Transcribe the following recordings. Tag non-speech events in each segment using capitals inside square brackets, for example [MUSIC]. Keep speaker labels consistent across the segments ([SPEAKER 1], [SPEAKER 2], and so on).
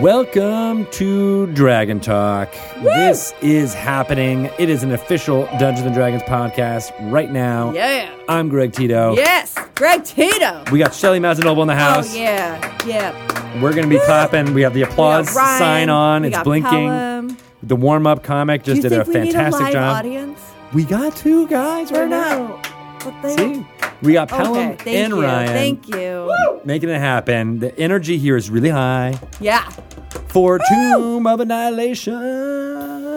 [SPEAKER 1] Welcome to Dragon Talk. This is happening. It is an official Dungeons and Dragons podcast right now.
[SPEAKER 2] Yeah.
[SPEAKER 1] I'm Greg Tito.
[SPEAKER 2] Yes, Greg Tito.
[SPEAKER 1] We got Shelly Mazenoble in the house.
[SPEAKER 2] Oh yeah, yeah.
[SPEAKER 1] We're going to be clapping. We have the applause
[SPEAKER 2] We got Ryan.
[SPEAKER 1] sign on.
[SPEAKER 2] We
[SPEAKER 1] it's
[SPEAKER 2] got
[SPEAKER 1] blinking.
[SPEAKER 2] Pelham.
[SPEAKER 1] The warm up comic
[SPEAKER 2] Do
[SPEAKER 1] just
[SPEAKER 2] you
[SPEAKER 1] did
[SPEAKER 2] think
[SPEAKER 1] a
[SPEAKER 2] we need a
[SPEAKER 1] fantastic
[SPEAKER 2] live
[SPEAKER 1] job.
[SPEAKER 2] audience?
[SPEAKER 1] We got two guys right now.
[SPEAKER 2] But they,
[SPEAKER 1] See? We got
[SPEAKER 2] Okay,
[SPEAKER 1] Pelham
[SPEAKER 2] thank
[SPEAKER 1] and
[SPEAKER 2] you.
[SPEAKER 1] Ryan
[SPEAKER 2] Thank you.
[SPEAKER 1] making it happen. The energy here is really high.
[SPEAKER 2] Yeah.
[SPEAKER 1] For Tomb of Annihilation.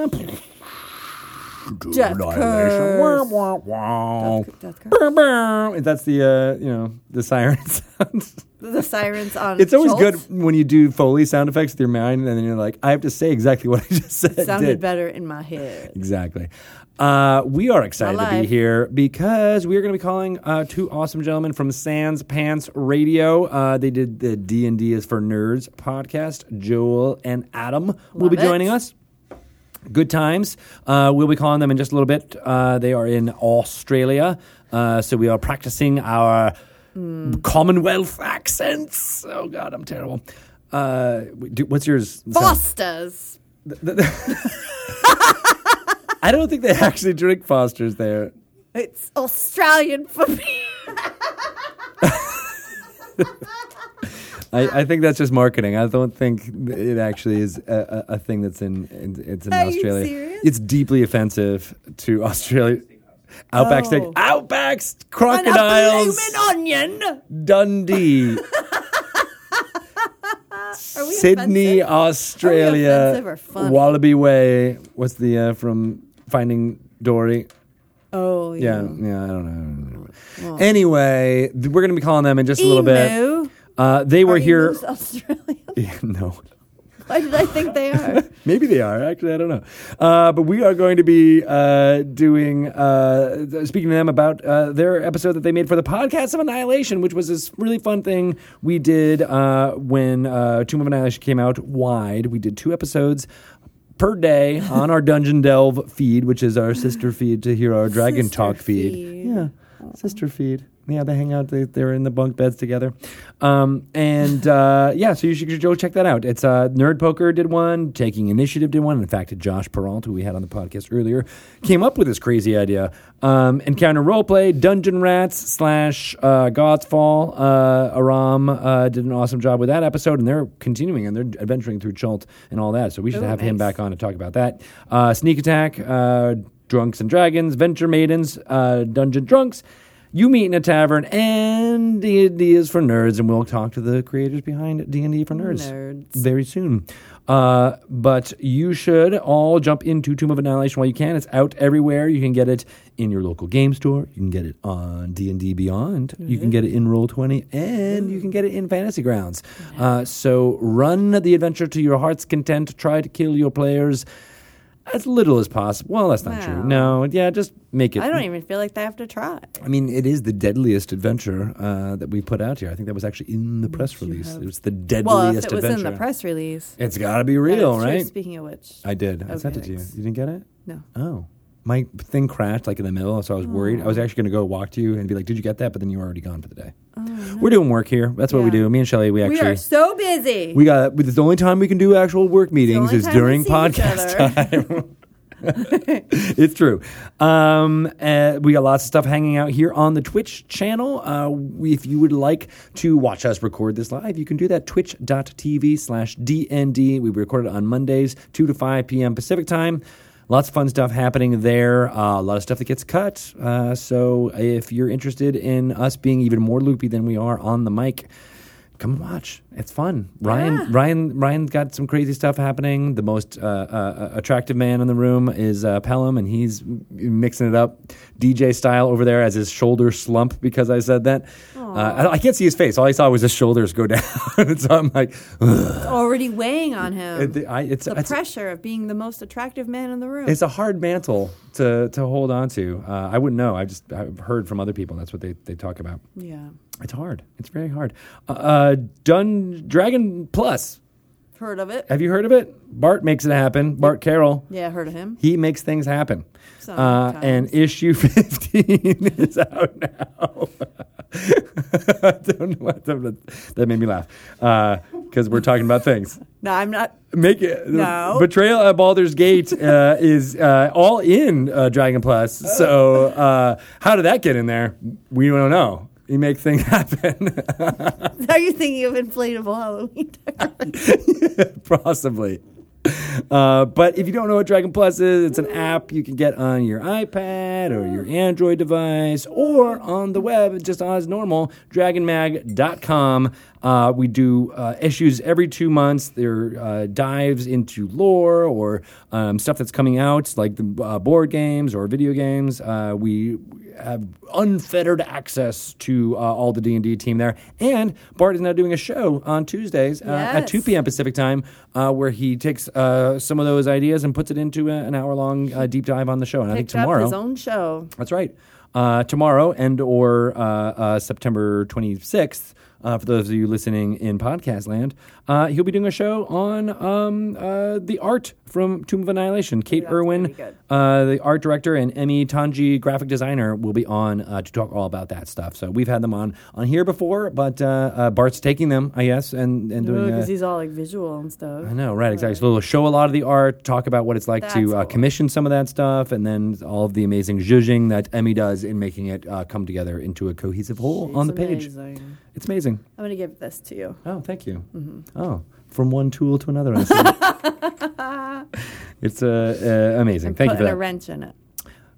[SPEAKER 2] Death
[SPEAKER 1] Annihilation. Wah,
[SPEAKER 2] curse.
[SPEAKER 1] wah, wah.
[SPEAKER 2] Death curse.
[SPEAKER 1] Brr, brr. That's the uh, you know the siren [LAUGHS] sound.
[SPEAKER 2] The sirens on.
[SPEAKER 1] It's always
[SPEAKER 2] Schultz
[SPEAKER 1] good when you do Foley sound effects with your mind, and then you're like, I have to say exactly what I just said.
[SPEAKER 2] Sounded
[SPEAKER 1] did.
[SPEAKER 2] better in my head.
[SPEAKER 1] Exactly. Uh, we are excited to be
[SPEAKER 2] Alive.
[SPEAKER 1] here because we are going to be calling uh, two awesome gentlemen from Sans Pants Radio. Uh, they did the D and D is for Nerds podcast. Joel and Adam will be
[SPEAKER 2] it.
[SPEAKER 1] joining us. Good times. Uh, we'll be calling them in just a little bit. Uh, they are in Australia, uh, so we are practicing our
[SPEAKER 2] Hmm.
[SPEAKER 1] Commonwealth accents. Oh God, I'm terrible. Uh, do, what's yours?
[SPEAKER 2] Fosters.
[SPEAKER 1] I don't think they [LAUGHS] actually drink Fosters there.
[SPEAKER 2] It's Australian for me. [LAUGHS]
[SPEAKER 1] I, I think that's just marketing. I don't think it actually is a, a, a thing that's in, in it's in
[SPEAKER 2] Are you
[SPEAKER 1] Australia.
[SPEAKER 2] serious?
[SPEAKER 1] It's deeply offensive to Australia. Outback steak,
[SPEAKER 2] Oh.
[SPEAKER 1] Outbacks,
[SPEAKER 2] And a
[SPEAKER 1] crocodiles,
[SPEAKER 2] blooming onion.
[SPEAKER 1] Dundee,
[SPEAKER 2] [LAUGHS] Are we
[SPEAKER 1] Sydney,
[SPEAKER 2] offensive?
[SPEAKER 1] Australia,
[SPEAKER 2] offensive or funny?
[SPEAKER 1] Wallaby Way. What's the uh, from Finding Dory?
[SPEAKER 2] Oh
[SPEAKER 1] Yeah,
[SPEAKER 2] yeah.
[SPEAKER 1] yeah, I don't know. Anyway, th- we're gonna be calling them in just a little
[SPEAKER 2] Emu?
[SPEAKER 1] bit. Uh, they were here.
[SPEAKER 2] Emus Australian. [LAUGHS]
[SPEAKER 1] Yeah, [LAUGHS] no.
[SPEAKER 2] Why did I think they are?
[SPEAKER 1] Maybe they are. Actually, I don't know. Uh, but we are going to be uh, doing uh, th- speaking to them about uh, their episode that they made for the podcast of Annihilation, which was this really fun thing we did uh, when uh, Tomb of Annihilation came out wide. We did two episodes. Per day on our Dungeon Delve feed, which is our sister feed to hear our Dragon
[SPEAKER 2] Sister
[SPEAKER 1] Talk feed.
[SPEAKER 2] feed.
[SPEAKER 1] Yeah, sister feed. Yeah, they hang out. They, they're in the bunk beds together. Um, and uh, [LAUGHS] yeah, so you should, you should go check that out. It's uh, Nerd Poker did one, Taking Initiative did one. In fact, Josh Peralta, who we had on the podcast earlier, came up with this crazy idea. Um, Encounter Roleplay, Dungeon Rats slash uh, God's Fall. Uh, Aram uh, did an awesome job with that episode, and they're continuing and they're adventuring through Chult and all that. So we should
[SPEAKER 2] Ooh,
[SPEAKER 1] have him
[SPEAKER 2] nice.
[SPEAKER 1] back on to talk about that. Uh, Sneak Attack, uh, Drunks and Dragons, Venture Maidens, uh, Dungeon Drunks. You meet in a tavern, and D&D is for nerds, and we'll talk to the creators behind D&D for nerds,
[SPEAKER 2] Nerds.
[SPEAKER 1] very soon. Uh, but you should all jump into Tomb of Annihilation while you can. It's out everywhere. You can get it in your local game store. You can get it on D&D Beyond. You
[SPEAKER 2] Mm-hmm.
[SPEAKER 1] can get it in Roll20, and you can get it in Fantasy Grounds. Uh, so run the adventure to your heart's content. Try to kill your players as little as possible. Well, that's not true.
[SPEAKER 2] Wow.
[SPEAKER 1] No, yeah, just make it.
[SPEAKER 2] I don't even feel like they have to try.
[SPEAKER 1] I mean, it is the deadliest adventure uh, that we put out here. I think that was actually in the press release. It was the
[SPEAKER 2] Well,
[SPEAKER 1] deadliest
[SPEAKER 2] if it was in
[SPEAKER 1] adventure.
[SPEAKER 2] the press release,
[SPEAKER 1] It's got to be
[SPEAKER 2] then
[SPEAKER 1] real,
[SPEAKER 2] it's true.
[SPEAKER 1] right?
[SPEAKER 2] Speaking of which,
[SPEAKER 1] I did. I
[SPEAKER 2] Okay,
[SPEAKER 1] sent it to you.
[SPEAKER 2] thanks.
[SPEAKER 1] You didn't get it?
[SPEAKER 2] no.
[SPEAKER 1] Oh. My thing crashed like in the middle, so I was worried. I was actually going to go walk to you and be like, "Did you get that?" But then you were already gone for the day. We're doing work here. That's what we
[SPEAKER 2] Oh, Yeah.
[SPEAKER 1] do. Me and Shelly, we
[SPEAKER 2] We
[SPEAKER 1] actually
[SPEAKER 2] are so busy.
[SPEAKER 1] we got it's the only time we can do actual work meetings
[SPEAKER 2] only
[SPEAKER 1] is
[SPEAKER 2] time we
[SPEAKER 1] during
[SPEAKER 2] see each
[SPEAKER 1] podcast
[SPEAKER 2] [LAUGHS] other.
[SPEAKER 1] time. [LAUGHS] it's true. Um, uh, we got lots of stuff hanging out here on the Twitch channel. Uh, we- if you would like to watch us record this live, you can do that twitch.tv slash DND. We record it on Mondays, 2 to 5 p.m. Pacific time. Lots of fun stuff happening there. Uh, a lot of stuff that gets cut. Uh, so if you're interested in us being even more loopy than we are on the mic, come watch. It's fun. Ryan, Ryan, Ryan's got some crazy stuff happening. The most uh, uh, attractive man in the room is uh, Pelham, and he's m- mixing it up DJ style over there as his shoulders slump because I said that. Uh, I, I can't see his face. All I saw was his shoulders go [LAUGHS] down. so I'm like,
[SPEAKER 2] it's already weighing on him.
[SPEAKER 1] it, I, it's,
[SPEAKER 2] the
[SPEAKER 1] it's,
[SPEAKER 2] pressure of being the most attractive man in the room.
[SPEAKER 1] it's a hard mantle to, to hold on to. Uh, I wouldn't know. I've just I've heard from other people. That's what they, they talk about.
[SPEAKER 2] yeah,
[SPEAKER 1] It's hard. It's very hard. Uh, uh, Dun Dragon Plus.
[SPEAKER 2] heard of it?
[SPEAKER 1] Have you heard of it? Bart makes it happen. Bart Carroll.
[SPEAKER 2] Yeah, heard of him.
[SPEAKER 1] He makes things happen. Uh,
[SPEAKER 2] Sometimes.
[SPEAKER 1] and issue [LAUGHS] 15 is out now. [LAUGHS] I don't know. what- That made me laugh because uh, we're talking about things.
[SPEAKER 2] No, I'm not. [LAUGHS]
[SPEAKER 1] Make it
[SPEAKER 2] No.
[SPEAKER 1] Betrayal at Baldur's Gate uh, is uh, all in uh, Dragon Plus. So uh, how did that get in there? We don't know. You make things [LAUGHS] happen,
[SPEAKER 2] Are you thinking of inflatable Halloween? [LAUGHS]
[SPEAKER 1] [LAUGHS] possibly. Uh, but if you don't know what Dragon Plus is, it's an app you can get on your iPad or your Android device or on the web, just as normal, dragonmag.com. Uh, we do uh, issues every two months. There are uh, dives into lore or um, stuff that's coming out, like the uh, board games or video games. Uh, we have unfettered access to uh, all the D&D team there. And Bart is now doing a show on Tuesdays uh, at
[SPEAKER 2] Yes.
[SPEAKER 1] 2 p.m. 10 Pacific time, uh, where he takes uh, some of those ideas and puts it into a, an hour long uh, deep dive on the show. And I think
[SPEAKER 2] Picked up his
[SPEAKER 1] tomorrow,
[SPEAKER 2] own show.
[SPEAKER 1] that's right, uh, tomorrow and or uh, uh, September 26th. Uh, for those of you listening in podcast land, uh, he'll be doing a show on um, uh, the art from Tomb of Annihilation. Kate
[SPEAKER 2] that's
[SPEAKER 1] Irwin,
[SPEAKER 2] pretty good.
[SPEAKER 1] uh, the art director, and Emmy Tanji, graphic designer, will be on uh, to talk all about that stuff. So we've had them on on here before, but uh, uh, Bart's taking them, I guess, and and doing. uh,
[SPEAKER 2] Because he's all like visual and stuff.
[SPEAKER 1] I know, right? Exactly. So they'll show a lot of the art, talk about what it's like
[SPEAKER 2] That's
[SPEAKER 1] to uh,
[SPEAKER 2] cool.
[SPEAKER 1] commission some of that stuff, and then all of the amazing zhuzhing that Emmy does in making it uh, come together into a cohesive whole on the
[SPEAKER 2] It's
[SPEAKER 1] page.
[SPEAKER 2] amazing.
[SPEAKER 1] It's amazing.
[SPEAKER 2] I'm going to give this to you.
[SPEAKER 1] Oh, thank you.
[SPEAKER 2] Mm-hmm.
[SPEAKER 1] Oh, from one tool to another. I see.
[SPEAKER 2] [LAUGHS]
[SPEAKER 1] it's uh, uh, amazing. Thank you
[SPEAKER 2] Putting
[SPEAKER 1] for that.
[SPEAKER 2] a wrench in it.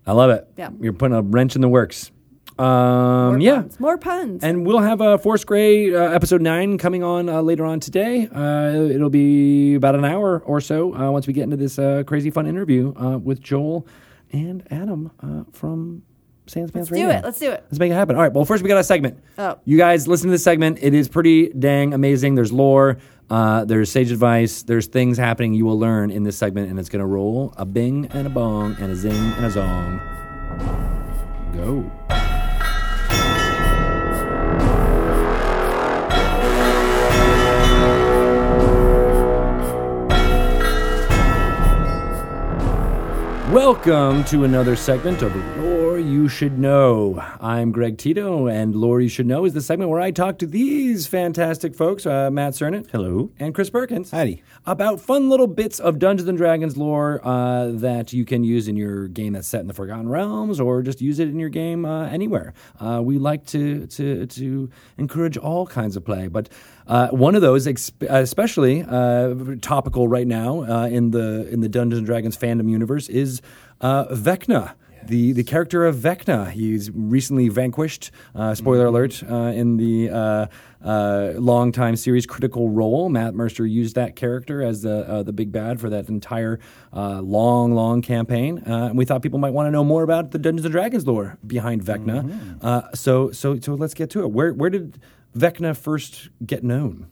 [SPEAKER 1] I love it.
[SPEAKER 2] Yeah.
[SPEAKER 1] You're putting a wrench in the works.
[SPEAKER 2] More
[SPEAKER 1] Um, yeah.
[SPEAKER 2] puns. More puns.
[SPEAKER 1] And we'll have uh, Force Gray uh, episode nine coming on uh, later on today. Uh, it'll be about an hour or so uh, once we get into this uh, crazy fun interview uh, with Joel and Adam uh, from Sans Pants
[SPEAKER 2] Let's do
[SPEAKER 1] Radio.
[SPEAKER 2] it. Let's do it.
[SPEAKER 1] Let's make it happen. All right. Well, first we got a segment.
[SPEAKER 2] Oh.
[SPEAKER 1] You guys listen to this segment. It is pretty dang amazing. There's lore. Uh, there's sage advice. There's things happening you will learn in this segment, and it's going to roll a bing and a bong and a zing and a zong. Go. Welcome to another segment of Lore You Should Know. I'm Greg Tito, and Lore You Should Know is the segment where I talk to these fantastic folks, uh, Matt Cernan.
[SPEAKER 3] Hello.
[SPEAKER 1] And Chris Perkins.
[SPEAKER 3] Howdy.
[SPEAKER 1] About fun little bits of Dungeons and Dragons lore uh, that you can use in your game that's set in the Forgotten Realms, or just use it in your game uh, anywhere. Uh, we like to to to encourage all kinds of play, but uh, one of those, exp- especially uh, topical right now uh, in the in the Dungeons and Dragons fandom universe, is uh, Vecna. The, the character of Vecna. He's recently vanquished, uh, spoiler alert, uh, in the uh, uh, longtime series Critical Role. Matt Mercer used that character as the, uh, the big bad for that entire uh, long, long campaign. Uh, and we thought people might want to know more about the Dungeons and Dragons lore behind Vecna. Uh, so, so, so let's get to it. Where, where did Vecna first get known?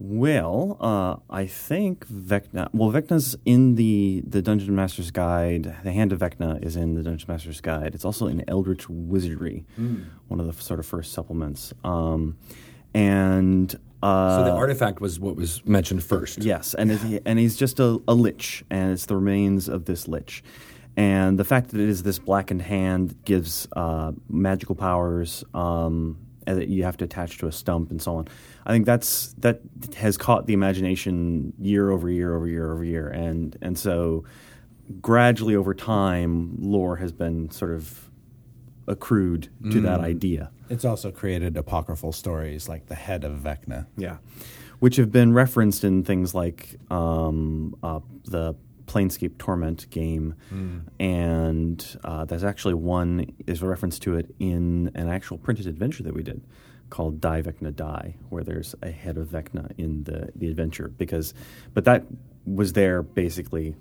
[SPEAKER 3] Well, uh, I think Vecna. Well, Vecna's in the the Dungeon Master's Guide. The Hand of Vecna is in the Dungeon Master's Guide. It's also in Eldritch Wizardry, one of the f- sort of first supplements. Um, and uh,
[SPEAKER 1] So the artifact was what was mentioned first.
[SPEAKER 3] Yes, and it, and he's just a, a lich, and it's the remains of this lich. And the fact that it is this blackened hand gives uh, magical powers um, and that you have to attach to a stump and so on. I think that's that has caught the imagination year over year over year over year, and and so gradually over time, lore has been sort of accrued to that idea.
[SPEAKER 4] It's also created apocryphal stories like the head of Vecna.
[SPEAKER 3] Yeah, which have been referenced in things like um, uh, the Planescape Torment game,
[SPEAKER 4] Hmm.
[SPEAKER 3] and uh, there's actually one there's a reference to it in an actual printed adventure that we did called Die Vecna Die, where there's a head of Vecna in the the adventure because, but that was there basically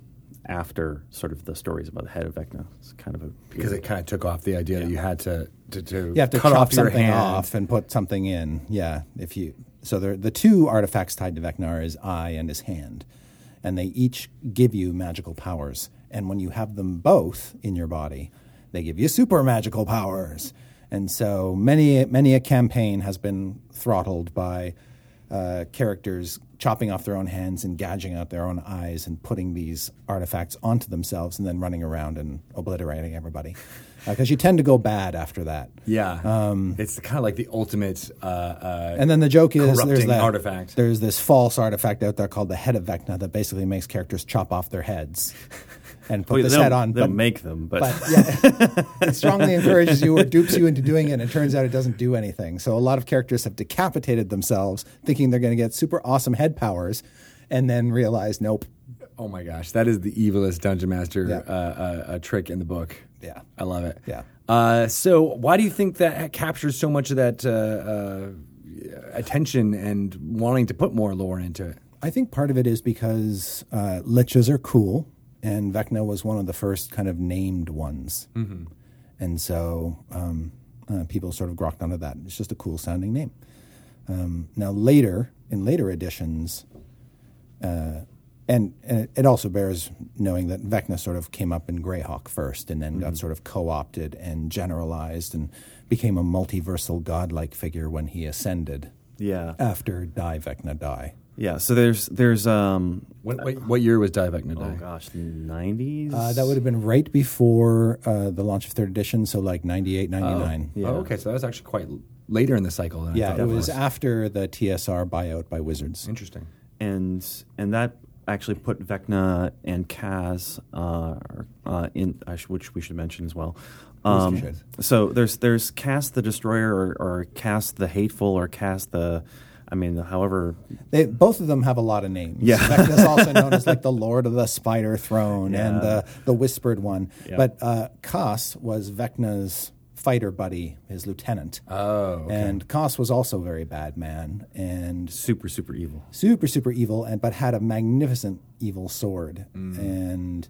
[SPEAKER 3] after sort of the stories about the head of Vecna. It's kind of a
[SPEAKER 5] because it kind of took off the idea that you had to to, to
[SPEAKER 4] You have to
[SPEAKER 5] cut
[SPEAKER 4] chop
[SPEAKER 5] off your
[SPEAKER 4] something
[SPEAKER 5] hand.
[SPEAKER 4] off and put something in. Yeah, if you so there, the two artifacts tied to Vecna are his eye and his hand, and they each give you magical powers. And when you have them both in your body, they give you super magical powers. And so many many a campaign has been throttled by uh, characters chopping off their own hands and gouging out their own eyes and putting these artifacts onto themselves and then running around and obliterating everybody. Because you tend to go bad after that.
[SPEAKER 5] Yeah,
[SPEAKER 4] Um,
[SPEAKER 5] it's kind of like the ultimate. Uh, uh,
[SPEAKER 4] And then the joke is there's
[SPEAKER 5] Corrupting
[SPEAKER 4] that
[SPEAKER 5] artifact.
[SPEAKER 4] There's this false artifact out there called the head of Vecna that basically makes characters chop off their heads and put
[SPEAKER 3] Wait,
[SPEAKER 4] this
[SPEAKER 3] they'll-
[SPEAKER 4] head on.
[SPEAKER 3] They'll
[SPEAKER 4] but-
[SPEAKER 3] make them, but,
[SPEAKER 4] but
[SPEAKER 3] [LAUGHS]
[SPEAKER 4] yeah, it strongly encourages you or dupes you into doing it. And it turns out it doesn't do anything. So a lot of characters have decapitated themselves, thinking they're going to get super awesome head powers, and then realize, nope,
[SPEAKER 5] oh my gosh, that is the evilest dungeon master
[SPEAKER 4] Yeah.
[SPEAKER 5] uh, uh, uh, trick in the book.
[SPEAKER 4] Yeah.
[SPEAKER 5] I love it.
[SPEAKER 4] Yeah.
[SPEAKER 5] Uh, so why do you think that captures so much of that uh, uh, attention and wanting to put more lore into it?
[SPEAKER 4] I think part of it is because uh, liches are cool, and Vecna was one of the first kind of named ones, mm-hmm. and so um, uh, people sort of grokked onto that. It's just a cool sounding name. Um, now later, in later editions, uh, and, and it also bears knowing that Vecna sort of came up in Greyhawk first, and then got sort of co-opted and generalized, and became a multiversal godlike figure when he ascended
[SPEAKER 3] yeah,
[SPEAKER 4] after Die Vecna Die.
[SPEAKER 3] yeah. So there's there's um
[SPEAKER 5] What, what, what year was Divac
[SPEAKER 3] oh
[SPEAKER 5] Nadai?
[SPEAKER 3] gosh, nineties.
[SPEAKER 4] Uh, that would have been right before uh, the launch of third edition, so like 98, 99.
[SPEAKER 3] yeah.
[SPEAKER 5] Oh, okay, so that was actually quite l- later in the cycle than I
[SPEAKER 4] Yeah,
[SPEAKER 5] thought.
[SPEAKER 4] it was after the TSR buyout by Wizards.
[SPEAKER 5] interesting.
[SPEAKER 3] and and that actually put Vecna and Kaz uh, uh, in I sh- which we should mention as well. Um,
[SPEAKER 4] should.
[SPEAKER 3] so there's there's Cass the Destroyer or, or Cass the Hateful or Cass the I mean however
[SPEAKER 4] They, both of them have a lot of names.
[SPEAKER 3] Yeah.
[SPEAKER 4] Vecna's
[SPEAKER 5] [LAUGHS]
[SPEAKER 4] also known as like the Lord of the Spider Throne and the, the Whispered One.
[SPEAKER 3] Yeah.
[SPEAKER 4] But uh, Koss was Vecna's fighter buddy, his lieutenant.
[SPEAKER 5] Oh,
[SPEAKER 4] And Koss was also a very bad man and
[SPEAKER 3] super super evil.
[SPEAKER 4] super super evil and but had a magnificent evil sword and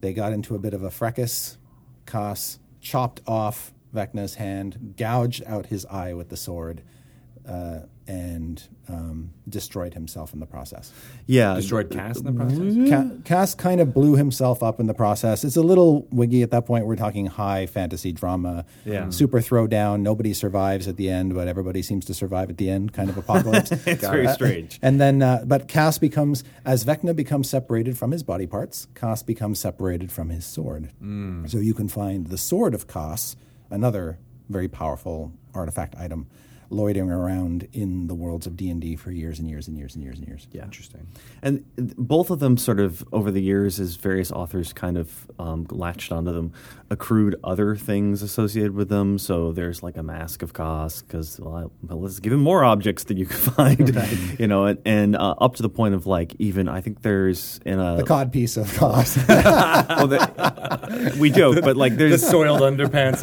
[SPEAKER 4] they got into a bit of a fracas Koss chopped off Vecna's hand gouged out his eye with the sword uh, and um, destroyed himself in the process
[SPEAKER 3] Yeah,
[SPEAKER 4] Uh,
[SPEAKER 5] destroyed Cass in the process.
[SPEAKER 4] Ca-
[SPEAKER 3] Mm.
[SPEAKER 4] Cass kind of blew himself up in the process. It's a little wiggy at that point. We're talking high fantasy drama,
[SPEAKER 3] Yeah.
[SPEAKER 4] super throwdown. Nobody survives at the end, but everybody seems to survive at the end, kind of apocalypse.
[SPEAKER 3] [LAUGHS] It's very
[SPEAKER 4] Uh,
[SPEAKER 3] strange.
[SPEAKER 4] and then, uh, but Cass becomes, as Vecna becomes separated from his body parts, Cass becomes separated from his sword.
[SPEAKER 3] Mm.
[SPEAKER 4] So you can find the sword of Cass, another very powerful artifact item, loitering around in the worlds of D&D for years and years and years and years and years.
[SPEAKER 3] Yeah.
[SPEAKER 5] Interesting.
[SPEAKER 3] And th- both of them sort of over the years, as various authors kind of um, latched onto them, accrued other things associated with them. So there's like a mask of cost because well, I- well, let's give him more objects that you can [LAUGHS] find, you know, and, and uh, up to the point of like even I think there's in a [LAUGHS]
[SPEAKER 4] The cod piece of Cass. [LAUGHS]
[SPEAKER 3] well, the- we joke, but like
[SPEAKER 1] The
[SPEAKER 3] there's
[SPEAKER 1] soiled underpants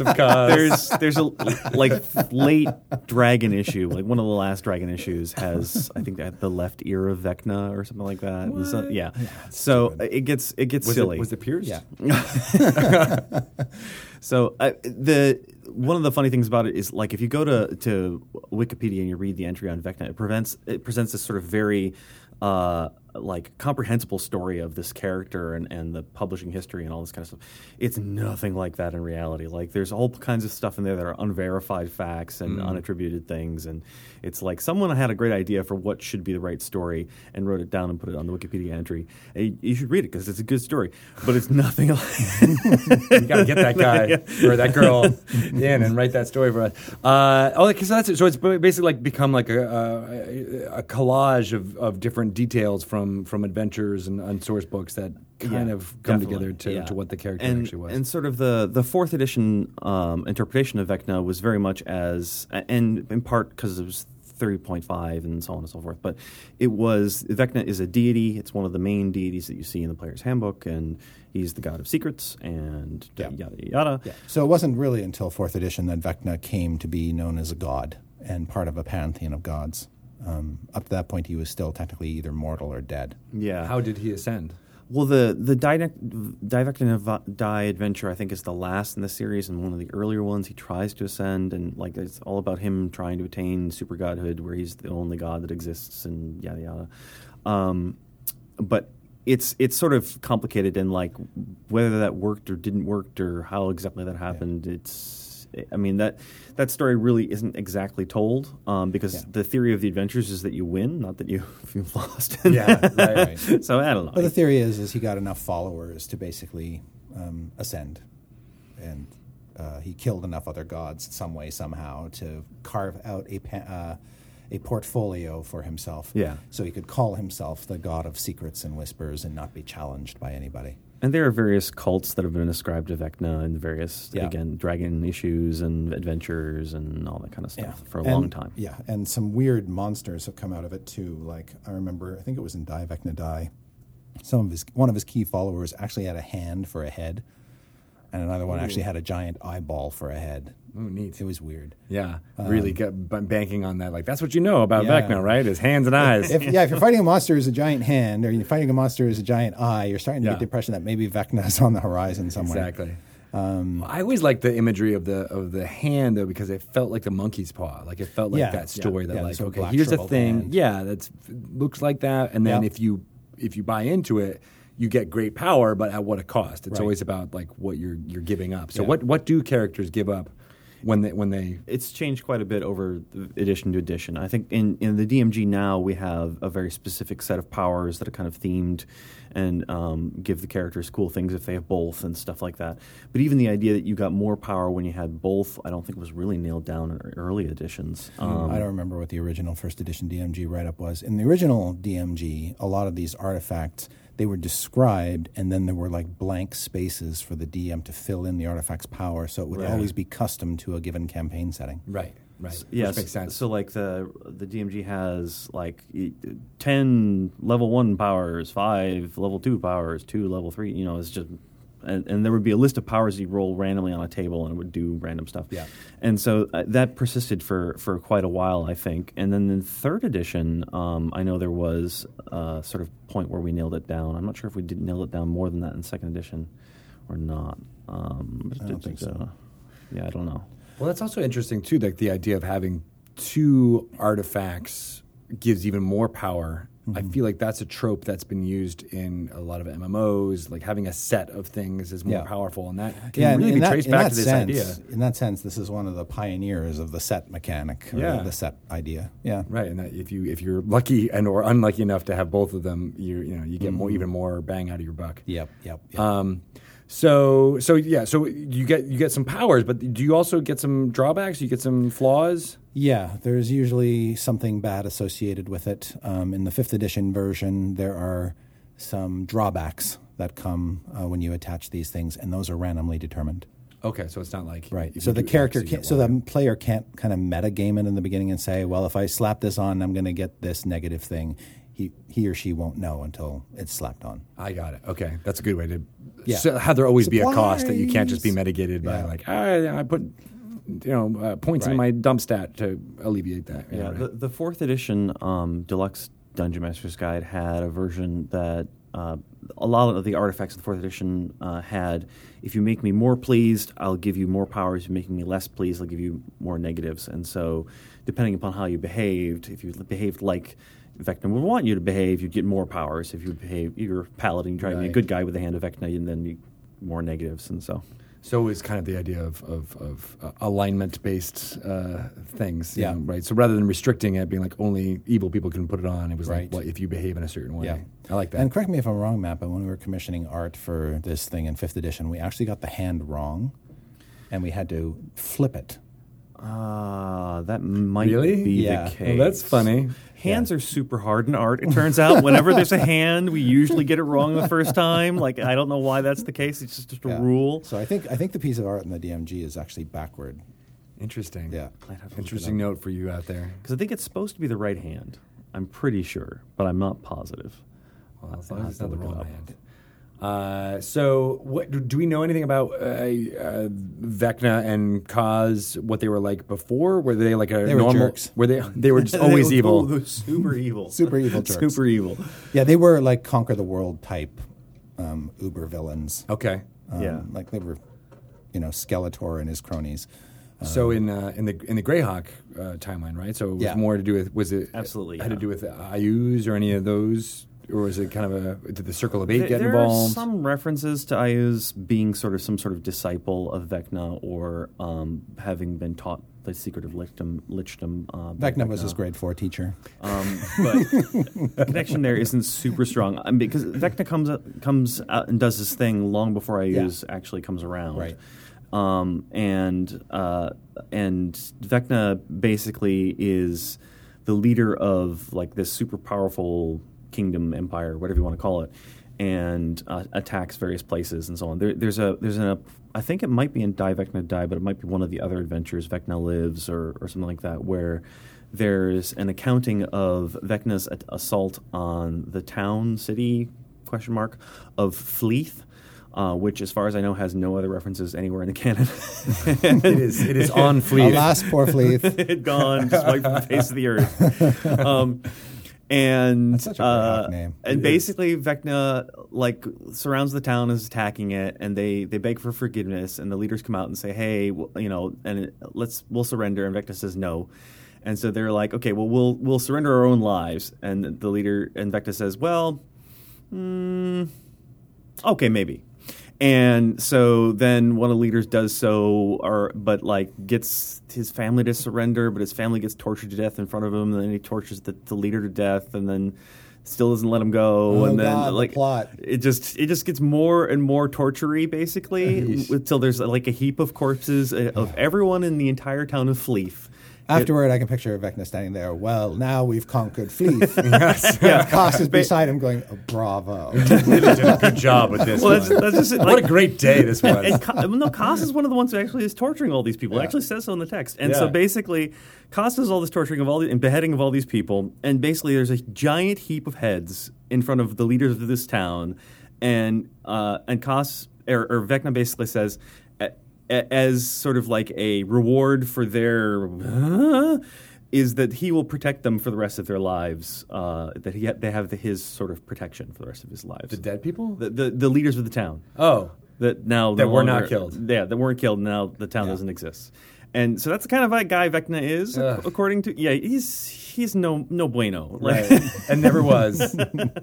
[SPEAKER 5] [LAUGHS]
[SPEAKER 1] of
[SPEAKER 5] Uh,
[SPEAKER 1] Kaz.
[SPEAKER 3] there's there's a like late dragon issue like one of the last dragon issues has i think at the left ear of vecna or something like that And so- yeah so it gets it gets
[SPEAKER 5] Was
[SPEAKER 3] silly
[SPEAKER 5] it was it pierced?
[SPEAKER 4] yeah.
[SPEAKER 3] so uh, the one of the funny things about it is like if you go to to Wikipedia and you read the entry on Vecna, it prevents it presents this sort of very uh, like comprehensible story of this character and, and the publishing history and all this kind of stuff. It's nothing like that in reality. Like there's all kinds of stuff in there that are unverified facts and unattributed things, and it's like someone had a great idea for what should be the right story and wrote it down and put it on the Wikipedia entry. And you, you should read it because it's a good story, but it's [LAUGHS] nothing like.
[SPEAKER 5] you gotta get
[SPEAKER 3] [LAUGHS]
[SPEAKER 5] that guy or that girl in and write that story for us. Uh, oh, like, so that's it. So it's ba- basically like become like a, a, a collage of, of different details from from adventures and, and source books that kind
[SPEAKER 3] Yeah,
[SPEAKER 5] of come
[SPEAKER 3] definitely,
[SPEAKER 5] together to,
[SPEAKER 3] yeah.
[SPEAKER 5] to what the character
[SPEAKER 3] and,
[SPEAKER 5] actually was.
[SPEAKER 3] And sort of the, the fourth edition um, interpretation of Vecna was very much as, a- and in part because it was 3.5 and so on and so forth, but it was, Vecna is a deity. It's one of the main deities that you see in the player's handbook, and he's the god of secrets and
[SPEAKER 4] Yeah.
[SPEAKER 3] yada, yada, yada.
[SPEAKER 4] So it wasn't really until fourth edition that Vecna came to be known as a god and part of a pantheon of gods. Um, up to that point, he was still technically either mortal or dead.
[SPEAKER 3] Yeah.
[SPEAKER 5] How did he ascend?
[SPEAKER 3] Well, the the Divectin Die adventure I think is the last in the series, and one of the earlier ones he tries to ascend, and like it's all about him trying to attain super godhood, where he's the only god that exists, and yada yada. Um, but it's it's sort of complicated, and like whether that worked or didn't worked or how exactly that happened, it's it's I mean that that story really isn't exactly told um, because the theory of the adventures is that you win, not that you [LAUGHS] you lost.
[SPEAKER 1] yeah, right.
[SPEAKER 3] [LAUGHS]
[SPEAKER 4] Right.
[SPEAKER 3] so I don't know.
[SPEAKER 4] But the theory is, is he got enough followers to basically um, ascend, and uh, he killed enough other gods some way somehow to carve out a pa- uh, a portfolio for himself.
[SPEAKER 3] Yeah.
[SPEAKER 4] So he could call himself the god of secrets and whispers and not be challenged by anybody.
[SPEAKER 3] And there are various cults that have been ascribed to Vecna and various,
[SPEAKER 4] Yeah.
[SPEAKER 3] again, dragon issues and adventures and all that kind of stuff for a
[SPEAKER 4] And-
[SPEAKER 3] long time.
[SPEAKER 4] Yeah, and some weird monsters have come out of it too. Like I remember, I think it was in Die Vecna Die. Some of his one of his key followers actually had a hand for a head, and another one actually had a giant eyeball for a head. Oh,
[SPEAKER 1] neat.
[SPEAKER 4] It was weird.
[SPEAKER 3] [LAUGHS]
[SPEAKER 1] Yeah,
[SPEAKER 3] Um,
[SPEAKER 1] really get, b- banking on that. Like that's what you know about
[SPEAKER 4] Yeah.
[SPEAKER 1] Vecna, right? His hands and
[SPEAKER 3] [LAUGHS]
[SPEAKER 1] eyes.
[SPEAKER 4] If, yeah, if you're fighting a monster as a giant hand, or you're fighting a monster as a giant eye, you're starting to
[SPEAKER 1] Yeah.
[SPEAKER 4] get the impression that maybe Vecna's on the horizon somewhere.
[SPEAKER 1] exactly. Um, I always liked the imagery of the of the hand though because it felt like the monkey's paw. Like it felt like
[SPEAKER 4] Yeah,
[SPEAKER 1] that story
[SPEAKER 4] yeah,
[SPEAKER 1] that
[SPEAKER 4] yeah,
[SPEAKER 1] like
[SPEAKER 4] sort of
[SPEAKER 1] okay,
[SPEAKER 4] black
[SPEAKER 1] here's a
[SPEAKER 4] shriveled
[SPEAKER 1] thing.
[SPEAKER 4] hand.
[SPEAKER 1] Yeah, that's looks like that. And then
[SPEAKER 4] Yeah.
[SPEAKER 1] if you if you buy into it, you get great power, but at what a cost? It's always about like what you're you're giving up. So
[SPEAKER 4] Yeah.
[SPEAKER 1] what what do characters give up when they when they
[SPEAKER 3] It's changed quite a bit over the edition to edition. I think in, in the DMG now, we have a very specific set of powers that are kind of themed and um, give the characters cool things if they have both and stuff like that. But even the idea that you got more power when you had both, I don't think was really nailed down in early editions. Um,
[SPEAKER 4] I don't remember what the original first edition DMG write up was. In the original DMG, a lot of these artifacts they were described, and then there were like blank spaces for the DM to fill in the artifact's power, so it would always be custom to a given campaign setting.
[SPEAKER 1] right right
[SPEAKER 3] Yes.
[SPEAKER 1] Which makes sense.
[SPEAKER 3] So like the the DMG has like e- ten level one powers, five level two powers, two level three. You know, it's just and, and there would be a list of powers you roll randomly on a table and it would do random stuff.
[SPEAKER 4] Yeah.
[SPEAKER 3] And so uh, that persisted for for quite a while, I think. And then in third edition, um, I know there was a sort of point where we nailed it down. I'm not sure if we did nail it down more than that in second edition or not. Um, I
[SPEAKER 4] don't think so.
[SPEAKER 3] Yeah, I don't know.
[SPEAKER 1] Well, that's also interesting too. Like the idea of having two artifacts gives even more power. I feel like that's a trope that's been used in a lot of MMOs. Like having a set of things is more
[SPEAKER 4] Yeah.
[SPEAKER 1] powerful, and that can
[SPEAKER 4] and
[SPEAKER 1] really be
[SPEAKER 4] in that-
[SPEAKER 1] traced
[SPEAKER 4] in
[SPEAKER 1] back
[SPEAKER 4] that
[SPEAKER 1] to this
[SPEAKER 4] sense,
[SPEAKER 1] idea,
[SPEAKER 4] In that sense, this is one of the pioneers of the set mechanic, or
[SPEAKER 1] Yeah.
[SPEAKER 4] the set idea. Yeah.
[SPEAKER 1] right? And that if you if you're lucky and or unlucky enough to have both of them, you you know you get more even more bang out of your buck.
[SPEAKER 4] Yep. Yep. yep.
[SPEAKER 1] Um, so so yeah, so you get you get some powers, but do you also get some drawbacks? You get some flaws.
[SPEAKER 4] Yeah, there's usually something bad associated with it. Um, in the fifth edition version, there are some drawbacks that come uh, when you attach these things, and those are randomly determined.
[SPEAKER 1] Okay, so it's not like if
[SPEAKER 4] So
[SPEAKER 1] you do
[SPEAKER 4] the
[SPEAKER 1] X,
[SPEAKER 4] character,
[SPEAKER 1] you get
[SPEAKER 4] can't, so
[SPEAKER 1] Y.
[SPEAKER 4] the player can't kind of metagame it in the beginning and say, "Well, if I slap this on, I'm going to get this negative thing." He he or she won't know until it's slapped on.
[SPEAKER 1] I got it. Okay, that's a good way to.
[SPEAKER 4] Yeah.
[SPEAKER 1] So how there always be a cost that you can't just be
[SPEAKER 4] Supplies.
[SPEAKER 1] mitigated by
[SPEAKER 4] Yeah.
[SPEAKER 1] like "Ah, I, I put, you know, uh, points in
[SPEAKER 3] Right.
[SPEAKER 1] my dump stat to alleviate that.
[SPEAKER 3] Yeah,
[SPEAKER 1] right.
[SPEAKER 3] the, the fourth edition um, deluxe Dungeon Master's Guide had a version that uh, a lot of the artifacts of the fourth edition uh, had. If you make me more pleased, I'll give you more powers. If you make me less pleased, I'll give you more negatives. And so, depending upon how you behaved, if you behaved like Vecna would want you to behave, you get more powers. If you behave, you're a paladin, you try to be a
[SPEAKER 1] Right.
[SPEAKER 3] good guy with the hand of Vecna, and then you more negatives. And so,
[SPEAKER 1] so it's kind of the idea of of, of uh, alignment based uh, things. you
[SPEAKER 4] Yeah.
[SPEAKER 1] know, right. So rather than restricting it, being like only evil people can put it on, it was
[SPEAKER 4] Right.
[SPEAKER 1] like well, if you behave in a certain way. I like that.
[SPEAKER 4] And correct me if I'm wrong, Matt, but when we were commissioning art for this thing in fifth edition, we actually got the hand wrong, and we had to flip it.
[SPEAKER 3] uh, that might
[SPEAKER 1] Really?
[SPEAKER 3] be
[SPEAKER 4] Yeah.
[SPEAKER 3] the
[SPEAKER 1] Well,
[SPEAKER 3] case.
[SPEAKER 1] that's funny.
[SPEAKER 3] Hands are super hard in art. It turns out whenever there's a hand, we usually get it wrong the first time. Like I don't know why that's the case. It's just, just a
[SPEAKER 4] Yeah.
[SPEAKER 3] rule.
[SPEAKER 4] So I think I think the piece of art in the DMG is actually backward.
[SPEAKER 1] Interesting.
[SPEAKER 4] Yeah.
[SPEAKER 1] Interesting note for you out there.
[SPEAKER 3] Because I think it's supposed to be the right hand. I'm pretty sure, but I'm not positive.
[SPEAKER 4] [LAUGHS]
[SPEAKER 1] Well, as long as it's
[SPEAKER 3] I'll
[SPEAKER 1] not
[SPEAKER 3] have
[SPEAKER 1] the
[SPEAKER 3] to look
[SPEAKER 1] wrong
[SPEAKER 3] it
[SPEAKER 1] hand. Uh, so, what do- do we know anything about uh, uh, Vecna and Kaz? What they were like before? Were they like a
[SPEAKER 4] were
[SPEAKER 1] normal?
[SPEAKER 4] jerks.
[SPEAKER 1] Were they? [LAUGHS] They were just always evil.
[SPEAKER 3] Super [LAUGHS] evil.
[SPEAKER 4] [LAUGHS] Super evil jerks.
[SPEAKER 3] super evil.
[SPEAKER 4] Yeah, they were like conquer the world type um, uber villains.
[SPEAKER 1] Okay.
[SPEAKER 4] Um,
[SPEAKER 3] yeah.
[SPEAKER 4] like they were, you know, Skeletor and his cronies.
[SPEAKER 3] Oh
[SPEAKER 1] So in uh, in the in the Greyhawk uh, timeline, right? So it was
[SPEAKER 4] Yeah.
[SPEAKER 1] more to do with was it
[SPEAKER 3] Absolutely,
[SPEAKER 1] had
[SPEAKER 3] yeah.
[SPEAKER 1] to do with IUs or any of those
[SPEAKER 5] or was it kind of a did the Circle of Eight
[SPEAKER 3] There-
[SPEAKER 5] get
[SPEAKER 3] there
[SPEAKER 5] involved?
[SPEAKER 3] are
[SPEAKER 1] [LAUGHS]
[SPEAKER 3] some references to Ayu's being sort of some sort of disciple of Vecna or um, having been taught the secret of lichdom. lichdom uh, by
[SPEAKER 4] Vecna was his grade four teacher.
[SPEAKER 3] um, but the connection there isn't super strong um, because Vecna comes up, comes out and does this thing long before Ayuz actually comes around.
[SPEAKER 4] Right.
[SPEAKER 3] Um, and uh, and Vecna basically is the leader of like this super powerful kingdom, empire, whatever you want to call it, and uh, attacks various places and so on. There, there's a there's an I think it might be in Die Vecna Die, but it might be one of the other adventures, Vecna Lives or or something like that, where there's an accounting of Vecna's at- assault on the town city question mark of Fleeth, uh, which, as far as I know, has no other references anywhere in the [LAUGHS] canon.
[SPEAKER 5] it is it is on fleek.
[SPEAKER 4] Alas, poor
[SPEAKER 3] [LAUGHS]
[SPEAKER 4] Fleeth.
[SPEAKER 3] it had gone, just wiped from the face of the earth. Um, and
[SPEAKER 4] That's such a Greyhawk
[SPEAKER 3] uh,
[SPEAKER 4] name.
[SPEAKER 3] and basically Vecna like surrounds the town and is attacking it, and they they beg for forgiveness, and the leaders come out and say, hey, w- you know, and it- let's we'll surrender, and Vecna says no. And so they're like, okay, well, we'll we'll surrender our own lives. And the leader and Vecna says, well, mm, okay, maybe. And so then one of the leaders does so, or but like gets his family to surrender, but his family gets tortured to death in front of him, and then he tortures the, the leader to death, and then still doesn't let him go,
[SPEAKER 4] Oh,
[SPEAKER 3] and then
[SPEAKER 4] God, the
[SPEAKER 3] like
[SPEAKER 4] plot.
[SPEAKER 3] it just it just gets more and more tortury basically until there's like a heap of corpses uh, of everyone in the entire town of Fleef.
[SPEAKER 4] Afterward, I can picture Vecna standing there. Well, now we've
[SPEAKER 3] [LAUGHS]
[SPEAKER 4] conquered Fleeth. yes. Cost is beside him going, "Oh, bravo.
[SPEAKER 5] They did a good job with this.
[SPEAKER 3] Well,
[SPEAKER 5] one.
[SPEAKER 3] that's, that's just it, like,
[SPEAKER 5] what a great day
[SPEAKER 3] [LAUGHS]
[SPEAKER 5] this was.
[SPEAKER 3] And Ca- no, Cost is one of the ones who actually is torturing all these people. It actually says so in the text. And so
[SPEAKER 5] Yeah.
[SPEAKER 3] basically, Cost does all this torturing of all the, and beheading of all these people. And basically, there's a giant heap of heads in front of the leaders of this town. And uh, and Cost or, or Vecna basically says, a- a- as sort of like a reward for their. "Huh?" is that he will protect them for the rest of their lives? Uh, that he ha- they have the, his sort of protection for the rest of his lives.
[SPEAKER 5] the dead people.
[SPEAKER 3] the, the, the leaders of the town
[SPEAKER 5] oh,
[SPEAKER 3] that now
[SPEAKER 5] That
[SPEAKER 3] no
[SPEAKER 5] were not
[SPEAKER 3] longer-
[SPEAKER 5] killed.
[SPEAKER 3] Yeah, that weren't killed. Now the town doesn't exist, and so that's the kind of like guy Vecna is, ac- according to yeah. He's he's no no bueno. [LAUGHS] Like,
[SPEAKER 5] [LAUGHS] and never was.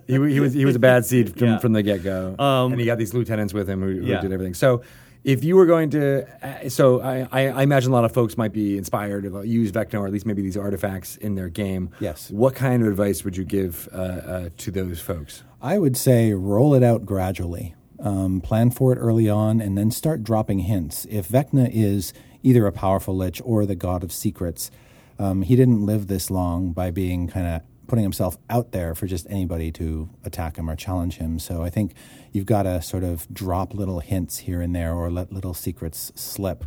[SPEAKER 5] he, wa- he was he was a bad seed from,
[SPEAKER 3] Yeah.
[SPEAKER 5] from the get go,
[SPEAKER 3] Um,
[SPEAKER 5] and he got these lieutenants with him who, who
[SPEAKER 3] Yeah.
[SPEAKER 5] did everything. So. If you were going to, uh, so I, I, I imagine a lot of folks might be inspired to use Vecna or at least maybe these artifacts in their game.
[SPEAKER 4] Yes.
[SPEAKER 5] What kind of advice would you give uh, uh, to those folks?
[SPEAKER 4] I would say roll it out gradually. Um, plan for it early on and then start dropping hints. If Vecna is either a powerful lich or the god of secrets, um, he didn't live this long by being kind of putting himself out there for just anybody to attack him or challenge him. So I think you've got to sort of drop little hints here and there or let little secrets slip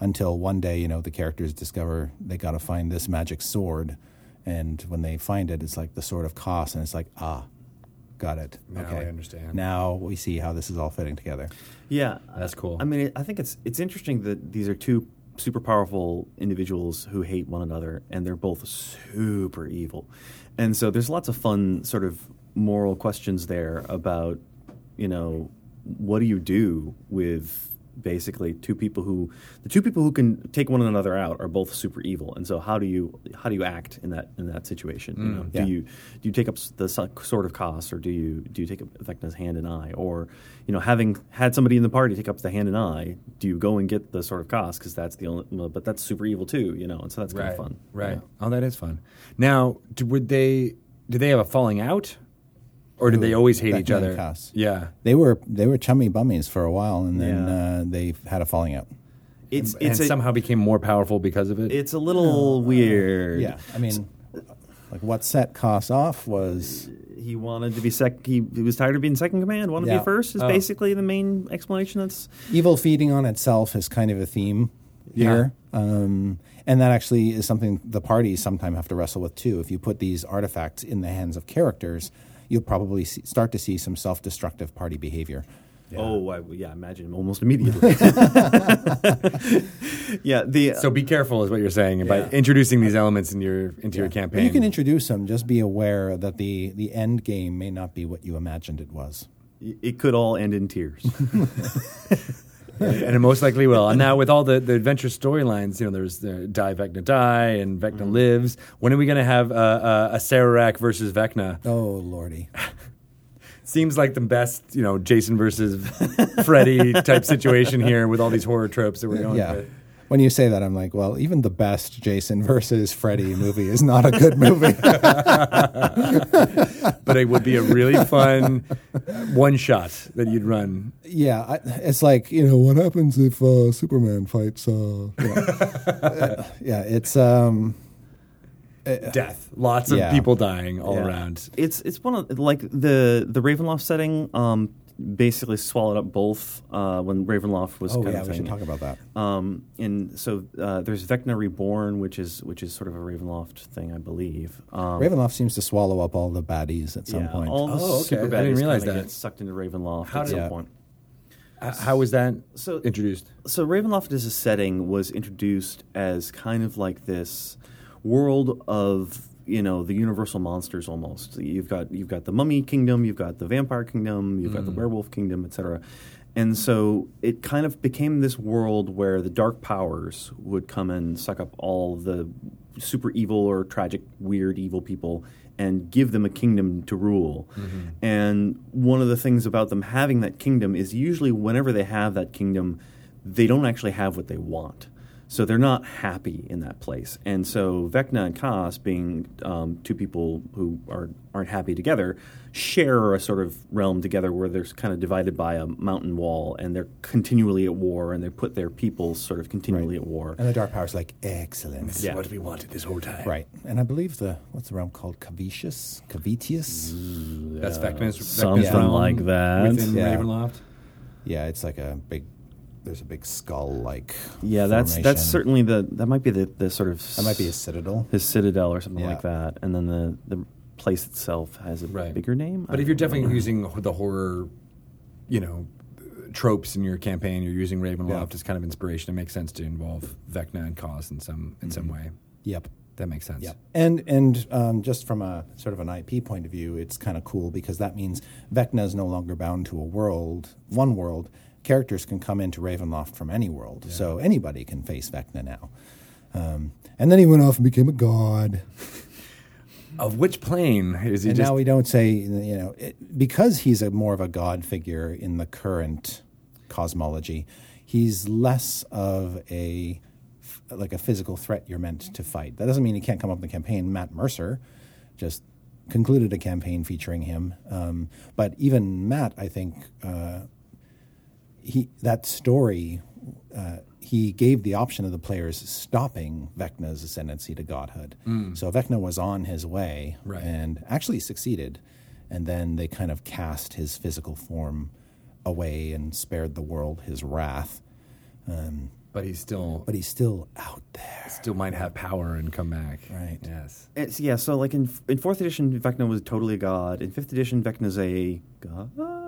[SPEAKER 4] until one day, you know, the characters discover they got to find this magic sword. And when they find it, it's like the sword of Koss, and it's like, ah, got it.
[SPEAKER 5] Now
[SPEAKER 4] okay.
[SPEAKER 5] I understand.
[SPEAKER 4] Now we see how this is all fitting together.
[SPEAKER 3] yeah,
[SPEAKER 5] That's cool.
[SPEAKER 3] I mean, I think it's it's interesting that these are two super powerful individuals who hate one another, and they're both super evil, and so there's lots of fun sort of moral questions there about you know what do you do with basically two people who the two people who can take one another out are both super evil and so how do you how do you act in that in that situation
[SPEAKER 5] Mm,
[SPEAKER 3] you know
[SPEAKER 4] Yeah.
[SPEAKER 3] do you do you take up s- the so- sword of cost or do you do you take up Vecna's hand and eye or you know having had somebody in the party take up the hand and eye do you go and get the sword of cost because that's the only well, but that's super evil too you know and so that's kind of fun
[SPEAKER 5] Right. Oh, that is fun. Now, d would they? Did they have a falling out, or did
[SPEAKER 4] Who?
[SPEAKER 5] they always hate
[SPEAKER 4] Vecna
[SPEAKER 5] each
[SPEAKER 4] and
[SPEAKER 5] other?
[SPEAKER 4] Cass.
[SPEAKER 5] Yeah.
[SPEAKER 4] They were they were chummy bummies for a while, and then
[SPEAKER 3] Yeah.
[SPEAKER 4] uh, they had a falling out.
[SPEAKER 3] it's
[SPEAKER 5] and
[SPEAKER 3] it's a,
[SPEAKER 5] somehow uh, became more powerful because of it.
[SPEAKER 3] it's a little weird
[SPEAKER 4] Yeah, I mean, like what set Koss off was
[SPEAKER 3] he wanted to be sec. He, he was tired of being second command. Wanted to
[SPEAKER 4] Yeah.
[SPEAKER 3] be first is
[SPEAKER 5] Oh.
[SPEAKER 3] basically the main explanation. That's
[SPEAKER 4] evil feeding on itself is kind of a theme here. Um, and that actually is something the parties sometime have to wrestle with too. If you put these artifacts in the hands of characters, you'll probably see, start to see some self destructive party behavior.
[SPEAKER 3] oh I, yeah, imagine almost immediately. [LAUGHS] yeah, the
[SPEAKER 5] so be careful, is what you're saying, by
[SPEAKER 3] Yeah.
[SPEAKER 5] introducing these elements in your into your
[SPEAKER 4] But
[SPEAKER 5] campaign.
[SPEAKER 4] You can introduce them, just be aware that the, the end game may not be what you imagined it was.
[SPEAKER 3] uh, it could all end in tears.
[SPEAKER 5] and it most likely will. And now with all the, the adventure storylines, you know, there's uh, Die Vecna Die and Vecna Lives. When are we going to have uh, uh, a Sararak versus Vecna?
[SPEAKER 3] [LAUGHS]
[SPEAKER 4] Oh, lordy.
[SPEAKER 1] seems like the best, you know, Jason versus Freddy type situation here with all these horror tropes that we're going
[SPEAKER 4] yeah.
[SPEAKER 1] with.
[SPEAKER 4] When you say that, I'm like, well, even the best Jason versus Freddy movie is not a good [LAUGHS] movie.
[SPEAKER 1] But it would be a really fun one shot that you'd run.
[SPEAKER 4] yeah, I, it's like you know what happens if uh, Superman fights. Uh, you [LAUGHS] know. Uh, yeah, it's um,
[SPEAKER 1] Death. Lots of
[SPEAKER 4] Yeah.
[SPEAKER 1] people dying all
[SPEAKER 3] Yeah.
[SPEAKER 1] around.
[SPEAKER 3] It's it's one of like the the Ravenloft setting um, basically swallowed up both uh, when Ravenloft was
[SPEAKER 4] oh
[SPEAKER 3] kind
[SPEAKER 4] yeah,
[SPEAKER 3] of
[SPEAKER 4] we should
[SPEAKER 3] thing.
[SPEAKER 4] talk about that.
[SPEAKER 3] Um, and so uh, there's Vecna Reborn, which is which is sort of a Ravenloft thing, I believe. Um,
[SPEAKER 4] Ravenloft seems to swallow up all the baddies at some
[SPEAKER 3] yeah,
[SPEAKER 4] point.
[SPEAKER 3] All the
[SPEAKER 1] Oh, okay.
[SPEAKER 3] super
[SPEAKER 1] I
[SPEAKER 3] baddies
[SPEAKER 1] didn't realize
[SPEAKER 3] kinda
[SPEAKER 1] that.
[SPEAKER 3] get sucked into Ravenloft
[SPEAKER 1] How
[SPEAKER 3] at
[SPEAKER 1] did-
[SPEAKER 3] some
[SPEAKER 4] Yeah.
[SPEAKER 3] point.
[SPEAKER 1] H- how was that
[SPEAKER 3] So-
[SPEAKER 1] introduced?
[SPEAKER 3] So Ravenloft as a setting was introduced as kind of like this world of you know the universal monsters almost. You've got you've got the mummy kingdom, you've got the vampire kingdom, you've got the werewolf kingdom, etc. And so it kind of became this world where the dark powers would come and suck up all the super evil or tragic, weird, evil people and give them a kingdom to rule. And one of the things about them having that kingdom is usually whenever they have that kingdom, they don't actually have what they want. So they're not happy in that place. And so Vecna and Kos, being um, two people who are, aren't happy together, share a sort of realm together where they're kind of divided by a mountain wall and they're continually at war and they put their people sort of continually at war.
[SPEAKER 4] and the Dark Power's like, excellent.
[SPEAKER 3] Yeah.
[SPEAKER 1] we wanted this whole time.
[SPEAKER 4] Right. And I believe the, what's the realm called? Cavitius?
[SPEAKER 3] Mm-hmm.
[SPEAKER 4] Cavitius?
[SPEAKER 1] That's
[SPEAKER 4] Uh,
[SPEAKER 1] Vecna's, Vecna's
[SPEAKER 3] something
[SPEAKER 1] realm
[SPEAKER 3] like that.
[SPEAKER 1] Within
[SPEAKER 4] Yeah.
[SPEAKER 1] Ravenloft.
[SPEAKER 4] Yeah, it's like a big, there's a big skull like.
[SPEAKER 3] Yeah, that's that's certainly the that might be the, the sort of
[SPEAKER 4] That might be a citadel.
[SPEAKER 3] his citadel or something
[SPEAKER 4] Yeah.
[SPEAKER 3] like that, and then the the place itself has a
[SPEAKER 1] Right.
[SPEAKER 3] bigger name.
[SPEAKER 1] But
[SPEAKER 3] I
[SPEAKER 1] if you're
[SPEAKER 3] don't know.
[SPEAKER 1] definitely using h- the horror, you know, tropes in your campaign, you're using Ravenloft as kind of inspiration. It makes sense to involve Vecna and Cause in some in some way.
[SPEAKER 4] Yep.
[SPEAKER 1] That makes sense.
[SPEAKER 4] Mm-hmm. Yep. And and um, just from a sort of an IP point of view, it's kind of cool because that means Vecna is no longer bound to a world, one world. Characters can come into Ravenloft from any world, so anybody can face Vecna now. Um, and then he went off and became a god.
[SPEAKER 1] Of which plane is he
[SPEAKER 4] and
[SPEAKER 1] just?
[SPEAKER 4] now we don't say you know it, because he's a more of a god figure in the current cosmology he's less of a f- like a physical threat you're meant to fight that doesn't mean he can't come up in the campaign matt mercer just concluded a campaign featuring him um, but even matt i think uh, he that story uh, he gave the option of the players stopping Vecna's ascendancy to godhood.
[SPEAKER 3] Mm.
[SPEAKER 4] So Vecna was on his way
[SPEAKER 1] Right.
[SPEAKER 4] and actually succeeded. And then they kind of cast his physical form away and spared the world his wrath. Um,
[SPEAKER 1] but he's still
[SPEAKER 4] But he's still out there.
[SPEAKER 1] still might have power and come back.
[SPEAKER 4] Right.
[SPEAKER 1] Yes.
[SPEAKER 3] It's, yeah, so like in in fourth edition, Vecna was totally a god. In fifth edition, Vecna's a god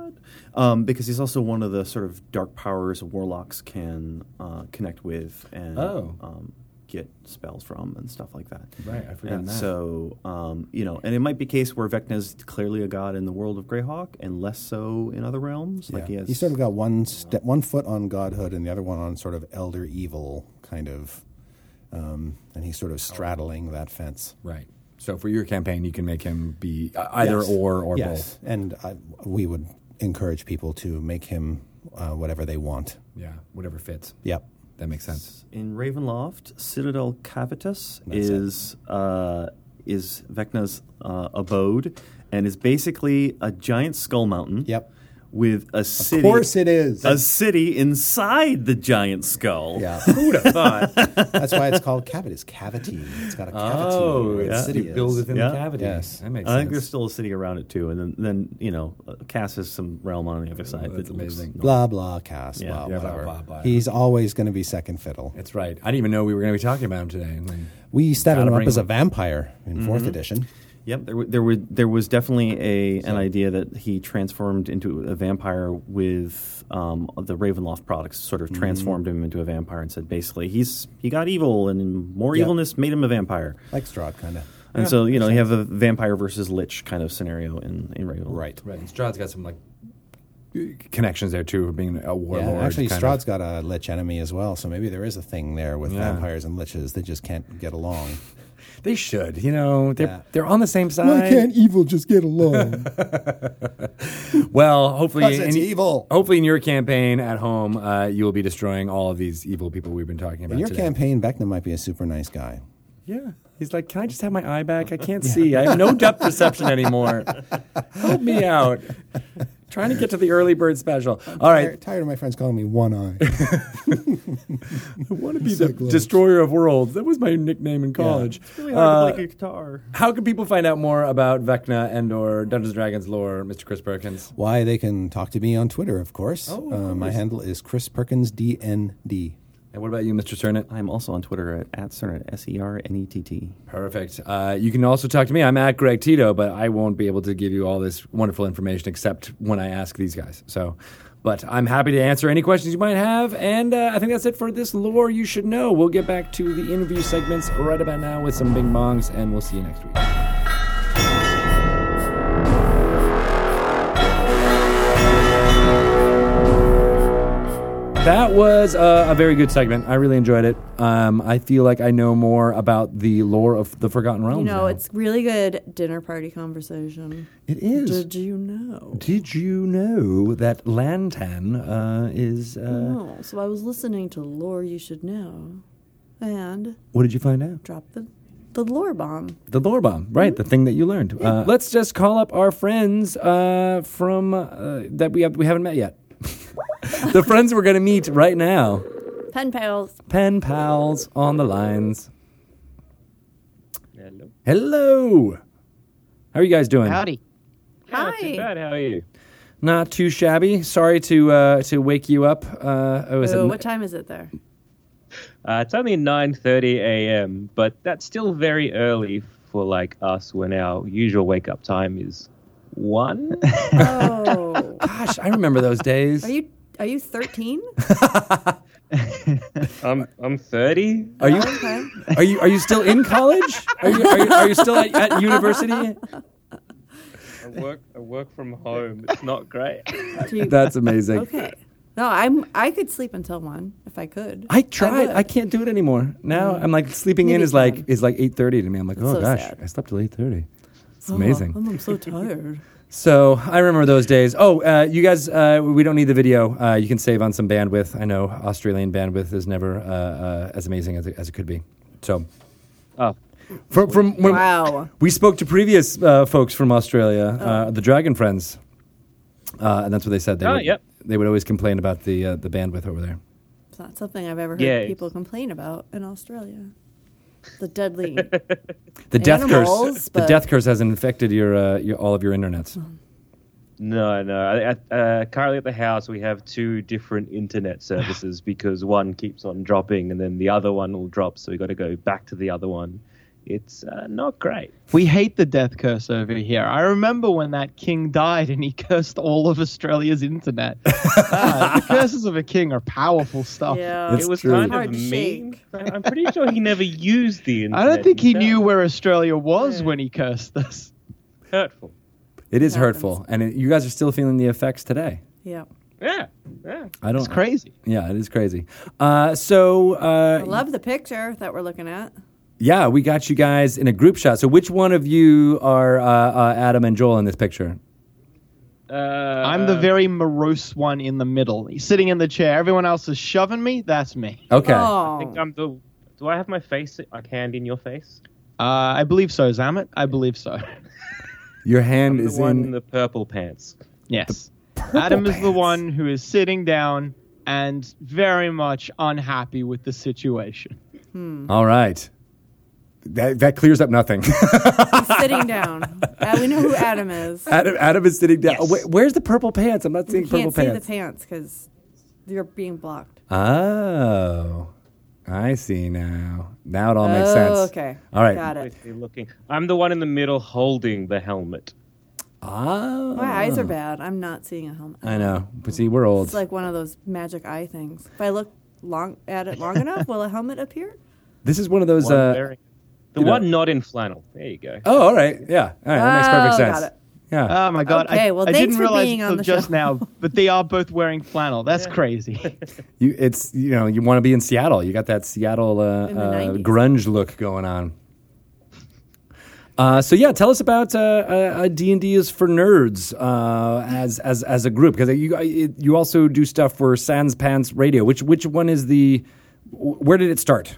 [SPEAKER 3] um, because he's also one of the sort of dark powers warlocks can uh, connect with and
[SPEAKER 1] Oh.
[SPEAKER 3] um, get spells from and stuff like that.
[SPEAKER 1] Right, I forgot
[SPEAKER 3] and
[SPEAKER 1] that.
[SPEAKER 3] So um, you know, and it might be a case where Vecna's clearly a god in the world of Greyhawk and less so in other realms. Like he
[SPEAKER 4] Yeah.
[SPEAKER 3] has
[SPEAKER 4] He sort of got one step, one foot on godhood and the other one on sort of elder evil kind of. Um, and he's
[SPEAKER 3] Oh.
[SPEAKER 4] sort of straddling that fence.
[SPEAKER 1] Right. So for your campaign, you can make him be uh, either
[SPEAKER 4] Yes.
[SPEAKER 1] or or
[SPEAKER 4] yes. And I, we would encourage people to make him uh, whatever they want.
[SPEAKER 1] both. Yeah. Whatever fits.
[SPEAKER 4] Yep.
[SPEAKER 1] That makes sense.
[SPEAKER 3] In Ravenloft, Citadel Cavitus
[SPEAKER 4] That's it.
[SPEAKER 3] is uh, is Vecna's uh, abode, and is basically a giant skull mountain.
[SPEAKER 4] Yep.
[SPEAKER 3] With a city,
[SPEAKER 4] course it is.
[SPEAKER 3] a city inside the giant skull.
[SPEAKER 4] Yeah.
[SPEAKER 1] Who'd have thought?
[SPEAKER 4] [LAUGHS] That's why it's called cavity. It's cavity. It's got a cavity.
[SPEAKER 1] oh,
[SPEAKER 4] where the
[SPEAKER 1] it's
[SPEAKER 4] city
[SPEAKER 1] you build
[SPEAKER 4] is.
[SPEAKER 1] within
[SPEAKER 3] Yeah.
[SPEAKER 1] the cavity.
[SPEAKER 4] Yes.
[SPEAKER 1] That makes
[SPEAKER 3] I
[SPEAKER 1] sense.
[SPEAKER 3] think there's still a city around it too, and then, then you know, uh, Cass has some realm on the
[SPEAKER 4] Oh,
[SPEAKER 3] other side.
[SPEAKER 1] that's
[SPEAKER 3] that looks-
[SPEAKER 1] amazing.
[SPEAKER 4] Blah blah cast.
[SPEAKER 3] Yeah.
[SPEAKER 4] blah,
[SPEAKER 1] Yeah, blah,
[SPEAKER 4] whatever.
[SPEAKER 1] blah, blah.
[SPEAKER 4] He's always going to be second fiddle.
[SPEAKER 1] That's right. I didn't even know we were going to be talking about him today. And then-
[SPEAKER 4] We set
[SPEAKER 1] Gotta
[SPEAKER 4] him up
[SPEAKER 1] bring
[SPEAKER 4] as a
[SPEAKER 1] him. Mm-hmm.
[SPEAKER 4] vampire in fourth edition.
[SPEAKER 3] Yep, there, were- there were there was definitely a an idea that he transformed into a vampire with um, the Ravenloft products, sort
[SPEAKER 4] Mm-hmm.
[SPEAKER 3] of transformed him into a vampire and said basically he's he got evil and more
[SPEAKER 4] Yeah.
[SPEAKER 3] evilness made him a vampire.
[SPEAKER 4] Like Strahd, kind of.
[SPEAKER 3] And so you know you have a vampire versus lich kind of scenario in in Ravenloft.
[SPEAKER 4] Right.
[SPEAKER 1] Right, and Strahd's got some like connections there too, being a
[SPEAKER 4] Yeah,
[SPEAKER 1] warlord.
[SPEAKER 4] actually,
[SPEAKER 1] kind
[SPEAKER 4] Strahd's
[SPEAKER 1] of.
[SPEAKER 4] got a lich enemy as well, so maybe there is a thing there with
[SPEAKER 1] Yeah.
[SPEAKER 4] vampires and liches. They just can't get along.
[SPEAKER 1] They should. You know, they're
[SPEAKER 4] Yeah.
[SPEAKER 1] they're on the same side.
[SPEAKER 4] Why can't evil just
[SPEAKER 1] [LAUGHS]
[SPEAKER 4] get along?
[SPEAKER 1] Well, hopefully,
[SPEAKER 4] 'Cause it's
[SPEAKER 1] in-
[SPEAKER 4] evil.
[SPEAKER 1] Hopefully, in your campaign at home, uh, you will be destroying all of these evil people we've been talking about.
[SPEAKER 4] In your
[SPEAKER 1] today.
[SPEAKER 4] campaign, Beckman might be a super nice guy.
[SPEAKER 1] yeah. He's like, can I just have my eye back? I can't see. I have no depth perception anymore. Help me out. Trying to get to the early bird special. All
[SPEAKER 4] Tired-
[SPEAKER 1] right,
[SPEAKER 4] Tired of my friends calling me one eye.
[SPEAKER 1] I want to be the
[SPEAKER 4] close.
[SPEAKER 1] destroyer of worlds. That was my nickname in college.
[SPEAKER 3] Really hard
[SPEAKER 1] Uh,
[SPEAKER 3] to play guitar.
[SPEAKER 1] how can people find out more about Vecna and or Dungeons and Dragons lore, Mr. Chris Perkins?
[SPEAKER 4] [LAUGHS] Why they can talk to me on Twitter, of course.
[SPEAKER 1] Oh,
[SPEAKER 4] uh, my handle is Chris Perkins DND.
[SPEAKER 1] And what about you, Mr. Cernit?
[SPEAKER 3] I'm also on Twitter at, at Cernett, S E R N E T T.
[SPEAKER 1] Perfect. Uh, you can also talk to me. I'm at Greg Tito, but I won't be able to give you all this wonderful information except when I ask these guys. So, but I'm happy to answer any questions you might have. And uh, I think that's it for this lore you should know. We'll get back to the interview segments right about now with some bing bongs, and we'll see you next week. That was uh, a very good segment. I really enjoyed it. Um, I feel like I know more about the lore of the Forgotten Realms.
[SPEAKER 2] You know,
[SPEAKER 1] now.
[SPEAKER 2] it's really good dinner party conversation.
[SPEAKER 1] it is.
[SPEAKER 2] Did you know?
[SPEAKER 1] Did you know that Lantan uh, is? Uh,
[SPEAKER 2] Oh, so I was listening to lore you should know, and
[SPEAKER 1] what did you find out?
[SPEAKER 2] dropped the the lore bomb.
[SPEAKER 1] The lore bomb,
[SPEAKER 2] Hmm?
[SPEAKER 1] right? The thing that you learned. Uh, let's just call up our friends uh, from uh, that we have we haven't met yet. [LAUGHS] the friends we're going to meet right now.
[SPEAKER 2] Pen pals.
[SPEAKER 1] Pen pals on the lines. Hello. Hello. How are you guys doing?
[SPEAKER 6] Howdy.
[SPEAKER 2] Hi.
[SPEAKER 6] Not too bad. How are you?
[SPEAKER 1] Not too shabby. Sorry to uh, to wake you up. Uh, oh, is
[SPEAKER 2] Ooh,
[SPEAKER 1] it
[SPEAKER 2] what time is
[SPEAKER 1] [LAUGHS]
[SPEAKER 2] it there?
[SPEAKER 6] Uh, it's only 9:30 a.m., but that's still very early for like us when our usual wake-up time is
[SPEAKER 7] [LAUGHS]
[SPEAKER 6] one.
[SPEAKER 2] Oh,
[SPEAKER 1] Gosh, I remember those days.
[SPEAKER 2] are you are you thirteen?
[SPEAKER 6] I'm I'm 30.
[SPEAKER 1] Are you
[SPEAKER 2] Okay.
[SPEAKER 1] are you are you still in college? Are you are you, are you still at, at
[SPEAKER 2] [LAUGHS]
[SPEAKER 1] university?
[SPEAKER 7] [LAUGHS]
[SPEAKER 6] I work I work from home. It's not great.
[SPEAKER 2] Do you-
[SPEAKER 1] That's amazing.
[SPEAKER 2] okay. No, I'm. I could sleep until one if I could.
[SPEAKER 1] I tried.
[SPEAKER 2] would.
[SPEAKER 1] I, can't do it anymore. Now I'm like sleeping in
[SPEAKER 2] Maybe
[SPEAKER 1] is
[SPEAKER 2] you
[SPEAKER 1] like
[SPEAKER 2] can.
[SPEAKER 1] is like eight thirty to me. I'm like, oh
[SPEAKER 2] so
[SPEAKER 1] gosh,
[SPEAKER 2] sad.
[SPEAKER 1] I slept till eight thirty. It's
[SPEAKER 2] Oh,
[SPEAKER 1] amazing.
[SPEAKER 2] I'm, I'm so tired.
[SPEAKER 1] So I remember those days. Oh, uh, you guys, uh, we don't need the video. Uh, you can save on some bandwidth. I know Australian bandwidth is never uh, uh, as amazing as it, as it could be. So
[SPEAKER 6] [LAUGHS] Oh,
[SPEAKER 1] from from [LAUGHS] when
[SPEAKER 2] Wow.
[SPEAKER 1] we spoke to previous uh, folks from Australia, uh, the Dragon Friends, uh, and that's what they said. They
[SPEAKER 6] Oh,
[SPEAKER 1] would,
[SPEAKER 6] yep.
[SPEAKER 1] they would always complain about the uh, the bandwidth over there.
[SPEAKER 2] It's not something I've ever heard
[SPEAKER 6] Yeah.
[SPEAKER 2] people complain about in Australia. The deadly.
[SPEAKER 1] The death curse.
[SPEAKER 2] Animals,
[SPEAKER 1] The
[SPEAKER 2] but-
[SPEAKER 1] death curse has infected your, uh, your all of your internets.
[SPEAKER 6] no, no. I, I, uh, currently at the house, we have two different internet services
[SPEAKER 7] [LAUGHS]
[SPEAKER 6] because one keeps on dropping and then the other one will drop. So we got to go back to the other one. It's uh, not great.
[SPEAKER 7] We hate the death curse over here. I remember when that king died and he [LAUGHS] cursed all of Australia's internet. Ah, the curses of a king are powerful stuff.
[SPEAKER 2] yeah.
[SPEAKER 1] Oh, It's
[SPEAKER 6] it was
[SPEAKER 1] true.
[SPEAKER 6] kind
[SPEAKER 2] Hard
[SPEAKER 6] of
[SPEAKER 2] to
[SPEAKER 6] mean.
[SPEAKER 2] shake.
[SPEAKER 6] I- I'm pretty sure he
[SPEAKER 7] [LAUGHS]
[SPEAKER 6] never used the internet.
[SPEAKER 7] I don't think he
[SPEAKER 6] himself.
[SPEAKER 7] knew where Australia was when he cursed us.
[SPEAKER 6] Hurtful.
[SPEAKER 1] It is
[SPEAKER 2] It happens.
[SPEAKER 1] hurtful, and it, you guys are still feeling the effects today.
[SPEAKER 2] yeah.
[SPEAKER 6] Yeah, yeah.
[SPEAKER 1] I don't.
[SPEAKER 7] It's crazy.
[SPEAKER 1] Yeah, it is crazy. Uh, so
[SPEAKER 2] I
[SPEAKER 1] uh,
[SPEAKER 2] love the picture that we're looking at.
[SPEAKER 1] yeah, we got you guys in a group shot. So which one of you are uh, uh, Adam and Joel in this picture?
[SPEAKER 6] Uh,
[SPEAKER 7] I'm the very morose one in the middle, sitting in the chair. Everyone else is shoving me. That's me.
[SPEAKER 1] Okay.
[SPEAKER 2] Oh.
[SPEAKER 6] I think I'm the. Do I have my face like hand in your face?
[SPEAKER 7] Uh, I believe so, Zamet. I believe so.
[SPEAKER 1] Your hand
[SPEAKER 6] The
[SPEAKER 1] is
[SPEAKER 6] one in
[SPEAKER 1] in
[SPEAKER 6] the purple pants.
[SPEAKER 7] Yes. Adam is the one who is sitting down and very much unhappy with the situation.
[SPEAKER 1] All right. That, that clears up nothing. [LAUGHS]
[SPEAKER 2] He's
[SPEAKER 6] [LAUGHS]
[SPEAKER 2] sitting down. Uh, we know who Adam is.
[SPEAKER 1] Adam, Adam is sitting down.
[SPEAKER 7] Yes.
[SPEAKER 1] Oh, wait, where's the purple pants? I'm not
[SPEAKER 2] You
[SPEAKER 1] seeing [LAUGHS] purple
[SPEAKER 2] can't see
[SPEAKER 1] pants.
[SPEAKER 2] the pants because you're being blocked.
[SPEAKER 1] oh, I see now. Now it all makes
[SPEAKER 2] Oh,
[SPEAKER 1] sense.
[SPEAKER 2] okay.
[SPEAKER 1] All right.
[SPEAKER 2] Got it.
[SPEAKER 6] Quickly looking. I'm the one in the middle holding the helmet.
[SPEAKER 1] Oh.
[SPEAKER 6] Hmm.
[SPEAKER 2] My eyes are bad. I'm not seeing a helmet.
[SPEAKER 1] I know. But see, we're old.
[SPEAKER 2] It's like one of those magic eye things. If I look long at it long enough, will a helmet appear?
[SPEAKER 1] this is one of those.
[SPEAKER 6] One
[SPEAKER 1] uh,
[SPEAKER 6] wearing- the
[SPEAKER 1] you know-
[SPEAKER 6] one not in flannel. There you go.
[SPEAKER 1] oh, all right. Yeah. All right. That makes perfect
[SPEAKER 2] Oh, got
[SPEAKER 1] sense.
[SPEAKER 2] it.
[SPEAKER 1] Yeah.
[SPEAKER 7] Oh my god!
[SPEAKER 2] Okay,
[SPEAKER 7] I,
[SPEAKER 2] well,
[SPEAKER 7] I
[SPEAKER 2] thanks
[SPEAKER 7] didn't
[SPEAKER 2] for
[SPEAKER 7] realize
[SPEAKER 2] being on
[SPEAKER 7] until
[SPEAKER 2] the
[SPEAKER 7] just
[SPEAKER 2] show. [LAUGHS]
[SPEAKER 7] now, but they are both wearing flannel. That's crazy.
[SPEAKER 1] you, it's you know you want to be in Seattle. You got that Seattle uh,
[SPEAKER 2] In the
[SPEAKER 1] uh,
[SPEAKER 2] 90s.
[SPEAKER 1] grunge look going on. Uh, so yeah, tell us about uh, uh, D and D is for nerds uh, as as as a group because you it, you also do stuff for Sans Pants Radio. Which which one is the where did it start?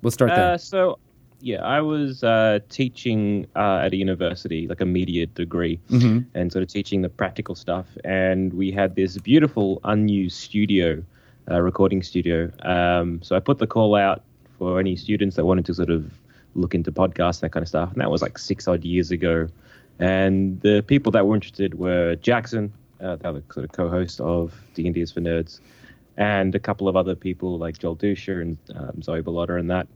[SPEAKER 1] We'll start there.
[SPEAKER 6] Uh, so, yeah, I was uh, teaching uh, at a university, like a media degree, and sort of teaching the practical stuff. And we had this beautiful unused studio, uh, recording studio. Um, so I put the call out for any students that wanted to sort of look into podcasts and that kind of stuff. And that was like six odd years ago. And the people that were interested were Jackson, uh, the other sort of co-host of D and D is for Nerds, and a couple of other people like Joel Dusher and um, Zoe Bellotta and that.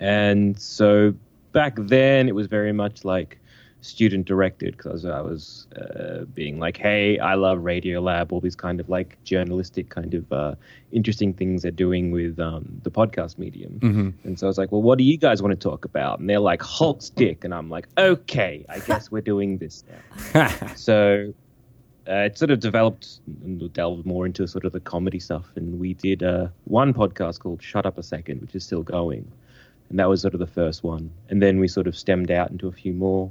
[SPEAKER 6] And so back then, it was very much like student directed because I was uh, being like, hey, I love Radio Lab, all these kind of like journalistic kind of uh, interesting things they're doing with um, the podcast medium. And so I was like, well, what do you guys want to talk about? And they're like, Hulk's dick. And I'm like, okay, I guess we're doing this now. so uh, it sort of developed and delved more into sort of the comedy stuff. And we did uh, one podcast called Shut Up a Second, which is still going. And that was sort of the first one. And then we sort of stemmed out into a few more.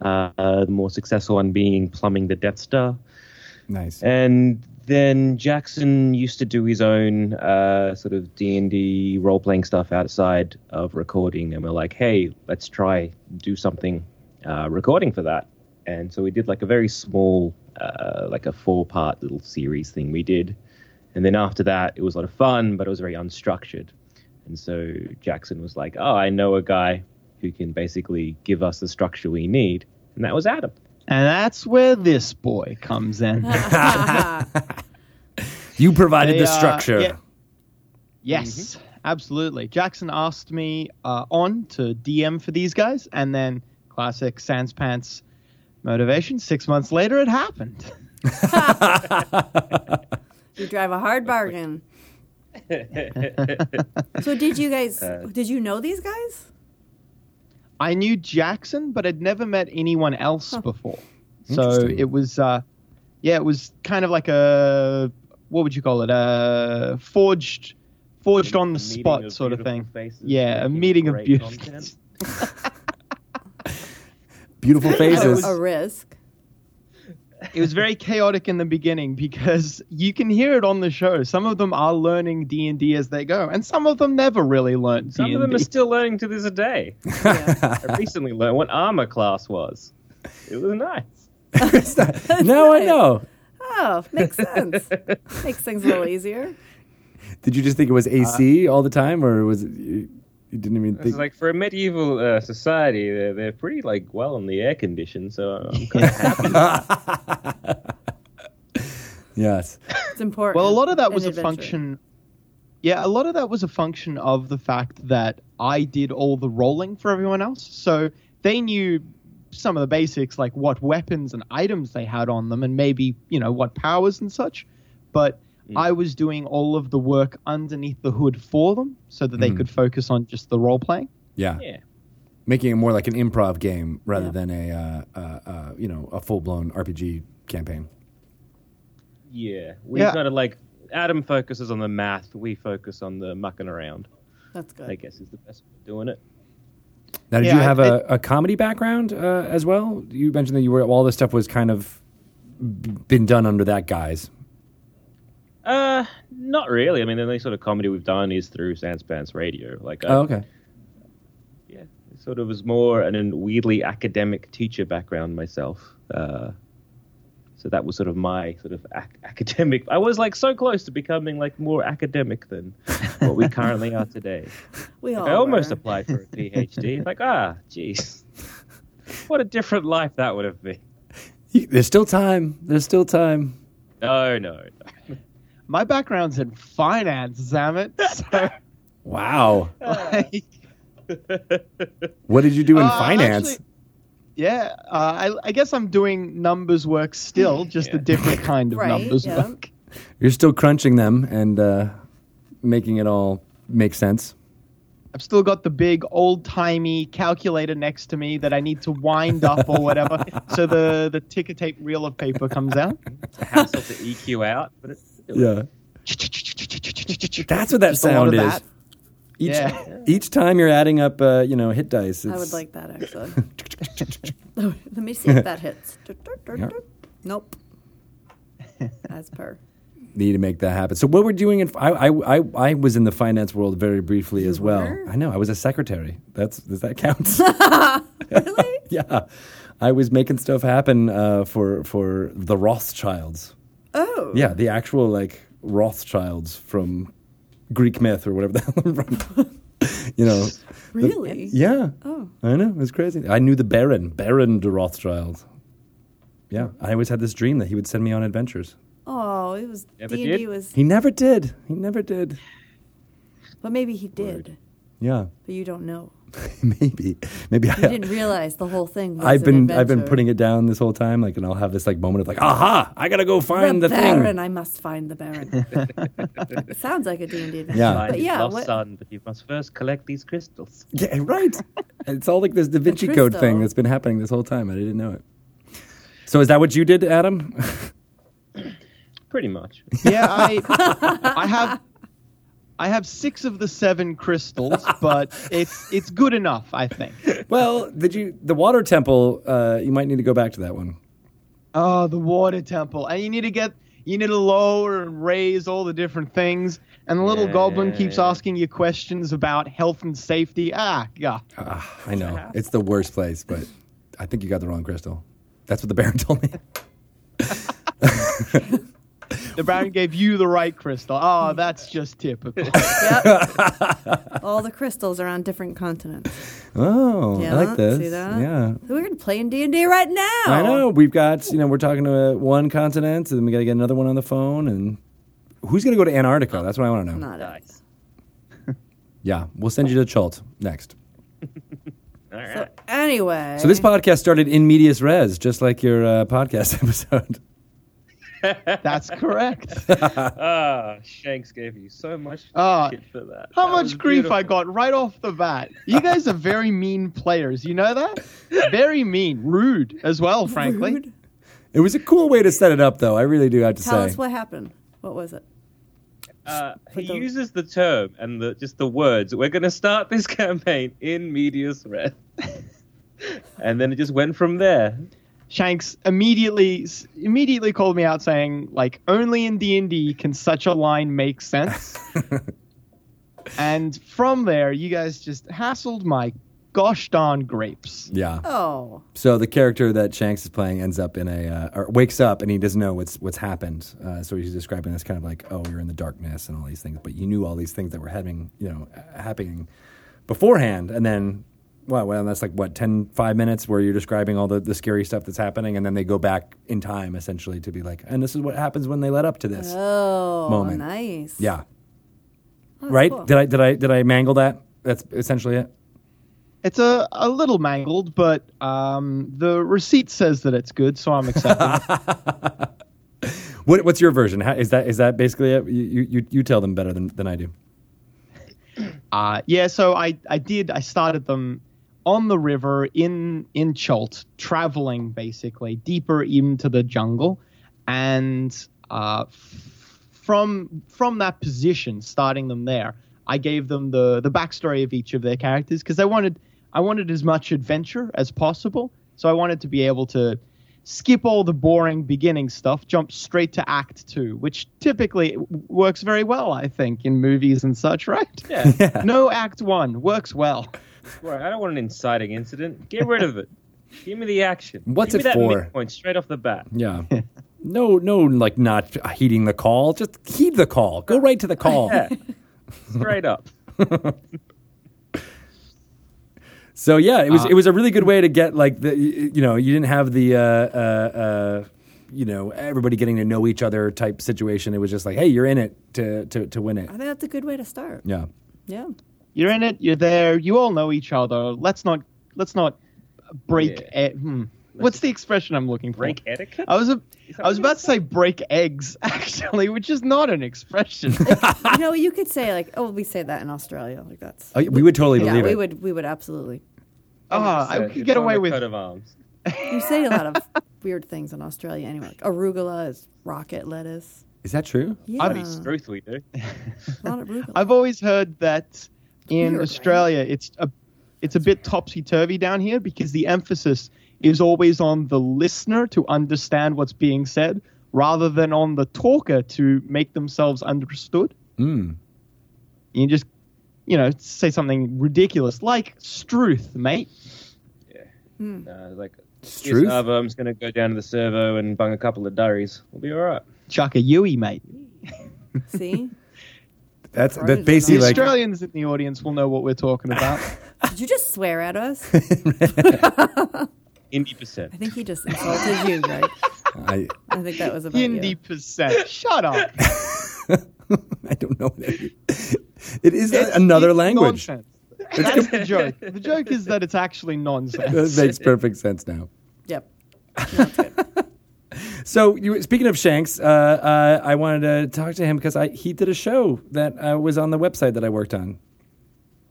[SPEAKER 6] Uh, the more successful one being Plumbing the Death Star.
[SPEAKER 1] nice.
[SPEAKER 6] And then Jackson used to do his own uh, sort of D and D role playing stuff outside of recording, and we're like, hey, let's try do something uh, recording for that. And so we did like a very small, uh, like a four part little series thing we did. And then after that, it was a lot of fun, but it was very unstructured. And so Jackson was like, oh, I know a guy who can basically give us the structure we need. And that was Adam.
[SPEAKER 7] And that's where this boy
[SPEAKER 2] [LAUGHS]
[SPEAKER 7] comes in.
[SPEAKER 1] You provided
[SPEAKER 7] They,
[SPEAKER 1] the
[SPEAKER 7] uh,
[SPEAKER 1] structure.
[SPEAKER 2] Mm-hmm.
[SPEAKER 7] yeah. Yes, absolutely. Jackson asked me uh, on to DM for these guys, and then classic Sans Pants motivation. Six months later, it happened. [LAUGHS]
[SPEAKER 2] You drive a hard bargain.
[SPEAKER 6] [LAUGHS]
[SPEAKER 2] so did you guys?
[SPEAKER 1] Uh,
[SPEAKER 2] did you know these guys?
[SPEAKER 7] I knew Jackson, but I'd never met anyone else before. So it was, uh, yeah, it was kind of like a what would you call it? A forged, forged on the
[SPEAKER 6] meeting
[SPEAKER 7] spot
[SPEAKER 6] of
[SPEAKER 7] sort of
[SPEAKER 6] beautiful
[SPEAKER 7] thing.
[SPEAKER 6] faces
[SPEAKER 7] Yeah, a
[SPEAKER 6] making
[SPEAKER 7] meeting of
[SPEAKER 6] great
[SPEAKER 7] beautiful.
[SPEAKER 6] content.
[SPEAKER 7] [LAUGHS]
[SPEAKER 1] Beautiful
[SPEAKER 2] At
[SPEAKER 1] faces. [LAUGHS]
[SPEAKER 2] a risk.
[SPEAKER 7] it was very chaotic in the beginning [LAUGHS] because you can hear it on the show. Some of them are learning D and D as they go, and some of them never really learned.
[SPEAKER 6] Some
[SPEAKER 7] D&D.
[SPEAKER 6] of them are still learning to this day.
[SPEAKER 2] Yeah.
[SPEAKER 6] I [LAUGHS] recently learned what armor class was. It was nice.
[SPEAKER 1] now I know.
[SPEAKER 2] Oh, makes sense. makes things a little easier.
[SPEAKER 1] Did you just think it was AC
[SPEAKER 7] Uh,
[SPEAKER 1] all the time, or was it, you, you didn't even
[SPEAKER 6] It's
[SPEAKER 1] think?
[SPEAKER 6] like for a medieval uh, society, they're, they're pretty like well in the air condition. So um, I'm kind of happy.
[SPEAKER 1] yes.
[SPEAKER 2] It's important.
[SPEAKER 7] Well, a lot of that
[SPEAKER 2] in
[SPEAKER 7] was a
[SPEAKER 2] adventure.
[SPEAKER 7] function. Yeah, a lot of that was a function of the fact that I did all the rolling for everyone else. So they knew some of the basics, like what weapons and items they had on them, and maybe, you know, what powers and such. But I was doing all of the work underneath the hood for them so that they could focus on just the role playing.
[SPEAKER 1] Yeah.
[SPEAKER 6] [LAUGHS] yeah.
[SPEAKER 1] Making it more like an improv game rather than a uh, uh, uh, you know a full blown RPG campaign.
[SPEAKER 6] Yeah, we
[SPEAKER 7] Yeah.
[SPEAKER 6] kind of like Adam focuses on the math. We focus on the mucking around.
[SPEAKER 2] That's good.
[SPEAKER 6] I guess is the best way of doing it.
[SPEAKER 1] Now, did
[SPEAKER 7] Yeah,
[SPEAKER 1] you
[SPEAKER 7] I-
[SPEAKER 1] have a a comedy background uh, as well? You mentioned that you were all this stuff was kind of b- been done under that guise.
[SPEAKER 6] Uh, not really. I mean, the only sort of comedy we've done is through Sanspants Radio. Like, uh,
[SPEAKER 1] Oh, okay.
[SPEAKER 6] yeah, it sort of was more an, an weirdly academic teacher background myself. Uh, so that was sort of my sort of ac- academic. I was like so close to becoming like more academic than what we currently
[SPEAKER 2] [LAUGHS]
[SPEAKER 6] are today.
[SPEAKER 2] We all
[SPEAKER 6] Like, I almost
[SPEAKER 2] were.
[SPEAKER 6] applied for a PhD. like ah, jeez, what a different life that would have been.
[SPEAKER 1] You- There's still time. There's still time.
[SPEAKER 6] No, no, no.
[SPEAKER 7] My background's in finance, damn it. So, [LAUGHS]
[SPEAKER 1] Wow.
[SPEAKER 7] like,
[SPEAKER 1] What did you do in
[SPEAKER 7] Uh,
[SPEAKER 1] finance?
[SPEAKER 7] actually- yeah, uh, I, I guess I'm doing numbers
[SPEAKER 2] [LAUGHS]
[SPEAKER 7] work still, just a different kind of
[SPEAKER 2] Right,
[SPEAKER 7] numbers
[SPEAKER 2] yeah.
[SPEAKER 7] work.
[SPEAKER 1] You're still crunching them and uh, making it all make sense.
[SPEAKER 7] I've still got the big old timey calculator next to me that I need to wind up or whatever, so the the ticker tape reel of paper comes out.
[SPEAKER 6] To hassle to EQ out, but it's
[SPEAKER 1] Yeah. That's what that
[SPEAKER 7] Just a lot
[SPEAKER 1] sound
[SPEAKER 7] of
[SPEAKER 1] is.
[SPEAKER 7] that.
[SPEAKER 1] Each
[SPEAKER 7] Yeah.
[SPEAKER 1] each time you're adding up, uh, you know, hit dice.
[SPEAKER 2] I
[SPEAKER 1] it's-
[SPEAKER 2] would like that actually. [LAUGHS] Let me see if that hits. Nope. As per.
[SPEAKER 1] need to make that happen. So what we're doing, in, I, I, I, I was in the finance world very briefly as well.
[SPEAKER 2] were?
[SPEAKER 1] I know I was a secretary. That's does that
[SPEAKER 2] [LAUGHS]
[SPEAKER 1] count? [LAUGHS] really? yeah, I was making stuff happen uh, for for the Rothschilds.
[SPEAKER 2] Oh.
[SPEAKER 1] Yeah, the actual like Rothschilds from Greek myth or whatever that. [LAUGHS] you know. the-
[SPEAKER 2] Really?
[SPEAKER 1] yeah.
[SPEAKER 2] Oh.
[SPEAKER 1] I know. It was crazy. I knew the Baron, Baron de Rothschild. Yeah, I always had this dream that he would send me on adventures.
[SPEAKER 2] Oh, it was
[SPEAKER 6] Never
[SPEAKER 2] D and D
[SPEAKER 6] did?
[SPEAKER 2] was,
[SPEAKER 1] He never did. He never did.
[SPEAKER 2] but maybe he did,
[SPEAKER 1] Yeah, [LAUGHS]
[SPEAKER 2] but you don't know.
[SPEAKER 1] maybe, maybe I,
[SPEAKER 2] You didn't realize the whole thing. Was
[SPEAKER 1] I've
[SPEAKER 2] an
[SPEAKER 1] been I've been
[SPEAKER 2] adventure.
[SPEAKER 1] putting it down this whole time, like, and I'll have this like moment of like, aha, I gotta go find the,
[SPEAKER 2] Baron.
[SPEAKER 1] thing.
[SPEAKER 2] I must find the Baron. It Sounds like a D and D adventure.
[SPEAKER 1] Yeah.
[SPEAKER 6] Find
[SPEAKER 2] but
[SPEAKER 6] his
[SPEAKER 2] yeah,
[SPEAKER 6] lost
[SPEAKER 2] what,
[SPEAKER 6] son, but you must first collect these crystals.
[SPEAKER 1] Yeah, right. it's all like this Da Vinci Code thing
[SPEAKER 2] crystal.
[SPEAKER 1] that's been happening this whole time, and I didn't know it. So is that what you did, Adam? [LAUGHS]
[SPEAKER 6] Pretty much.
[SPEAKER 7] Yeah, I,
[SPEAKER 1] [LAUGHS]
[SPEAKER 7] I have, I have six of the seven crystals, but it's it's good enough, I think.
[SPEAKER 1] well, did you the water temple? Uh, you might need to go back to that one.
[SPEAKER 7] Oh, the water temple, and you need to get, you need to lower and raise all the different things, and the little
[SPEAKER 6] Yeah,
[SPEAKER 7] goblin
[SPEAKER 6] yeah,
[SPEAKER 7] keeps
[SPEAKER 6] yeah.
[SPEAKER 7] asking you questions about health and safety. Ah,
[SPEAKER 6] [LAUGHS]
[SPEAKER 7] yeah.
[SPEAKER 1] Ah, I know it's the worst place, but I think you got the wrong crystal. That's what the Baron [LAUGHS] told me.
[SPEAKER 7] The Baron gave you the right crystal. Oh, that's
[SPEAKER 6] [LAUGHS]
[SPEAKER 7] just typical.
[SPEAKER 2] all the crystals are on different continents.
[SPEAKER 1] Oh,
[SPEAKER 2] Yeah,
[SPEAKER 1] I like this.
[SPEAKER 2] see that? Oh.
[SPEAKER 1] Yeah,
[SPEAKER 2] We're playing D and D right now.
[SPEAKER 1] I know. We've got, you know, we're talking to uh, one continent, and then we got to get another one on the phone. And who's going to go to Antarctica? That's what I want to know.
[SPEAKER 2] Not it.
[SPEAKER 6] Nice.
[SPEAKER 1] Yeah, we'll send you to Chult next.
[SPEAKER 6] All right.
[SPEAKER 2] So anyway,
[SPEAKER 1] So this podcast started in medias res, just like your uh, podcast [LAUGHS] episode.
[SPEAKER 7] that's correct.
[SPEAKER 6] Ah, Shanks gave you so much
[SPEAKER 7] Ah,
[SPEAKER 6] shit for that.
[SPEAKER 7] How
[SPEAKER 6] That was
[SPEAKER 7] much grief I
[SPEAKER 6] beautiful.
[SPEAKER 7] got right off the bat. You guys are very mean players. You know that? Very mean, rude as well, frankly.
[SPEAKER 2] Rude.
[SPEAKER 1] It was a cool way to set it up, though. I really do have to
[SPEAKER 2] Tell
[SPEAKER 1] say.
[SPEAKER 2] us what happened. What was it?
[SPEAKER 6] Uh, he
[SPEAKER 2] the-
[SPEAKER 6] uses the term and the, just the words. We're going to start this [LAUGHS] campaign in medias res, [LAUGHS] and then it just went from there.
[SPEAKER 7] Shanks immediately immediately called me out saying like only in D&D can such a line make sense. and from there, you guys just hassled my gosh darn grapes.
[SPEAKER 1] yeah.
[SPEAKER 2] Oh,
[SPEAKER 1] So the character that Shanks is playing ends up in a uh, or wakes up and he doesn't know what's what's happened. Uh, so he's describing this kind of like, oh, you're in the darkness and all these things, but you knew all these things that were happening, you know, uh, happening beforehand, and then. Well, well, that's like what 10, 5 minutes where you're describing all the, the scary stuff that's happening, and then they go back in time essentially to be like, and this is what happens when they led up to this.
[SPEAKER 2] oh,
[SPEAKER 1] Moment.
[SPEAKER 2] nice. Oh,
[SPEAKER 1] yeah, right.
[SPEAKER 2] cool.
[SPEAKER 1] Did I did I did I mangle that? That's essentially it.
[SPEAKER 7] It's a, a little mangled, but um, the receipt says that it's good, so I'm accepting. it.
[SPEAKER 1] What, what's your version? How, is that is that basically it? You, you- you you tell them better than, than I do.
[SPEAKER 7] Uh, yeah, so I, I did. I started them on the river in in Chult, traveling basically deeper into the jungle, and uh, f- from from that position, starting them there, I gave them the the backstory of each of their characters because I wanted I wanted as much adventure as possible. So I wanted to be able to skip all the boring beginning stuff, jump straight to Act Two, which typically w- works very well, I think, in movies and such, [LAUGHS] right?
[SPEAKER 6] Yeah.
[SPEAKER 7] no act one works well
[SPEAKER 6] Right, I don't want an inciting incident. Get rid of it. Give me the action.
[SPEAKER 1] What's
[SPEAKER 6] Give me
[SPEAKER 1] it
[SPEAKER 6] that
[SPEAKER 1] for?
[SPEAKER 6] midpoint straight off the bat.
[SPEAKER 1] Yeah. [LAUGHS] No, no, like not heeding the call. Just heed the call. Go right to the [LAUGHS] call.
[SPEAKER 6] Yeah. straight up.
[SPEAKER 1] So yeah, it was it was a really good way to get like the you you know you didn't have the uh, uh, uh, you know everybody getting to know each other type situation. It was just like hey, you're in it to to, to win it.
[SPEAKER 2] I think that's a good way to start.
[SPEAKER 1] Yeah. [LAUGHS]
[SPEAKER 2] Yeah.
[SPEAKER 7] you're in it you're there you all know each other let's not let's not break
[SPEAKER 6] Yeah.
[SPEAKER 7] e- hmm. what's the expression i'm looking for
[SPEAKER 6] Break etiquette?
[SPEAKER 7] i was a
[SPEAKER 6] that
[SPEAKER 7] I was
[SPEAKER 6] what
[SPEAKER 7] about to say break eggs, [LAUGHS] actually, which is not
[SPEAKER 6] [LAUGHS]
[SPEAKER 7] an expression.
[SPEAKER 2] you know, you could say like, oh, we say that in Australia. Like that's
[SPEAKER 1] Oh, we would totally
[SPEAKER 2] yeah,
[SPEAKER 1] believe
[SPEAKER 2] we
[SPEAKER 1] it.
[SPEAKER 2] would we would absolutely.
[SPEAKER 7] Ah, I
[SPEAKER 6] It's
[SPEAKER 7] could get
[SPEAKER 6] on
[SPEAKER 7] away
[SPEAKER 6] the
[SPEAKER 7] with
[SPEAKER 6] coat of arms.
[SPEAKER 2] You say a
[SPEAKER 1] [LAUGHS]
[SPEAKER 2] lot of weird things in Australia anyway. Like arugula is rocket lettuce.
[SPEAKER 1] Is that true?
[SPEAKER 7] Ah.
[SPEAKER 2] Yeah,
[SPEAKER 6] Truth we do.
[SPEAKER 2] a lot of arugula.
[SPEAKER 7] I've always heard that in
[SPEAKER 2] weird, right?
[SPEAKER 7] Australia, it's a it's a bit topsy turvy down here because the emphasis is always on the listener to understand what's being said, rather than on the talker to make themselves understood. You just, you know, say something ridiculous like "struth, mate."
[SPEAKER 6] Uh, like,
[SPEAKER 1] truth.
[SPEAKER 6] truth. I'm just going to go down to the servo and bung a couple of durries. We'll be all right.
[SPEAKER 7] Chuck a Yui, mate.
[SPEAKER 2] [LAUGHS] See?
[SPEAKER 1] That's
[SPEAKER 2] Right.
[SPEAKER 1] that's
[SPEAKER 7] The
[SPEAKER 1] basically like
[SPEAKER 7] Australians in the audience will know what we're talking about.
[SPEAKER 2] Did you just swear
[SPEAKER 1] [LAUGHS]
[SPEAKER 2] at us?
[SPEAKER 6] Indie percent.
[SPEAKER 2] I think he just insulted you, right?
[SPEAKER 1] I, [LAUGHS]
[SPEAKER 2] I think that
[SPEAKER 7] [LAUGHS]
[SPEAKER 2] was about
[SPEAKER 7] Indie
[SPEAKER 2] you.
[SPEAKER 7] percent. Shut up.
[SPEAKER 1] I don't know. [LAUGHS] What that is. It is another
[SPEAKER 7] It's
[SPEAKER 1] language.
[SPEAKER 7] nonsense. That's the joke. The joke is that it's actually nonsense.
[SPEAKER 1] That makes perfect sense now.
[SPEAKER 2] Yep.
[SPEAKER 1] So, you, speaking of Shanks, uh, uh, I wanted to talk to him because I, he did a show that uh, was on the website that I worked on.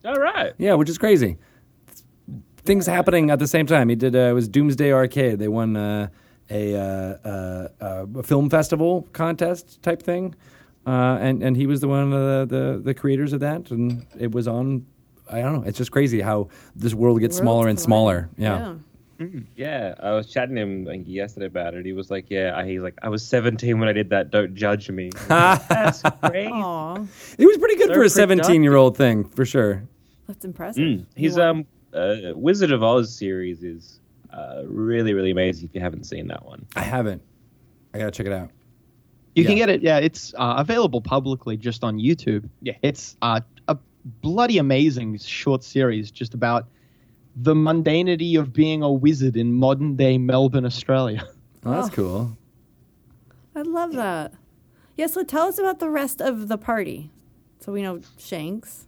[SPEAKER 6] All right.
[SPEAKER 1] Yeah, which is crazy. Things happening at the same time. He did. Uh, it was Doomsday Arcade. They won uh, a, uh, uh, uh, a film festival contest type thing, uh, and and he was the one of the, the the creators of that. And it was on. I don't know. It's just crazy how this world gets smaller and
[SPEAKER 2] World's
[SPEAKER 1] smaller.
[SPEAKER 2] colliding.
[SPEAKER 1] Yeah.
[SPEAKER 6] Yeah, I was chatting to him like, yesterday about it. He was like, "Yeah," I- he's like, "I was 17 when I did that. Don't judge me." That's great.
[SPEAKER 2] yeah. Aw,
[SPEAKER 1] It was pretty good for a
[SPEAKER 6] So productive.
[SPEAKER 1] seventeen-year-old thing for sure.
[SPEAKER 2] that's impressive.
[SPEAKER 6] His
[SPEAKER 2] Wow.
[SPEAKER 6] um uh, Wizard of Oz series is uh, really really amazing. If you haven't seen that one,
[SPEAKER 1] I haven't. I gotta check it out.
[SPEAKER 7] You
[SPEAKER 1] Yeah.
[SPEAKER 7] can get it. Yeah, it's uh, available publicly just on YouTube.
[SPEAKER 6] Yeah.
[SPEAKER 7] it's uh, a bloody amazing short series just about the mundanity of being a wizard in modern day Melbourne, Australia. [LAUGHS]
[SPEAKER 1] Oh, that's cool.
[SPEAKER 2] I love that. Yeah, so tell us about the rest of the party. So we know
[SPEAKER 1] [LAUGHS]
[SPEAKER 2] Shanks.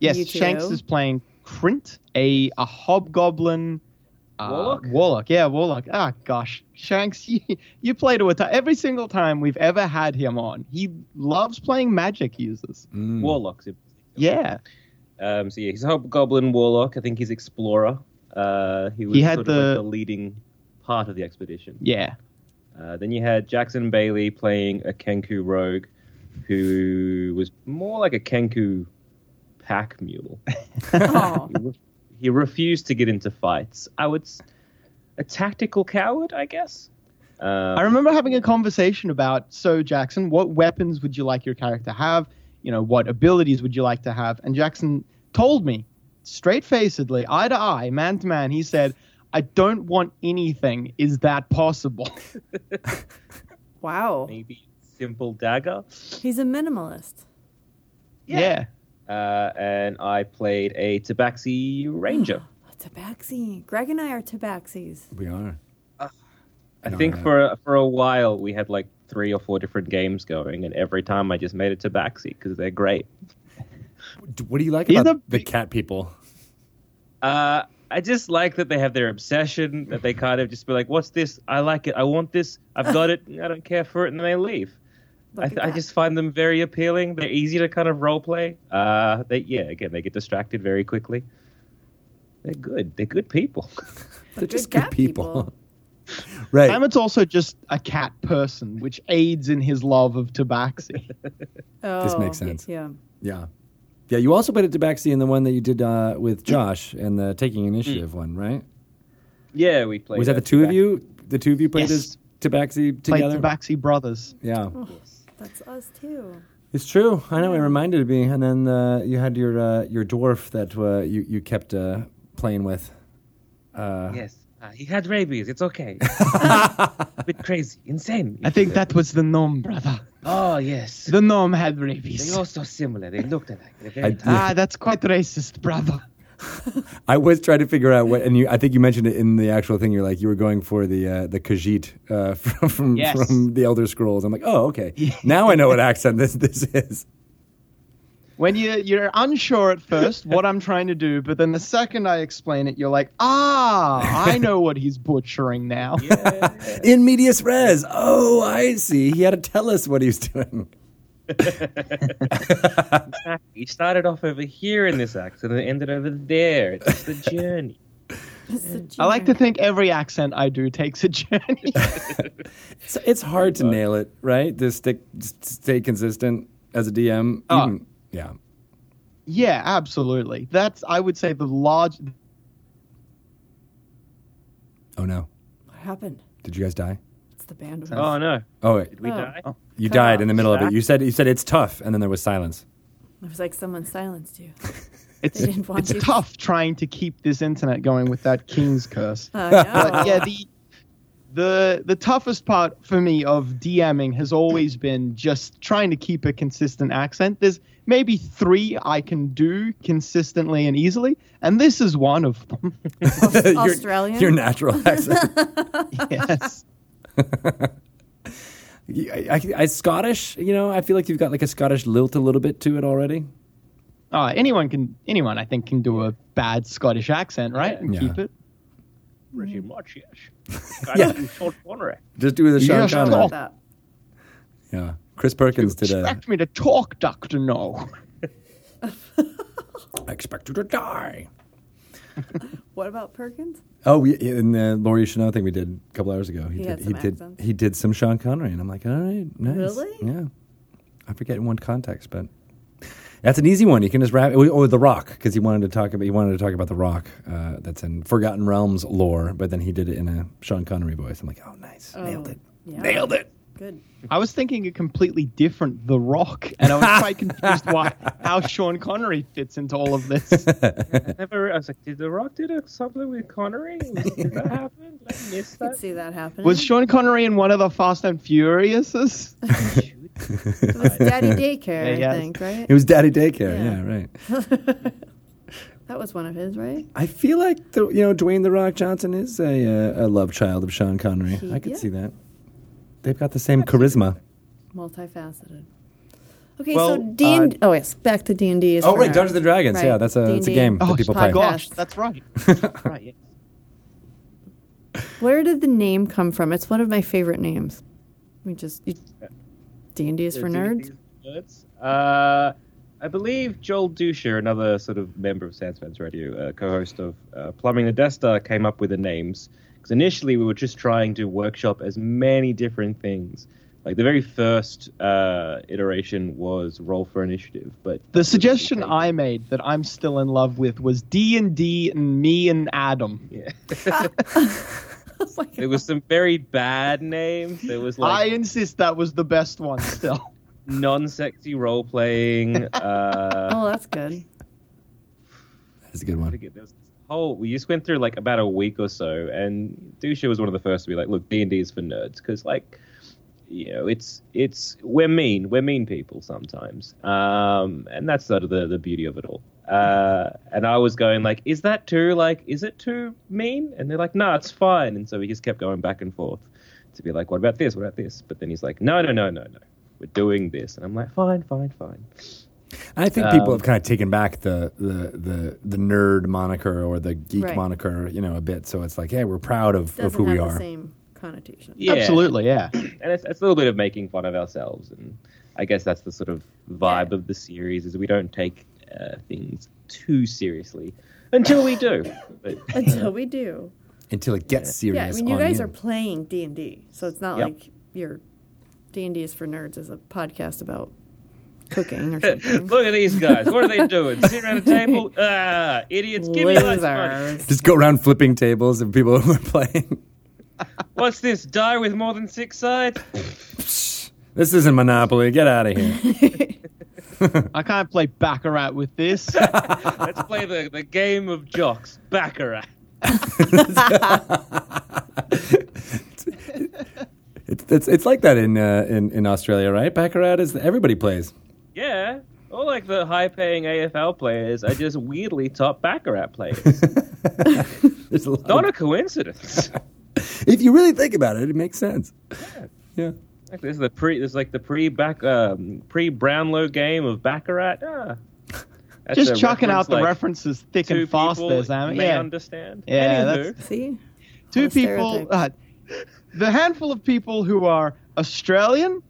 [SPEAKER 7] Yes,
[SPEAKER 2] You
[SPEAKER 7] Shanks
[SPEAKER 2] too.
[SPEAKER 7] is playing Krint, a a hobgoblin. Uh,
[SPEAKER 6] Warlock?
[SPEAKER 7] Warlock, yeah, Warlock. Ah, gosh, Shanks, [LAUGHS] you, you play to a time. Every single time we've ever had him on, he loves playing magic users.
[SPEAKER 6] Mm. Warlocks. in particular.
[SPEAKER 7] Yeah,
[SPEAKER 6] Um, so yeah, he's a hobgoblin warlock. I think he's explorer. Uh, he was
[SPEAKER 7] He had
[SPEAKER 6] sort
[SPEAKER 7] the-
[SPEAKER 6] of like the leading part of the expedition.
[SPEAKER 7] yeah.
[SPEAKER 6] Uh, then you had Jackson Bailey playing a Kenku rogue, who was more like a Kenku pack mule.
[SPEAKER 2] Oh,
[SPEAKER 6] He re- he refused to get into fights. I would s- a tactical coward, I guess. Uh,
[SPEAKER 7] I remember having a conversation about so Jackson, what weapons would you like your character to have? You know, what abilities would you like to have? And Jackson told me, straight facedly, eye to eye, man to man, he said, I don't want anything. Is that possible? [LAUGHS]
[SPEAKER 2] wow.
[SPEAKER 6] maybe simple dagger.
[SPEAKER 2] He's a minimalist.
[SPEAKER 7] Yeah.
[SPEAKER 6] Uh, and I played a Tabaxi ranger.
[SPEAKER 2] A tabaxi. Greg and I are tabaxis.
[SPEAKER 1] We are.
[SPEAKER 6] I think for a, for a while we had like three or four different games going, and every time I just made a Tabaxi because they're great.
[SPEAKER 1] What do you like
[SPEAKER 7] He's
[SPEAKER 1] about
[SPEAKER 7] a
[SPEAKER 1] the cat people?
[SPEAKER 6] Uh, I just like that they have their obsession that they kind of just be like, "What's this? I like it. I want this. I've got it. I don't care for it," and then they leave. I,
[SPEAKER 2] at
[SPEAKER 6] th- I
[SPEAKER 2] that.
[SPEAKER 6] just find them very appealing. They're easy to kind of role play. Uh, they, yeah, again, they get distracted very quickly. They're good. They're good people.
[SPEAKER 1] They're just
[SPEAKER 2] good
[SPEAKER 1] good
[SPEAKER 2] cat
[SPEAKER 1] people.
[SPEAKER 2] people.
[SPEAKER 1] right.
[SPEAKER 7] Hammett's also just a cat person, which aids in his love of Tabaxi.
[SPEAKER 1] [LAUGHS]
[SPEAKER 2] Oh,
[SPEAKER 1] This makes sense.
[SPEAKER 2] Yeah.
[SPEAKER 1] yeah. Yeah, you also played at Tabaxi in the one that you did uh, with Josh and the Taking Initiative one, right?
[SPEAKER 6] yeah, we played.
[SPEAKER 1] Was that
[SPEAKER 6] a
[SPEAKER 1] the two of you? The two of you played
[SPEAKER 7] Yes.
[SPEAKER 1] as Tabaxi
[SPEAKER 7] Played
[SPEAKER 1] together?
[SPEAKER 7] Tabaxi Brothers.
[SPEAKER 1] yeah.
[SPEAKER 2] That's us too.
[SPEAKER 1] It's true. I know. It reminded me. And then uh, you had your uh, your dwarf that uh, you, you kept uh, playing with.
[SPEAKER 6] Tabaxi. Yes, uh, he had rabies. It's
[SPEAKER 1] [LAUGHS]
[SPEAKER 6] okay. a bit crazy, insane.
[SPEAKER 7] I think that was the gnome, brother.
[SPEAKER 6] Oh yes,
[SPEAKER 7] The gnome had
[SPEAKER 6] they're
[SPEAKER 7] rabies.
[SPEAKER 6] all so similar. They looked alike. They're very
[SPEAKER 1] I,
[SPEAKER 7] Ah, that's quite racist, brother.
[SPEAKER 1] I was trying to figure out what, and you, I think you mentioned it in the actual thing. You're like you were going for the uh, the Khajiit uh, [LAUGHS] from from,
[SPEAKER 7] Yes.
[SPEAKER 1] from the Elder Scrolls. I'm like, oh, [LAUGHS] okay. Now I know what accent this this is.
[SPEAKER 7] When you you're unsure at first what I'm trying to do, but then the second I explain it, you're like, ah, I know what he's butchering now.
[SPEAKER 1] In medias res. Oh, I see. He had to tell us what he was doing.
[SPEAKER 6] He started off over here in this accent and ended over there. It's just the journey.
[SPEAKER 2] It's the
[SPEAKER 7] I like to
[SPEAKER 2] genius.
[SPEAKER 7] think every accent I do takes a journey.
[SPEAKER 1] It's, it's hard to nail it, right? To stick, s- stay consistent as a DM.
[SPEAKER 7] Oh.
[SPEAKER 1] Even- yeah.
[SPEAKER 7] Yeah, absolutely. That's I would say the large.
[SPEAKER 1] Oh no!
[SPEAKER 2] What happened?
[SPEAKER 1] Did you guys die?
[SPEAKER 2] It's the bandwidth.
[SPEAKER 6] Oh no!
[SPEAKER 1] Oh, wait.
[SPEAKER 6] Did we
[SPEAKER 2] Oh.
[SPEAKER 6] die?
[SPEAKER 1] you
[SPEAKER 2] come
[SPEAKER 1] died
[SPEAKER 2] on,
[SPEAKER 1] in the middle of it.
[SPEAKER 6] Zach.
[SPEAKER 1] You said you said it's tough, and then there was silence. [LAUGHS]
[SPEAKER 2] It was like someone silenced you.
[SPEAKER 7] It's
[SPEAKER 2] They didn't want
[SPEAKER 7] it's
[SPEAKER 2] you.
[SPEAKER 7] tough trying to keep this internet going with that
[SPEAKER 2] [LAUGHS]
[SPEAKER 7] king's curse.
[SPEAKER 2] I
[SPEAKER 7] But
[SPEAKER 2] know.
[SPEAKER 7] yeah, the the the toughest part for me of DMing has always been just trying to keep a consistent accent. There's maybe three I can do consistently and easily, and this is one of them. [LAUGHS]
[SPEAKER 1] Your-
[SPEAKER 2] Australian?
[SPEAKER 1] Your natural
[SPEAKER 6] [LAUGHS]
[SPEAKER 1] accent.
[SPEAKER 2] [LAUGHS]
[SPEAKER 7] yes.
[SPEAKER 1] I, I, I- Scottish. You know, I feel like you've got like a Scottish lilt a little bit to it already.
[SPEAKER 7] Uh, anyone can anyone I think can do a bad Scottish accent, right? And
[SPEAKER 1] Yeah.
[SPEAKER 7] keep it.
[SPEAKER 6] Pretty much, yes. yeah. Sean Connery.
[SPEAKER 1] Just do the Sean
[SPEAKER 7] Yes,
[SPEAKER 1] Connery.
[SPEAKER 7] Scott.
[SPEAKER 2] that.
[SPEAKER 1] Yeah, Chris Perkins did a.
[SPEAKER 7] Expect me to talk, Doctor No. [LAUGHS]
[SPEAKER 1] I expect you to die.
[SPEAKER 2] What about Perkins?
[SPEAKER 1] Oh, we, in the Laurie Chanel thing we did a couple hours ago, he,
[SPEAKER 2] He
[SPEAKER 1] did,
[SPEAKER 2] had
[SPEAKER 1] he
[SPEAKER 2] some
[SPEAKER 1] did
[SPEAKER 2] accents.
[SPEAKER 1] he did some Sean Connery, and I'm like, all right, nice.
[SPEAKER 2] Really?
[SPEAKER 1] Yeah, I forget in one context, but that's an easy one. You can just wrap. Or, or The Rock, because he wanted to talk about he wanted to talk about The Rock. Uh, that's in Forgotten Realms lore, but then he did it in a Sean Connery voice. I'm like, oh, nice, nailed
[SPEAKER 2] Oh,
[SPEAKER 1] it,
[SPEAKER 2] yeah.
[SPEAKER 1] nailed it.
[SPEAKER 2] Good.
[SPEAKER 7] I was thinking a completely different The Rock, and I
[SPEAKER 6] [LAUGHS]
[SPEAKER 7] was quite confused why how Sean Connery fits into all of this.
[SPEAKER 6] Never. I was like, did The Rock do something with Connery? Did that happen? Did I miss
[SPEAKER 2] Could
[SPEAKER 6] that?
[SPEAKER 2] see that happening.
[SPEAKER 7] Was Sean Connery in one of the Fast and Furiouses?
[SPEAKER 1] [LAUGHS]
[SPEAKER 2] it was Daddy Daycare,
[SPEAKER 7] Yeah,
[SPEAKER 2] I
[SPEAKER 7] yes.
[SPEAKER 2] think, right?
[SPEAKER 1] It was Daddy Daycare.
[SPEAKER 2] Yeah.
[SPEAKER 1] Yeah, right.
[SPEAKER 2] That was one of his, right?
[SPEAKER 1] I feel like the, you know Dwayne the Rock Johnson is a, uh, a love child of Sean Connery.
[SPEAKER 2] He-
[SPEAKER 1] I could
[SPEAKER 2] yeah.
[SPEAKER 1] see that. They've got the same charisma.
[SPEAKER 2] Multifaceted. Okay,
[SPEAKER 6] Well,
[SPEAKER 2] so D and oh yes, back to D and D.
[SPEAKER 1] Oh, right, Dungeons and Dragons. Yeah, that's a that's a game that
[SPEAKER 7] Oh
[SPEAKER 1] people
[SPEAKER 7] my
[SPEAKER 1] play.
[SPEAKER 7] gosh,
[SPEAKER 2] Yes.
[SPEAKER 7] that's
[SPEAKER 6] [LAUGHS]
[SPEAKER 7] right. right. yeah.
[SPEAKER 2] Where did the name come from? It's one of my favorite names. We just D and D is for nerds.
[SPEAKER 6] Nerds. Uh, I believe Joel Dusher, another sort of member of Sandspans Radio, uh, co-host of uh, Plumbing the Death Star, came up with the names. Because initially we were just trying to workshop as many different things. Like the very first uh, iteration was Roll for Initiative, but
[SPEAKER 7] The suggestion I made that I'm still in love with was D and D and me and Adam.
[SPEAKER 2] [LAUGHS] Oh my God.
[SPEAKER 6] there was some very bad names. There was like
[SPEAKER 7] I insist that was the best one still.
[SPEAKER 6] non-sexy role
[SPEAKER 7] [LAUGHS]
[SPEAKER 6] playing. Uh,
[SPEAKER 2] Oh, that's good.
[SPEAKER 1] That's a good
[SPEAKER 6] I
[SPEAKER 1] one.
[SPEAKER 6] forget, there was this whole we just went through like about a week or so, and Dusha was one of the first to be like, "Look, D and D is for nerds," because like, you know, it's it's we're mean, we're mean people sometimes, um, and that's sort of the the beauty of it all. Uh, and I was going like, "Is that too like? Is it too mean?" And they're like, "No, it's fine." And so we just kept going back and forth to be like, "What about this? What about this?" But then he's like, "No, no, no, no, no." We're doing this, and I'm like, fine, fine, fine.
[SPEAKER 1] I think people have kind of taken back the, the, the, the nerd moniker or the geek
[SPEAKER 2] Right.
[SPEAKER 1] moniker, you know, a bit. So it's like, hey, we're proud of, of
[SPEAKER 2] Doesn't
[SPEAKER 1] who
[SPEAKER 2] have
[SPEAKER 1] we
[SPEAKER 2] the
[SPEAKER 1] are.
[SPEAKER 2] same connotation.
[SPEAKER 6] [LAUGHS] Yeah.
[SPEAKER 7] Absolutely, yeah.
[SPEAKER 6] and it's, it's a little bit of making fun of ourselves and i guess that's the sort of vibe of the series is we don't take uh, things too seriously until we do but
[SPEAKER 2] Until we do.
[SPEAKER 1] Until it gets
[SPEAKER 2] Yeah, I
[SPEAKER 1] serious.
[SPEAKER 2] mean, you
[SPEAKER 1] on
[SPEAKER 2] guys are playing D and D, so it's not
[SPEAKER 6] Yep.
[SPEAKER 2] like your D and D is for nerds is a podcast about cooking or
[SPEAKER 6] [LAUGHS]
[SPEAKER 2] something.
[SPEAKER 6] look at these guys what are they doing sitting around a table ah idiots give me less money
[SPEAKER 2] Losers.
[SPEAKER 1] Just go around flipping tables and people [LAUGHS] are playing.
[SPEAKER 6] what's this die with more than six sides
[SPEAKER 1] This isn't Monopoly. Get out of here.
[SPEAKER 7] I can't play Baccarat with
[SPEAKER 6] [LAUGHS]
[SPEAKER 7] this.
[SPEAKER 6] let's play the, the game of jocks baccarat
[SPEAKER 1] it's, it's, it's like that in, uh, in, in Australia, right? Baccarat is everybody plays.
[SPEAKER 6] yeah or like the high-paying afl players are just weirdly top baccarat players
[SPEAKER 1] There's a lot
[SPEAKER 6] not
[SPEAKER 1] of-
[SPEAKER 6] a coincidence
[SPEAKER 1] if you really think about it, it makes sense. yeah.
[SPEAKER 6] Like, This is the pre. This is like the pre back um, pre Brownlow game of Baccarat. Ah. That's a
[SPEAKER 7] Just chucking
[SPEAKER 6] reference,
[SPEAKER 7] out the
[SPEAKER 6] like,
[SPEAKER 7] references thick
[SPEAKER 6] Two
[SPEAKER 7] and fast
[SPEAKER 6] people
[SPEAKER 7] there, Sam.
[SPEAKER 6] may
[SPEAKER 7] Yeah.
[SPEAKER 6] understand.
[SPEAKER 7] Yeah,
[SPEAKER 6] Anywho,
[SPEAKER 7] that's-
[SPEAKER 2] See,
[SPEAKER 7] two
[SPEAKER 2] All
[SPEAKER 7] people uh, the handful of people who are australian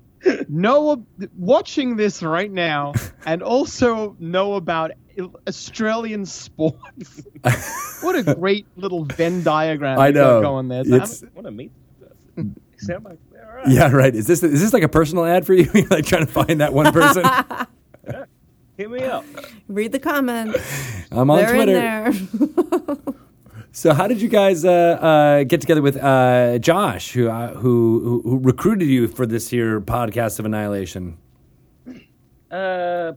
[SPEAKER 7] know ab- watching this right now
[SPEAKER 1] [LAUGHS]
[SPEAKER 7] and also know about i- australian sports
[SPEAKER 1] [LAUGHS]
[SPEAKER 7] what a great little venn diagram
[SPEAKER 1] I
[SPEAKER 7] you got
[SPEAKER 1] know.
[SPEAKER 7] going there Sam.
[SPEAKER 1] It's-
[SPEAKER 6] I want to meet. them. They sound like they're all right.
[SPEAKER 1] [LAUGHS]
[SPEAKER 2] [LAUGHS]
[SPEAKER 1] Yeah, right. Is this is this like a personal ad for you? You're like trying to find that one person.
[SPEAKER 6] Hit me up.
[SPEAKER 2] Read the comments.
[SPEAKER 1] I'm on
[SPEAKER 2] They're
[SPEAKER 1] Twitter.
[SPEAKER 2] in there.
[SPEAKER 1] So how did you guys uh, uh, get together with uh, Josh, who, uh, who who who recruited you for this here podcast of Annihilation?
[SPEAKER 6] Uh,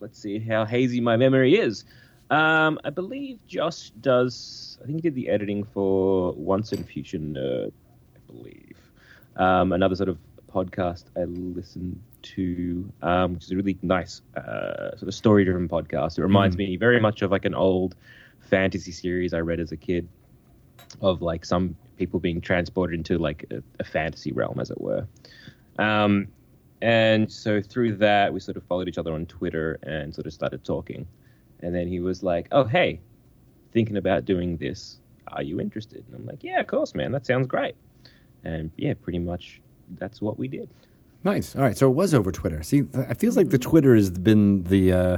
[SPEAKER 6] let's see how hazy my memory is. Um, I believe Josh does. I think he did the editing for Once in Future Nerd. I believe um, another sort of podcast I listen to, um, which is a really nice uh, sort of story-driven podcast. It reminds me very much of like an old fantasy series I read as a kid of like some people being transported into like a, a fantasy realm, as it were. Um, and so through that, we sort of followed each other on Twitter and sort of started talking. And then he was like, "Oh, hey, thinking about doing this. Are you interested?" And I'm like, "Yeah, of course, man. That sounds great." And yeah, pretty much that's what we did.
[SPEAKER 1] Nice. All right. So it was over Twitter. See, th- it feels like the Twitter has been the uh,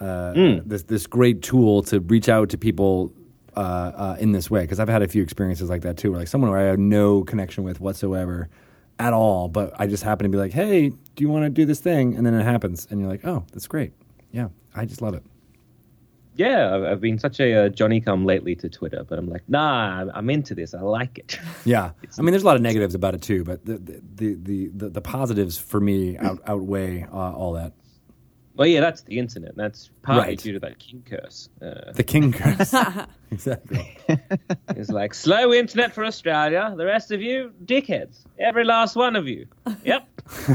[SPEAKER 1] uh, this this great tool to reach out to people uh, uh, in this way. Because I've had a few experiences like that too, where like someone where I have no connection with whatsoever at all, but I just happen to be like, "Hey, do you want to do this thing?" And then it happens, and you're like, "Oh, that's great. Yeah, I just love it."
[SPEAKER 6] Yeah, I've, I've been such a uh, Johnny come lately to Twitter, but I'm like, nah, I'm, I'm into this. I like it. [LAUGHS]
[SPEAKER 1] Yeah, I mean, there's a lot of negatives about it too, but the the the the, the positives for me out, outweigh uh, all that.
[SPEAKER 6] well, yeah, that's the internet. That's partly
[SPEAKER 1] Right.
[SPEAKER 6] due to that king curse. Uh,
[SPEAKER 1] The king curse, exactly.
[SPEAKER 6] It's like slow internet for Australia. The rest of you, dickheads. Every last one of you. Yep.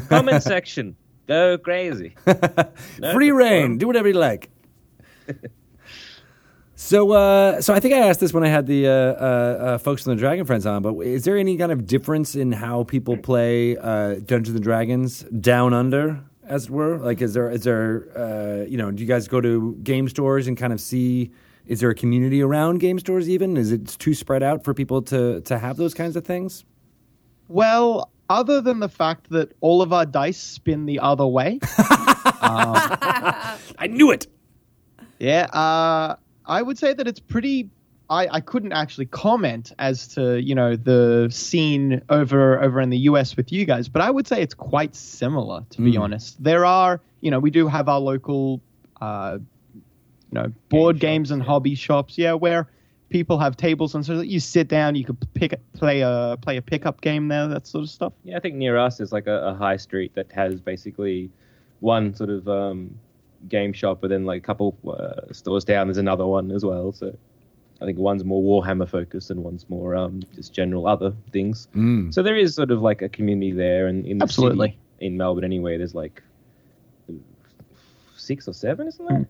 [SPEAKER 6] Comment section. Go crazy.
[SPEAKER 1] [LAUGHS]
[SPEAKER 6] No,
[SPEAKER 1] Free reign, do whatever you [LAUGHS] like. So, uh, so I think I asked this when I had the uh, uh, uh, folks from the Dragon Friends on, but is there any kind of difference in how people play uh, Dungeons and Dragons Down Under, as it were? Like, is there is there uh, you know, do you guys go to game stores and kind of see? Is there a community around game stores? Even is it too spread out for people to to have those kinds of things?
[SPEAKER 7] Well, other than the fact that all of our dice spin the
[SPEAKER 1] [LAUGHS]
[SPEAKER 7] other way, um,
[SPEAKER 1] I knew it.
[SPEAKER 7] yeah, uh, I would say that it's pretty. I, I couldn't actually comment as to you know the scene over over in the US with you guys, but I would say it's quite similar to
[SPEAKER 1] Hmm.
[SPEAKER 7] be honest. There are you know we do have our local uh, you know board games and hobby shops yeah where people have tables and so that you sit down you could pick play a play a pickup game there that sort of stuff.
[SPEAKER 6] Yeah, I think near us is like a, a high street that has basically one sort of um, game shop, but then like a couple uh, stores down, there's another one as well. So I think one's more Warhammer focused and one's more um, just general other things. Mm. So there is sort of like a community there, and in the
[SPEAKER 7] Absolutely.
[SPEAKER 6] city, in Melbourne anyway, there's like six or seven, isn't
[SPEAKER 1] Mm.
[SPEAKER 6] there?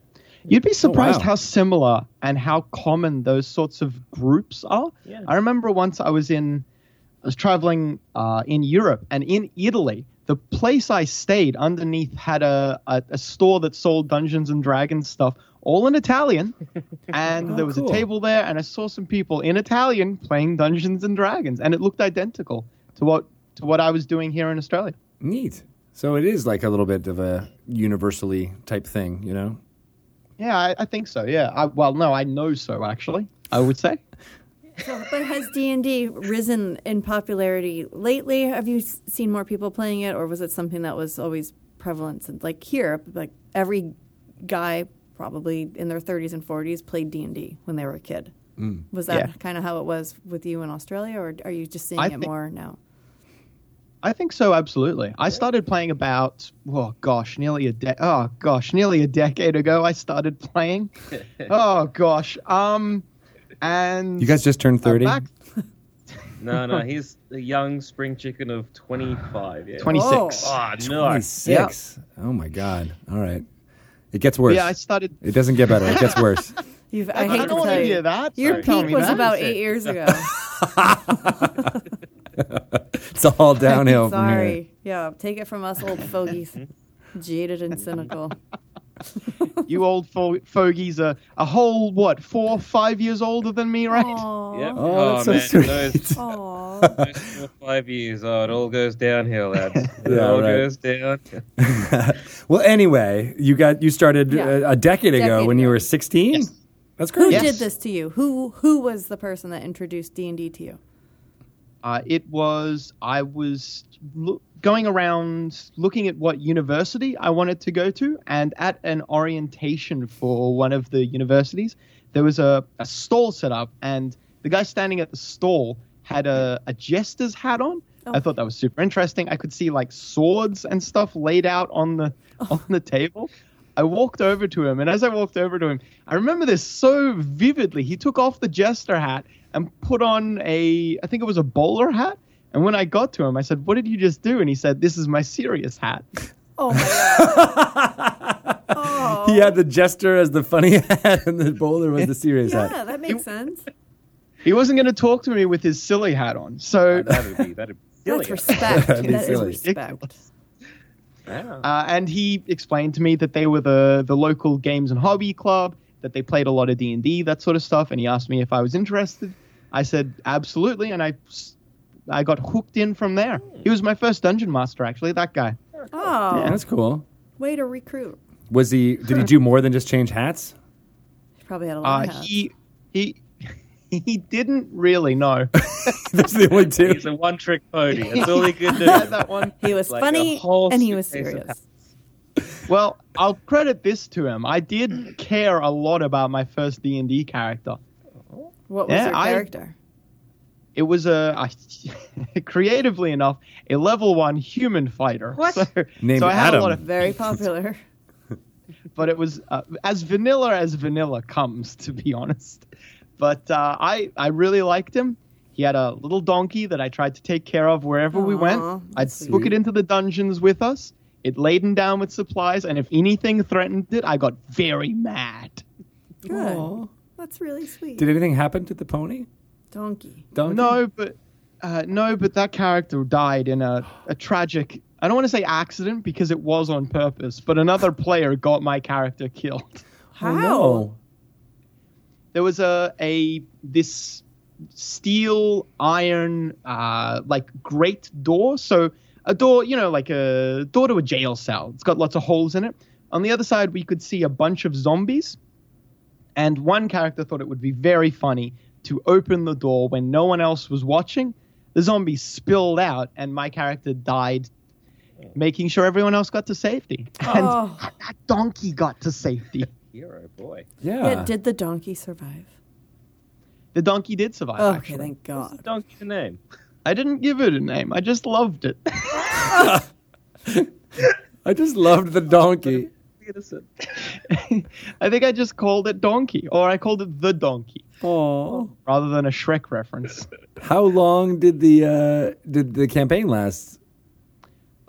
[SPEAKER 7] You'd be surprised
[SPEAKER 1] Oh, wow.
[SPEAKER 7] how similar and how common those sorts of groups are.
[SPEAKER 6] Yeah.
[SPEAKER 7] I remember once I was in, I was traveling uh, in Europe and in Italy. The place I stayed underneath had a, a, a store that sold Dungeons and Dragons stuff, all
[SPEAKER 1] [LAUGHS]
[SPEAKER 7] in Italian. And there was
[SPEAKER 1] Oh, cool.
[SPEAKER 7] a table there, and I saw some people in Italian playing Dungeons and Dragons, and it looked identical to what to what I was doing here in Australia.
[SPEAKER 1] Neat. So it is like a little bit of a universally type thing, you know.
[SPEAKER 7] Yeah, I, I think so. Yeah. I, well, no, I know so actually. I would say.
[SPEAKER 2] So, but has D and D risen in popularity lately? Have you s- seen more people playing it, or was it something that was always prevalent? Since, like here, like every guy probably in their 30s and 40s played D and D when they were a kid. Was that
[SPEAKER 7] Mm. Yeah.
[SPEAKER 2] kind of how it was with you in Australia, or are you just seeing
[SPEAKER 7] I
[SPEAKER 2] it
[SPEAKER 7] think-
[SPEAKER 2] more now?
[SPEAKER 7] I think so, absolutely. I started playing about oh gosh, nearly a de- oh gosh, nearly a decade ago. I started playing. oh gosh, um, and
[SPEAKER 1] You guys just turned thirty.
[SPEAKER 7] Uh, back
[SPEAKER 6] No, no, he's the young spring chicken of 25. Yeah.
[SPEAKER 7] twenty six.
[SPEAKER 2] Whoa.
[SPEAKER 6] Ah, no.
[SPEAKER 1] 26. Oh my god. All right. It gets worse.
[SPEAKER 7] Yeah, I started.
[SPEAKER 1] it doesn't get better. It gets
[SPEAKER 2] [LAUGHS]
[SPEAKER 1] worse.
[SPEAKER 2] You've, I,
[SPEAKER 7] I
[SPEAKER 2] hate
[SPEAKER 7] don't
[SPEAKER 2] to
[SPEAKER 7] wanna
[SPEAKER 2] tell
[SPEAKER 7] hear
[SPEAKER 2] you
[SPEAKER 7] that.
[SPEAKER 2] Your
[SPEAKER 7] Sorry. Tell
[SPEAKER 2] peak
[SPEAKER 7] me
[SPEAKER 2] was
[SPEAKER 7] that.
[SPEAKER 2] about eight years ago.
[SPEAKER 7] [LAUGHS]
[SPEAKER 1] it's all downhill from here.
[SPEAKER 2] Sorry. Yeah, take it from us old
[SPEAKER 7] [LAUGHS]
[SPEAKER 2] fogies, jaded and cynical.
[SPEAKER 7] You old fo- fogies are a whole what four, five years older than me, right?
[SPEAKER 2] Aww.
[SPEAKER 6] Yep.
[SPEAKER 1] Oh, that's so
[SPEAKER 6] man, those-
[SPEAKER 1] sweet.
[SPEAKER 2] Aww.
[SPEAKER 6] First four, five years, oh, it all goes downhill, [LAUGHS] lads. It
[SPEAKER 1] Yeah,
[SPEAKER 6] all
[SPEAKER 1] right.
[SPEAKER 6] goes down.
[SPEAKER 1] [LAUGHS]
[SPEAKER 6] [LAUGHS]
[SPEAKER 1] Well, anyway, you got you started
[SPEAKER 2] Yeah.
[SPEAKER 1] uh, a decade ago
[SPEAKER 2] Decade
[SPEAKER 1] when you
[SPEAKER 2] ago.
[SPEAKER 1] were 16. That's
[SPEAKER 2] Who
[SPEAKER 1] great.
[SPEAKER 7] Yes.
[SPEAKER 2] did this to you? Who who was the person that introduced D and D to you?
[SPEAKER 7] Uh, it was I was lo- going around looking at what university I wanted to go to, and at an orientation for one of the universities, there was a, a stall set up, and the guy standing at the stall had a, a jester's hat on. I thought that was super interesting. I could see like swords and stuff laid out on the on the table. I walked over to him, and as I walked over to him, I remember this so vividly. He took off the jester hat and put on a, I think it was a bowler hat. And when I got to him, I said, "What did you just do?" And he said, "This is my serious hat."
[SPEAKER 2] Oh my god.
[SPEAKER 1] He had the jester as the funny [LAUGHS] hat, and the bowler was the serious
[SPEAKER 2] Yeah,
[SPEAKER 1] hat.
[SPEAKER 2] that makes sense.
[SPEAKER 7] He wasn't going to talk to me with his silly hat on. So
[SPEAKER 6] That would be that
[SPEAKER 2] That's
[SPEAKER 6] would be
[SPEAKER 1] [LAUGHS]
[SPEAKER 6] silly.
[SPEAKER 2] respect. That
[SPEAKER 1] be
[SPEAKER 2] is
[SPEAKER 1] silly.
[SPEAKER 2] respect.
[SPEAKER 6] Wow.
[SPEAKER 7] Uh, and he explained to me that they were the the local games and hobby club, that they played a lot of D and D, that sort of stuff. And he asked me if I was interested. I said absolutely, and I s- I got hooked in from there. He was my first dungeon master, actually. That guy.
[SPEAKER 2] Oh,
[SPEAKER 1] That's cool.
[SPEAKER 2] way to recruit.
[SPEAKER 1] Was he? Did he do more than just change hats? [LAUGHS]
[SPEAKER 2] He probably had a lot
[SPEAKER 7] Uh,
[SPEAKER 2] of hats.
[SPEAKER 7] he he [LAUGHS] he didn't really know.
[SPEAKER 1] That's the only two.
[SPEAKER 6] He's a one-trick pony. That's all he could do.
[SPEAKER 7] that one.
[SPEAKER 2] He was
[SPEAKER 6] Like a
[SPEAKER 2] funny
[SPEAKER 6] whole
[SPEAKER 2] and he was
[SPEAKER 6] suitcase of
[SPEAKER 2] serious.
[SPEAKER 6] hats.
[SPEAKER 7] Well, I'll credit this to him. I did care a lot about my first D and D character.
[SPEAKER 2] What was
[SPEAKER 7] Yeah,
[SPEAKER 2] your
[SPEAKER 7] I-
[SPEAKER 2] character?
[SPEAKER 7] it was a I, [LAUGHS] creatively enough a level one human fighter.
[SPEAKER 6] What?
[SPEAKER 7] So,
[SPEAKER 1] Named
[SPEAKER 7] so I had
[SPEAKER 1] Adam.
[SPEAKER 7] a lot of, [LAUGHS]
[SPEAKER 2] Very popular.
[SPEAKER 7] but it was uh, as vanilla as vanilla comes, to be honest. But uh, I I really liked him. He had a little donkey that I tried to take care of wherever we
[SPEAKER 2] Aw,
[SPEAKER 7] went. I'd
[SPEAKER 2] that's
[SPEAKER 7] book
[SPEAKER 2] sweet.
[SPEAKER 7] it into the dungeons with us. It laden down with supplies, and if anything threatened it, I got very mad.
[SPEAKER 2] Good.
[SPEAKER 1] Aw.
[SPEAKER 2] That's really sweet.
[SPEAKER 1] Did anything happen to the pony?
[SPEAKER 2] Donkey.
[SPEAKER 1] Donkey?
[SPEAKER 7] No, but uh, no, but that character died in a, a tragic. I don't want to say accident because it was on purpose, but another player got my character killed.
[SPEAKER 1] Oh,
[SPEAKER 2] How?
[SPEAKER 1] no.
[SPEAKER 7] There was a a this steel iron uh, like great door. So a door, you know, like a door to a jail cell. It's got lots of holes in it. On the other side, we could see a bunch of zombies, and one character thought it would be very funny to open the door when no one else was watching. The zombies spilled out, and my character died, making sure everyone else got to safety. And
[SPEAKER 2] Oh.
[SPEAKER 7] that donkey got to safety.
[SPEAKER 6] [LAUGHS] Hero boy.
[SPEAKER 1] Yeah.
[SPEAKER 2] Yeah, did the donkey survive?
[SPEAKER 7] The donkey did survive.
[SPEAKER 2] Oh, okay,
[SPEAKER 7] actually.
[SPEAKER 2] thank God.
[SPEAKER 6] Donkey's name.
[SPEAKER 7] I didn't give it a name. I just loved it. [LAUGHS]
[SPEAKER 1] I just loved the donkey.
[SPEAKER 6] Innocent.
[SPEAKER 7] I think I just called it Donkey, or I called it The Donkey,
[SPEAKER 1] Oh.
[SPEAKER 7] rather than a Shrek reference.
[SPEAKER 1] How long did the uh, did the campaign last?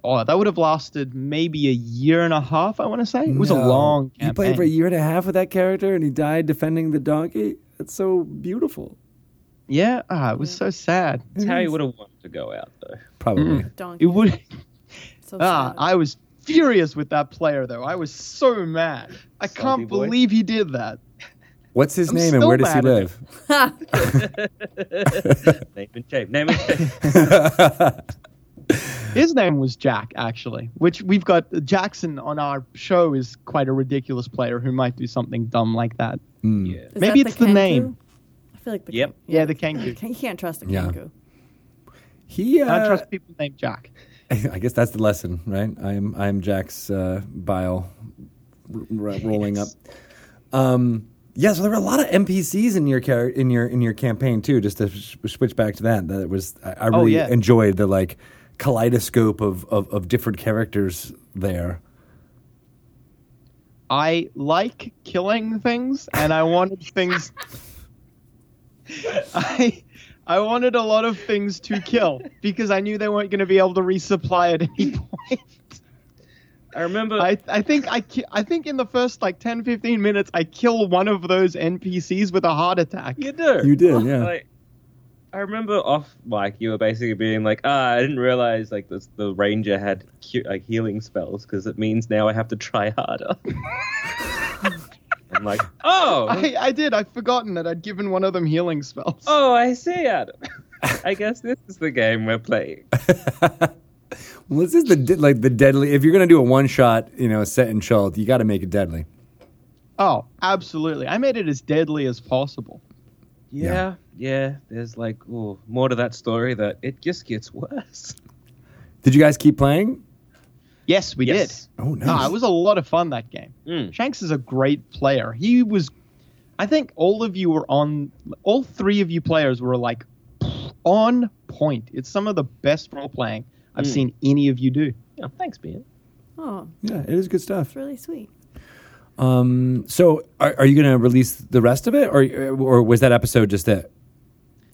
[SPEAKER 7] Oh, that would have lasted maybe a year and a half, I want to say. It was a
[SPEAKER 1] No.
[SPEAKER 7] long
[SPEAKER 1] You played for a
[SPEAKER 7] campaign.
[SPEAKER 1] year and a half with that character, and he died defending the donkey. That's so beautiful.
[SPEAKER 7] Yeah, ah, it was so sad.
[SPEAKER 6] That's how he would have wanted to go out, though.
[SPEAKER 1] Probably.
[SPEAKER 2] Donkey.
[SPEAKER 7] It
[SPEAKER 1] [LAUGHS]
[SPEAKER 7] would.
[SPEAKER 2] so
[SPEAKER 7] Ah,
[SPEAKER 2] sad.
[SPEAKER 7] I was furious with that player, though. I was so mad. I
[SPEAKER 6] Salty
[SPEAKER 7] can't
[SPEAKER 6] boy.
[SPEAKER 7] believe he did that.
[SPEAKER 1] What's his
[SPEAKER 7] I'm
[SPEAKER 1] name, and
[SPEAKER 7] still
[SPEAKER 1] where does he
[SPEAKER 7] mad at
[SPEAKER 1] live?
[SPEAKER 6] Name and shape. Name and shape. [LAUGHS]
[SPEAKER 7] His name was Jack, actually, which we've got Jackson on our show is quite a ridiculous player who might do something dumb like that.
[SPEAKER 6] yeah.
[SPEAKER 2] Is
[SPEAKER 7] maybe
[SPEAKER 2] that
[SPEAKER 7] it's the
[SPEAKER 2] Kenku?
[SPEAKER 7] name.
[SPEAKER 2] I feel like the
[SPEAKER 6] Yep.
[SPEAKER 2] Ken-
[SPEAKER 7] Yeah, the kangaroo.
[SPEAKER 2] Ken- You can't trust a
[SPEAKER 1] Yeah.
[SPEAKER 2] Kenku.
[SPEAKER 1] He. Uh,
[SPEAKER 7] I trust people named Jack.
[SPEAKER 1] [LAUGHS] I guess that's the lesson, right? I'm I'm Jack's uh, bile r- r- rolling up. Um, yeah, so there were a lot of NPCs in your char- in your in your campaign too. Just to sh- switch back to that, that it was I, I really
[SPEAKER 7] Oh, yeah.
[SPEAKER 1] enjoyed the like kaleidoscope of, of of different characters there.
[SPEAKER 7] I like killing things, and
[SPEAKER 1] [LAUGHS]
[SPEAKER 7] I wanted things. I I wanted a lot of things to kill because I knew they weren't going to be able to resupply at any point. [LAUGHS]
[SPEAKER 6] I remember.
[SPEAKER 7] I, I think I, ki- I think in the first like 10 15 minutes I kill one of those NPCs with a heart attack.
[SPEAKER 6] you do.
[SPEAKER 1] You did, yeah.
[SPEAKER 6] Like, I remember off mic, you were basically being like, "Ah, I didn't realize like this, the ranger had cu- like healing spells because it means now I have to try [LAUGHS] harder." I'm like, "Oh,
[SPEAKER 7] I, I did. I'd forgotten that I'd given one of them healing spells.
[SPEAKER 6] oh, I see, [LAUGHS] Adam. I guess this is the game we're playing."
[SPEAKER 1] Well, this is the de- like the deadly. If you're gonna do a one shot, you know, set in Chult, you got to make it deadly.
[SPEAKER 7] Oh, absolutely. I made it as deadly as possible.
[SPEAKER 6] Yeah, yeah. there's like ooh, more to that story that it just gets [LAUGHS] worse.
[SPEAKER 1] Did you guys keep playing?
[SPEAKER 7] Yes, we
[SPEAKER 6] Yes.
[SPEAKER 7] did. Oh, no, it was a lot of fun that game.
[SPEAKER 6] Mm.
[SPEAKER 7] Shanks is a great player. He was, I think, all of you were on. All three of you players were like on point. It's some of the best role playing I've
[SPEAKER 6] Mm.
[SPEAKER 7] seen any of you do.
[SPEAKER 6] Yeah, thanks, Ben.
[SPEAKER 2] Oh,
[SPEAKER 1] Yeah, it is good stuff.
[SPEAKER 2] it's really sweet.
[SPEAKER 1] Um, so, are, are you going to release the rest of it, or or was that episode just it?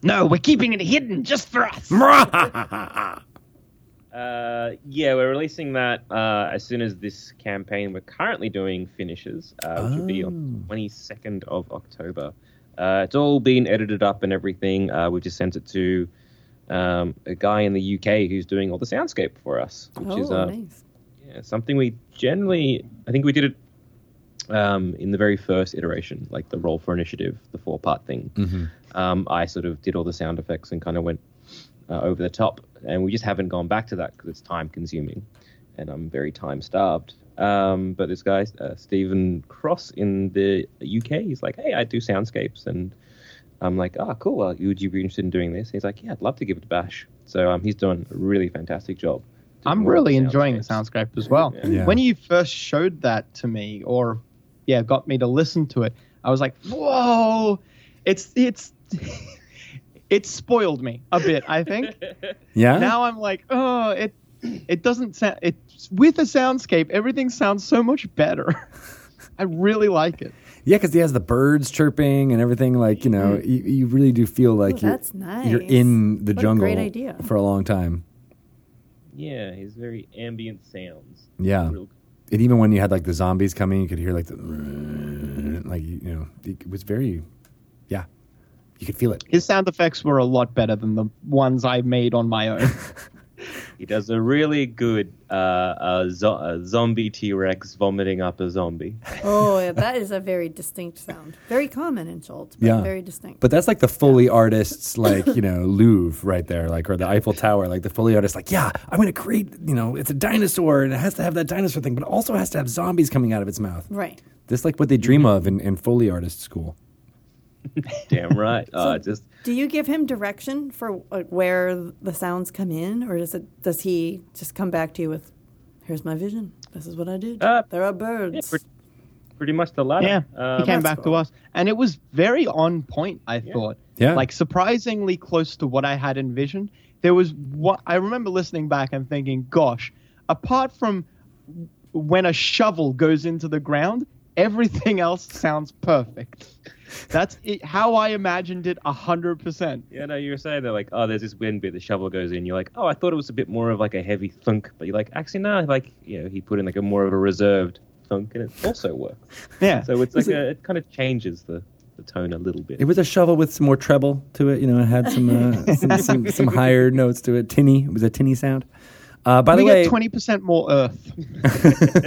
[SPEAKER 7] No, we're keeping it hidden just
[SPEAKER 6] [LAUGHS]
[SPEAKER 7] for us.
[SPEAKER 6] Uh, yeah, we're releasing that uh, as soon as this campaign we're currently doing finishes, uh, which will be on twenty second of October. Uh, it's all been edited up and everything. Uh, we just sent it to um, a guy in the UK who's doing all the soundscape for us, which
[SPEAKER 2] oh,
[SPEAKER 6] is uh,
[SPEAKER 2] nice.
[SPEAKER 6] yeah, something we generally. I think we did it um, in the very first iteration, like the roll for initiative, the four part thing.
[SPEAKER 7] Mm-hmm.
[SPEAKER 6] Um, I sort of did all the sound effects and kind of went uh, over the top, and we just haven't gone back to that because it's time consuming, and I'm very time starved. Um, but this guy, uh, Stephen Cross in the UK, he's like, hey, I do soundscapes, and I'm like, ah, cool. Well, would you be interested in doing this? He's like, yeah, I'd love to give it a bash. So um, he's doing a really fantastic job.
[SPEAKER 7] I'm
[SPEAKER 6] More
[SPEAKER 7] really enjoying the
[SPEAKER 6] soundscapes.
[SPEAKER 7] soundscape as well.
[SPEAKER 1] Yeah.
[SPEAKER 7] When you first showed that to me, or yeah, got me to listen to it, I was like, "Whoa!" It's it's [LAUGHS] it spoiled me a bit.
[SPEAKER 6] [LAUGHS]
[SPEAKER 7] I think
[SPEAKER 1] Yeah.
[SPEAKER 7] now I'm like, "Oh, it it doesn't sound it with a soundscape. Everything sounds so much better. [LAUGHS] I really like it.
[SPEAKER 1] Yeah, because he has the birds chirping and everything. Like you know, you, you really do feel like
[SPEAKER 2] Mm-hmm. Ooh,
[SPEAKER 1] you're
[SPEAKER 2] that's nice.
[SPEAKER 1] you're in the
[SPEAKER 2] What a
[SPEAKER 1] jungle.
[SPEAKER 2] great idea.
[SPEAKER 1] for a long time.
[SPEAKER 6] Yeah, he's very ambient sounds.
[SPEAKER 1] Yeah,
[SPEAKER 6] Real-
[SPEAKER 1] and even when you had like the zombies coming, you could hear like the like you know it was very yeah, you could feel it.
[SPEAKER 7] His sound effects were a lot better than the ones I made on my own.
[SPEAKER 6] He does a really good uh, uh, zo- uh, zombie T Rex vomiting up a zombie.
[SPEAKER 2] Oh, yeah, that is a very distinct sound. Very common in Schultz, but
[SPEAKER 1] Yeah.
[SPEAKER 2] very distinct.
[SPEAKER 1] But that's like the Foley artists, like you
[SPEAKER 2] [LAUGHS]
[SPEAKER 1] know Louvre right there, like or the Eiffel Tower, like the Foley artist, like yeah, I'm gonna create you know it's a dinosaur and it has to have that dinosaur thing, but it also has to have zombies coming out of its mouth.
[SPEAKER 2] right.
[SPEAKER 1] That's like what they dream
[SPEAKER 2] Mm-hmm.
[SPEAKER 1] of in, in Foley artist school. [LAUGHS]
[SPEAKER 6] Damn right. Uh, just
[SPEAKER 2] Do you give him direction for like, where the sounds come in, or does it does he just come back to you with, "Here's my vision. This is what I did.
[SPEAKER 6] Uh,
[SPEAKER 2] there are
[SPEAKER 6] yeah,
[SPEAKER 2] birds."
[SPEAKER 6] pre- pretty much the latter.
[SPEAKER 7] Yeah,
[SPEAKER 6] Um,
[SPEAKER 7] he came
[SPEAKER 2] That's
[SPEAKER 7] back
[SPEAKER 2] cool.
[SPEAKER 7] to us, and it was very on point. I thought,
[SPEAKER 1] Yeah.
[SPEAKER 7] like surprisingly close to what I had envisioned. There was what I remember listening back and thinking, "Gosh, apart from when a shovel goes into the ground, everything else sounds perfect." That's it, how I imagined it hundred percent.
[SPEAKER 6] yeah, no, you were saying that like, oh, there's this wind bit, the shovel goes in. You're like, oh, I thought it was a bit more of like a heavy thunk, but you're like, actually, no, like, you know, he put in like a more of a reserved thunk, and it also works.
[SPEAKER 7] Yeah,
[SPEAKER 6] So it's like a, it kind of changes the, the tone a little bit.
[SPEAKER 1] It was a shovel with some more treble to it. You know, it had some
[SPEAKER 7] [LAUGHS]
[SPEAKER 1] uh, some, some, some higher notes to it. Tinny. It was a tinny sound. Uh, by
[SPEAKER 7] we
[SPEAKER 1] the way,
[SPEAKER 7] get twenty percent more Earth.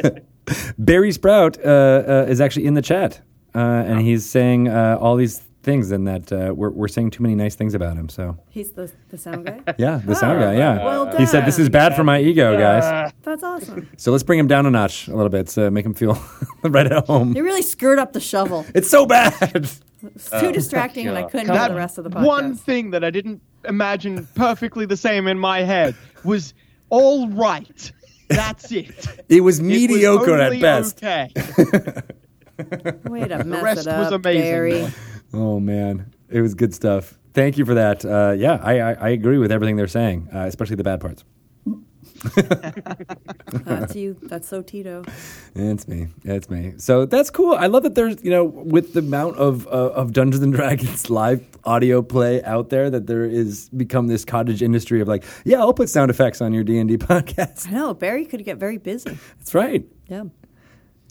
[SPEAKER 1] Barry Sprout uh, uh, is actually in the chat, uh, and he's saying uh, all these things, and that uh, we're, we're saying too many nice things about him. So
[SPEAKER 2] He's the the sound
[SPEAKER 7] [LAUGHS]
[SPEAKER 2] guy.
[SPEAKER 1] yeah, the
[SPEAKER 7] Ah,
[SPEAKER 1] sound guy. Yeah,
[SPEAKER 2] well
[SPEAKER 1] he said this is bad for my ego, guys.
[SPEAKER 2] That's awesome.
[SPEAKER 1] So let's bring him down a notch a little bit, so make him feel [LAUGHS] right at home.
[SPEAKER 2] You really screwed up the shovel.
[SPEAKER 1] It's so
[SPEAKER 7] [LAUGHS]
[SPEAKER 1] bad.
[SPEAKER 2] It's
[SPEAKER 7] Uh,
[SPEAKER 2] too distracting, and I couldn't hear the rest of the podcast.
[SPEAKER 7] One thing that I didn't imagine perfectly the same in my head was all right.
[SPEAKER 1] [LAUGHS]
[SPEAKER 7] That's it.
[SPEAKER 1] It was
[SPEAKER 7] It was
[SPEAKER 1] mediocre
[SPEAKER 7] only
[SPEAKER 1] at best.
[SPEAKER 7] Okay.
[SPEAKER 1] [LAUGHS]
[SPEAKER 2] Way to mess
[SPEAKER 7] rest
[SPEAKER 2] it
[SPEAKER 7] was
[SPEAKER 2] up, [LAUGHS]
[SPEAKER 7] amazing,
[SPEAKER 2] Barry.
[SPEAKER 7] though.
[SPEAKER 1] Oh man, it was good stuff. Thank you for that. Uh, yeah, I, I, I agree with everything they're saying, uh, especially the bad parts.
[SPEAKER 2] That's you. That's so Tito.
[SPEAKER 1] It's me. It's me. So that's cool. I love that there's you know with the amount of uh, of Dungeons and [LAUGHS] Dragons live audio play out there that there is become this cottage industry of like yeah I'll put sound effects on your D [LAUGHS] and D podcast.
[SPEAKER 2] I know Barry could get very busy.
[SPEAKER 1] That's right.
[SPEAKER 2] Yeah.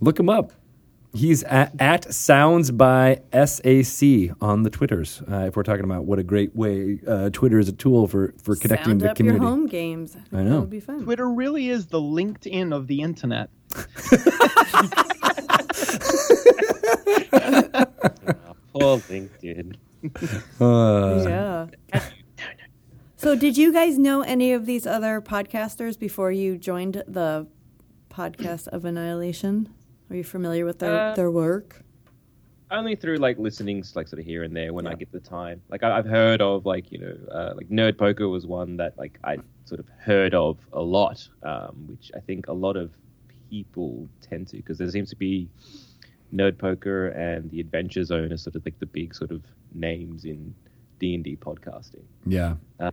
[SPEAKER 1] Look him up. He's at, at Sounds by SAC on the Twitters. Uh, if we're talking about what a great way uh, Twitter is a tool for for connecting
[SPEAKER 2] Sound
[SPEAKER 1] the
[SPEAKER 2] up
[SPEAKER 1] community.
[SPEAKER 2] your home games. I, think
[SPEAKER 1] know.
[SPEAKER 2] That would be fun.
[SPEAKER 7] Twitter really is the LinkedIn of the
[SPEAKER 1] [LAUGHS]
[SPEAKER 7] internet.
[SPEAKER 6] Ah, Poor LinkedIn.
[SPEAKER 1] Uh,
[SPEAKER 2] yeah. So, did you guys know any of these other podcasters before you joined the podcast of Annihilation? Are you familiar with their, their work?
[SPEAKER 6] only through like listening, like sort of here and there when I get the time. Like I, I've heard of like you know uh, like Nerd Poker was one that like I sort of heard of a lot, um, which I think a lot of people tend to because there seems to be Nerd Poker and the Adventure Zone are sort of like the big sort of names in D and D podcasting.
[SPEAKER 1] Yeah.
[SPEAKER 6] Um,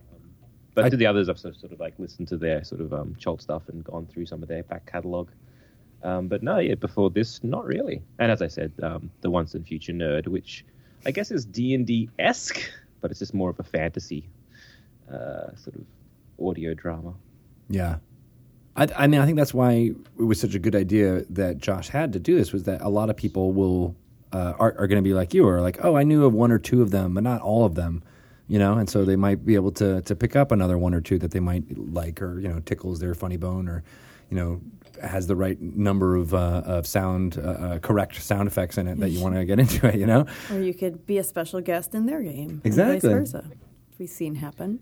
[SPEAKER 6] but to the others, I've sort of, sort of like listened to their sort of um, Chult stuff and gone through some of their back catalog. Um, but no, yeah, before this, not really. And as I said, um, the Once and Future Nerd, which I guess is D and D esque, but it's just more of a fantasy uh, sort of audio drama.
[SPEAKER 1] Yeah. I, I mean, I think that's why it was such a good idea that Josh had to do this was that a lot of people will uh, are, are going to be like you or like, oh, I knew of one or two of them, but not all of them, you know. And so they might be able to to pick up another one or two that they might like or you know tickles their funny bone or you know has the right number of uh, of sound uh, uh, correct sound effects in it that you want to get into it, you know.
[SPEAKER 2] Or you could be a special guest in their game.
[SPEAKER 1] Exactly.
[SPEAKER 2] And vice versa. We've seen happen.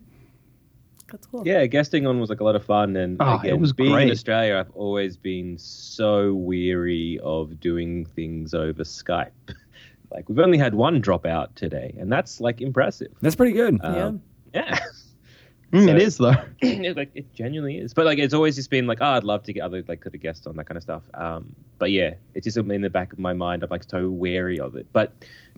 [SPEAKER 2] That's cool.
[SPEAKER 6] Yeah, guesting on was like a lot of fun, and
[SPEAKER 7] Oh,
[SPEAKER 6] again,
[SPEAKER 7] it was
[SPEAKER 6] being in
[SPEAKER 7] great.
[SPEAKER 6] Australia, I've always been so weary of doing things over Skype. [LAUGHS] like we've only had one dropout today, and that's like impressive.
[SPEAKER 1] That's pretty good.
[SPEAKER 2] Yeah.
[SPEAKER 6] Um, yeah. [LAUGHS]
[SPEAKER 7] Mm,
[SPEAKER 6] So-
[SPEAKER 7] it
[SPEAKER 1] [LAUGHS]
[SPEAKER 7] is though.
[SPEAKER 6] [CLEARS THROAT] it, like it genuinely is. But like it's always just been like, oh, I'd love to get other like could have guests on that kind of stuff. Um, but yeah, it's just in the back of my mind. I'm like so wary of it. But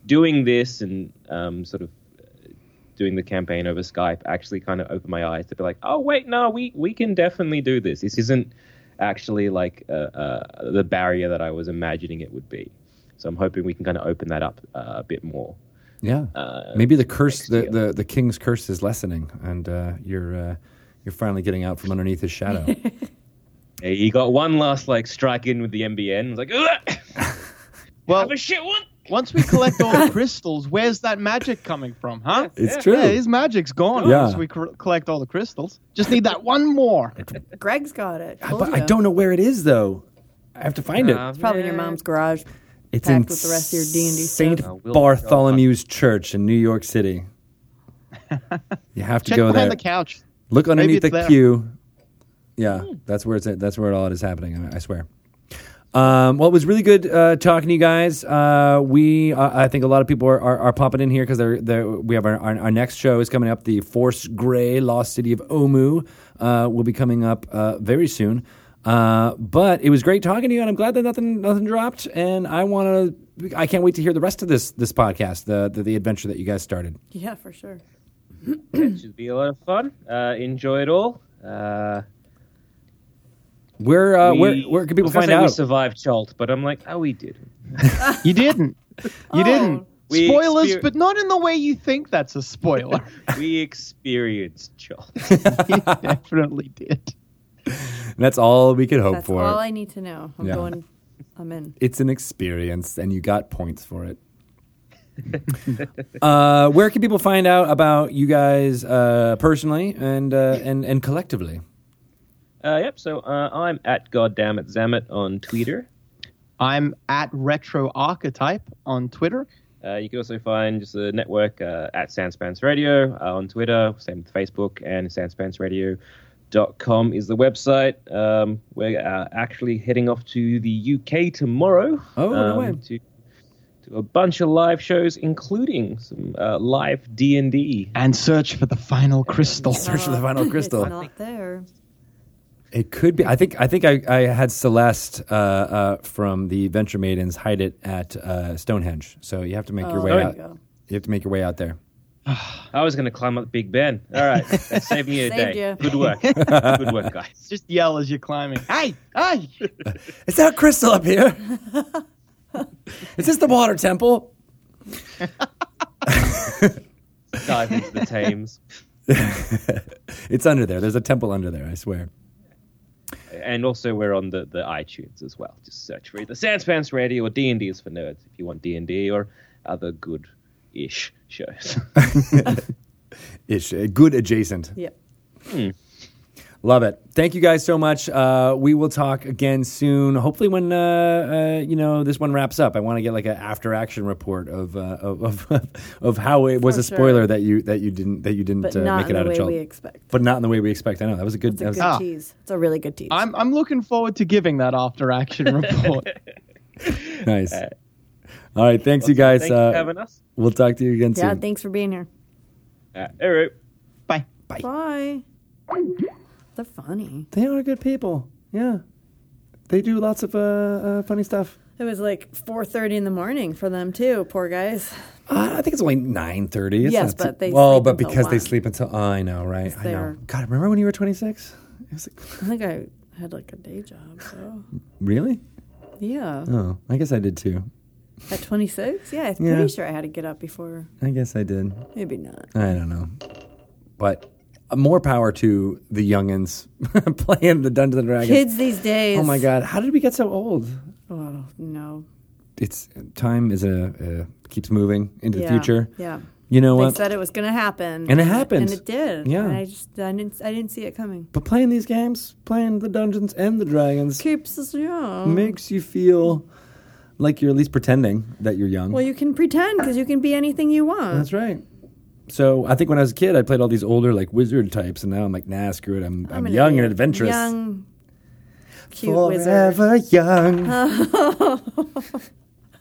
[SPEAKER 6] doing this and um, sort of uh, doing the campaign over Skype actually kind of opened my eyes to be like, oh wait, no, we we can definitely do this. This isn't actually like uh, uh, the barrier that I was imagining it would be. So I'm hoping we can kind of open that up uh, a bit more.
[SPEAKER 1] Yeah.
[SPEAKER 6] Uh,
[SPEAKER 1] Maybe the curse, the, the, the king's curse is lessening, and uh, you're uh, you're finally getting out from underneath his
[SPEAKER 2] [LAUGHS]
[SPEAKER 1] shadow.
[SPEAKER 6] Yeah, He got one last like strike in with the MBN. It's like, Ugh!
[SPEAKER 7] Well,
[SPEAKER 6] have a shit one.
[SPEAKER 7] once we collect all the crystals, where's that magic coming from, huh?
[SPEAKER 1] It's true.
[SPEAKER 7] Yeah, his magic's gone
[SPEAKER 1] Yeah.
[SPEAKER 7] once we cr- collect all the crystals. Just need that one more.
[SPEAKER 2] Greg's got it. Told
[SPEAKER 1] but I
[SPEAKER 2] ya.
[SPEAKER 1] don't know where it is though. I have to find it.
[SPEAKER 2] It's probably in your mom's garage.
[SPEAKER 1] It's
[SPEAKER 2] packed
[SPEAKER 1] in
[SPEAKER 2] with the rest of your D&D
[SPEAKER 1] Saint
[SPEAKER 2] stuff.
[SPEAKER 6] Uh, we'll-
[SPEAKER 1] Bartholomew's Church in New York
[SPEAKER 2] [LAUGHS]
[SPEAKER 1] City. You have to
[SPEAKER 7] Check
[SPEAKER 1] go
[SPEAKER 7] behind
[SPEAKER 1] there.
[SPEAKER 7] the couch.
[SPEAKER 1] Look underneath
[SPEAKER 7] it's
[SPEAKER 1] the
[SPEAKER 7] there.
[SPEAKER 1] queue. Yeah,
[SPEAKER 6] Hmm.
[SPEAKER 1] that's where it's at. That's where all it is happening. I I swear. Um, well, it was really good uh, talking to you guys. Uh, we, uh, I think, a lot of people are, are, are popping in here because they're, they're, we have our, our, our next show is coming up. The Force Gray Lost City of Omu uh, will be coming up uh, very soon. Uh, but it was great talking to you, and I'm glad that nothing nothing dropped. And I want to, I can't wait to hear the rest of this this podcast, the the, the adventure that you guys started.
[SPEAKER 2] Yeah, for sure.
[SPEAKER 6] It should be a lot of fun. Uh, enjoy it all. Uh,
[SPEAKER 1] Where uh,
[SPEAKER 6] we-
[SPEAKER 1] where where can people
[SPEAKER 6] I was gonna
[SPEAKER 1] find
[SPEAKER 6] say We
[SPEAKER 1] out?
[SPEAKER 6] survived Chult, but I'm like, oh, we did.
[SPEAKER 7] You didn't.
[SPEAKER 1] [LAUGHS]
[SPEAKER 7] You
[SPEAKER 1] Oh.
[SPEAKER 7] didn't.
[SPEAKER 6] We
[SPEAKER 7] Spoilers,
[SPEAKER 6] exper-
[SPEAKER 7] but not in the way you think that's a spoiler.
[SPEAKER 1] [LAUGHS]
[SPEAKER 6] We experienced Chult.
[SPEAKER 7] [LAUGHS] you definitely did.
[SPEAKER 1] That's all we could hope
[SPEAKER 2] That's
[SPEAKER 1] for.
[SPEAKER 2] all I need to know. I'm
[SPEAKER 1] Yeah.
[SPEAKER 2] going. I'm in.
[SPEAKER 1] it's an experience and you got points for [LAUGHS] it. uh, where can people find out about you guys uh, personally and, uh, and and collectively?
[SPEAKER 6] Uh, yep. So uh, I'm at goddammit Zamet on Twitter.
[SPEAKER 7] I'm at Retro Archetype on Twitter.
[SPEAKER 6] Uh, you can also find just the network uh, at Sanspants Radio uh, on Twitter, same with Facebook, and sanspantsradio.com is the website. Um, we're uh, actually heading off to the UK tomorrow.
[SPEAKER 1] Oh, no
[SPEAKER 6] um,
[SPEAKER 1] way.
[SPEAKER 6] To, to a bunch of live shows, including some uh, live D and D.
[SPEAKER 7] And search for the final crystal.
[SPEAKER 1] Search for the final crystal.
[SPEAKER 2] It's not there.
[SPEAKER 1] It could be. I think. I think I, I had Celeste uh, uh, from the Venture Maidens hide it at uh, Stonehenge. So you have to make your
[SPEAKER 2] Oh,
[SPEAKER 1] way
[SPEAKER 2] there you
[SPEAKER 1] out.
[SPEAKER 2] go.
[SPEAKER 1] You have to make your way out there.
[SPEAKER 6] I was going to climb up Big Ben. All right, that saved me
[SPEAKER 2] [LAUGHS]
[SPEAKER 6] a
[SPEAKER 2] Saved
[SPEAKER 6] day.
[SPEAKER 2] you.
[SPEAKER 6] Good work, good work, guys.
[SPEAKER 7] [LAUGHS] Just yell as you're climbing. Hey, hey!
[SPEAKER 1] Is that a crystal up
[SPEAKER 2] [LAUGHS]
[SPEAKER 1] here? Is this the water temple?
[SPEAKER 6] Dive into the Thames.
[SPEAKER 1] It's under there. There's a temple under there. I swear.
[SPEAKER 6] and also we're on the, the iTunes as well. Just search for either Sans Pants Radio or D and D is for nerds if you want D and D or other good ish shows.
[SPEAKER 1] Ish. uh, Good adjacent.
[SPEAKER 2] Yep.
[SPEAKER 1] Love it. Thank you guys so much. Uh, we will talk again soon. Hopefully, when uh, uh, you know this one wraps up, I want to get like an after action report of uh, of, of [LAUGHS] of how it was
[SPEAKER 2] For
[SPEAKER 1] a
[SPEAKER 2] sure.
[SPEAKER 1] spoiler that you that you didn't that you didn't
[SPEAKER 2] But
[SPEAKER 1] uh,
[SPEAKER 2] not
[SPEAKER 1] make it
[SPEAKER 2] in the
[SPEAKER 1] out of
[SPEAKER 2] way
[SPEAKER 1] Chult.
[SPEAKER 2] we expect.
[SPEAKER 1] But not in the way we expect. I know that was a good.
[SPEAKER 2] It's a
[SPEAKER 1] that was-
[SPEAKER 2] good
[SPEAKER 7] Ah.
[SPEAKER 2] tease. It's a really good tease.
[SPEAKER 1] [LAUGHS]
[SPEAKER 7] I'm, I'm looking forward to giving that after action report.
[SPEAKER 1] Nice. All right, thanks you guys.
[SPEAKER 6] [LAUGHS] Thank you
[SPEAKER 1] uh,
[SPEAKER 6] for having us.
[SPEAKER 1] We'll talk to you again
[SPEAKER 2] Yeah,
[SPEAKER 1] soon.
[SPEAKER 2] thanks for being here.
[SPEAKER 6] Uh, all right.
[SPEAKER 7] Bye.
[SPEAKER 2] Bye. They're funny.
[SPEAKER 1] they are good people. Yeah, they do lots of uh, uh, funny stuff.
[SPEAKER 2] It was like 4:30 in the morning for them too. Poor guys.
[SPEAKER 1] Uh, I think it's only nine thirty.
[SPEAKER 2] Yes, but they
[SPEAKER 1] well,
[SPEAKER 2] sleep
[SPEAKER 1] but
[SPEAKER 2] until
[SPEAKER 1] because they
[SPEAKER 2] one.
[SPEAKER 1] sleep until I know, right? I know.
[SPEAKER 2] they're-
[SPEAKER 1] God, remember when you were twenty six?
[SPEAKER 2] I think I had like a day job. So
[SPEAKER 1] Really?
[SPEAKER 2] yeah,
[SPEAKER 1] Oh, I guess I did too.
[SPEAKER 2] at 26, yeah, I'm
[SPEAKER 1] Yeah.
[SPEAKER 2] pretty sure I had to get up before.
[SPEAKER 1] I guess I did.
[SPEAKER 2] Maybe not.
[SPEAKER 1] I don't know, but uh, more power to the youngins [LAUGHS] playing the Dungeons and Dragons.
[SPEAKER 2] Kids these days.
[SPEAKER 1] Oh my God, how did we get so old?
[SPEAKER 2] Oh no.
[SPEAKER 1] It's time is a uh, keeps moving into
[SPEAKER 2] Yeah,
[SPEAKER 1] the future.
[SPEAKER 2] Yeah.
[SPEAKER 1] You know
[SPEAKER 2] They
[SPEAKER 1] what?
[SPEAKER 2] said it was going to happen,
[SPEAKER 1] And it happened.
[SPEAKER 2] and it did.
[SPEAKER 1] Yeah.
[SPEAKER 2] and I just I didn't I didn't see it coming.
[SPEAKER 1] But playing these games, playing the Dungeons and the Dragons,
[SPEAKER 2] Keeps us young.
[SPEAKER 1] makes you feel like you're at least pretending that you're young.
[SPEAKER 2] Well, you can pretend because you can be anything you want.
[SPEAKER 1] That's right. So I think when I was a kid, I played all these older like wizard types, and now I'm like, nah, screw it. I'm I'm,
[SPEAKER 2] an
[SPEAKER 1] young and
[SPEAKER 2] idiot.
[SPEAKER 1] adventurous.
[SPEAKER 2] Young, cute wizard. [LAUGHS]
[SPEAKER 1] Forever young.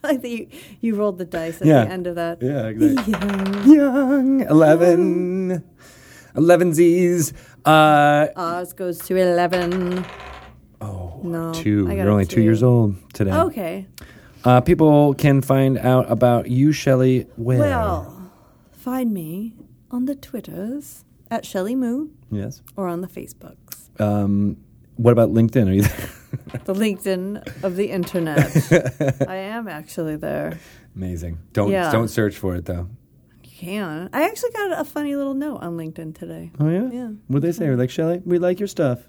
[SPEAKER 2] I think you, you rolled the dice at
[SPEAKER 1] Yeah.
[SPEAKER 2] the end of that.
[SPEAKER 1] yeah,
[SPEAKER 2] [LAUGHS]
[SPEAKER 1] exactly. Young. Eleven. Eleven Z's. Uh,
[SPEAKER 2] Oz goes to 11.
[SPEAKER 1] oh,
[SPEAKER 2] No,
[SPEAKER 1] two.
[SPEAKER 2] I got
[SPEAKER 1] You're
[SPEAKER 2] a
[SPEAKER 1] only two.
[SPEAKER 2] two.
[SPEAKER 1] years old today.
[SPEAKER 2] Okay.
[SPEAKER 1] Uh, people can find out about you, Shelley. Where?
[SPEAKER 2] Well, find me on the Twitters at Shelley Moo
[SPEAKER 1] yes.
[SPEAKER 2] or on the Facebooks.
[SPEAKER 1] Um, what about LinkedIn? Are you [LAUGHS] there?
[SPEAKER 2] The LinkedIn of the
[SPEAKER 1] [LAUGHS]
[SPEAKER 2] internet. I am actually there.
[SPEAKER 1] Amazing. Don't
[SPEAKER 2] Yeah.
[SPEAKER 1] don't search for it though.
[SPEAKER 2] You can. I actually got a funny little note on LinkedIn today.
[SPEAKER 1] Oh yeah.
[SPEAKER 2] Yeah.
[SPEAKER 1] What they say? We're like Shelley. We like your stuff.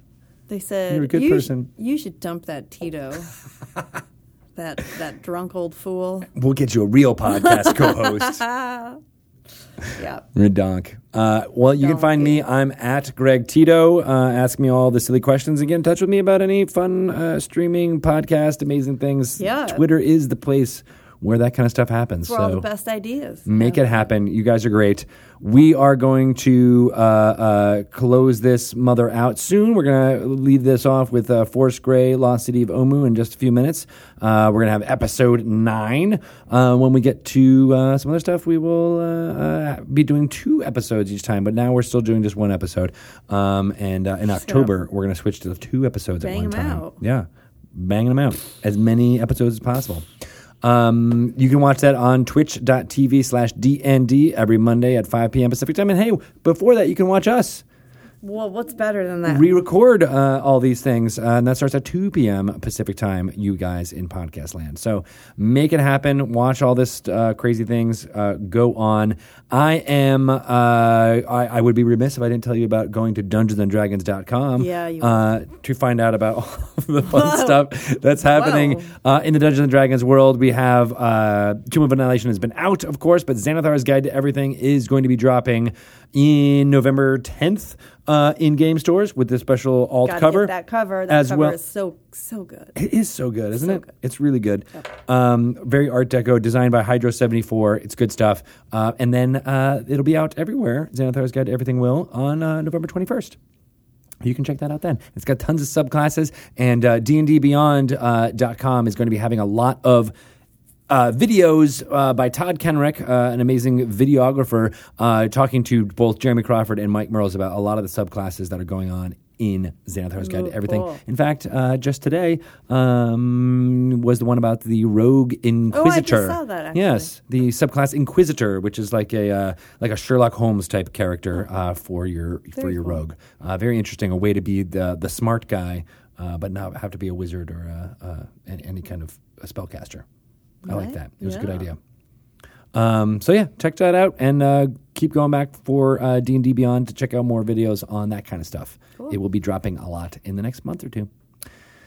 [SPEAKER 2] They said
[SPEAKER 1] You're a good
[SPEAKER 2] "You sh-
[SPEAKER 1] person."
[SPEAKER 2] you should dump that Tito.
[SPEAKER 1] [LAUGHS]
[SPEAKER 2] that that drunk old fool.
[SPEAKER 1] We'll get you a real
[SPEAKER 2] [LAUGHS]
[SPEAKER 1] podcast co-host.
[SPEAKER 2] Yeah.
[SPEAKER 1] Redonk. Uh, well, you can find me. I'm at Greg Tito. Uh, ask me all the silly questions and get in touch with me about any fun uh, streaming, podcast, amazing things.
[SPEAKER 2] Yeah.
[SPEAKER 1] Twitter is the place where that kind of stuff happens.
[SPEAKER 2] For
[SPEAKER 1] so Mm.
[SPEAKER 2] all the best ideas.
[SPEAKER 1] Make it happen. You guys are great. We are going to uh, uh, close this mother out soon. We're going to lead this off with uh, Forest Gray, Lost City of Omu in just a few minutes. Uh, we're going to have episode nine. Uh, when we get to uh, some other stuff, we will uh, uh, be doing two episodes each time, but now we're still doing just one episode. Um, and uh, in October, we're going to switch to two episodes at
[SPEAKER 2] Bang
[SPEAKER 1] one
[SPEAKER 2] 'em
[SPEAKER 1] time.
[SPEAKER 2] out.
[SPEAKER 1] Yeah, banging them out as many episodes as possible. Um, you can watch that on twitch.tv slash DND every Monday at 5 p.m. Pacific time. And hey, before that, you can watch us
[SPEAKER 2] Well, what's better than that?
[SPEAKER 1] re record uh, all these things. Uh, and that starts at 2 p.m. Pacific time, you guys in podcast land. So make it happen. Watch all this uh, crazy things uh, go on. I am, uh, I, I would be remiss if I didn't tell you about going to dungeonsanddragons.com
[SPEAKER 2] Yeah, you
[SPEAKER 1] uh, to find out about [LAUGHS] all of the fun stuff that's happening uh, in the Dungeons and Dragons world. We have uh, Tomb of Annihilation has been out, of course, but Xanathar's Guide to Everything is going to be dropping in November 10th uh, in game stores with this special alt
[SPEAKER 2] Gotta
[SPEAKER 1] cover.
[SPEAKER 2] Get that cover. That
[SPEAKER 1] as
[SPEAKER 2] cover
[SPEAKER 1] well-
[SPEAKER 2] is so so good.
[SPEAKER 1] It is so good, isn't it? It's really good. Um, very Art Deco, designed by Hydro 74. It's good stuff. Uh, and then uh, it'll be out everywhere. Xanathar's Guide to Everything will on uh, November 21st. You can check that out then. It's got tons of subclasses, and uh, dndbeyond.com is going to be having a lot of uh, videos uh, by Todd Kenrick, uh, an amazing videographer, uh, talking to both Jeremy Crawford and Mike Merles about a lot of the subclasses that are going on in Xanathar's Guide to Everything.
[SPEAKER 2] cool.
[SPEAKER 1] In fact, uh, just today um, was the one about the rogue inquisitor.
[SPEAKER 2] Oh, saw that, actually.
[SPEAKER 1] Yes, the subclass inquisitor, which is like a uh, like a Sherlock Holmes type character uh, for your for your rogue. Uh, very interesting, a way to be the the smart guy, uh, but not have to be a wizard or a, uh, an- any kind of a spellcaster. I like that. It was a good idea. Um, so yeah, check that out and uh, keep going back for uh, D and D Beyond to check out more videos on that kind of stuff. It will be dropping a lot in the next month or two.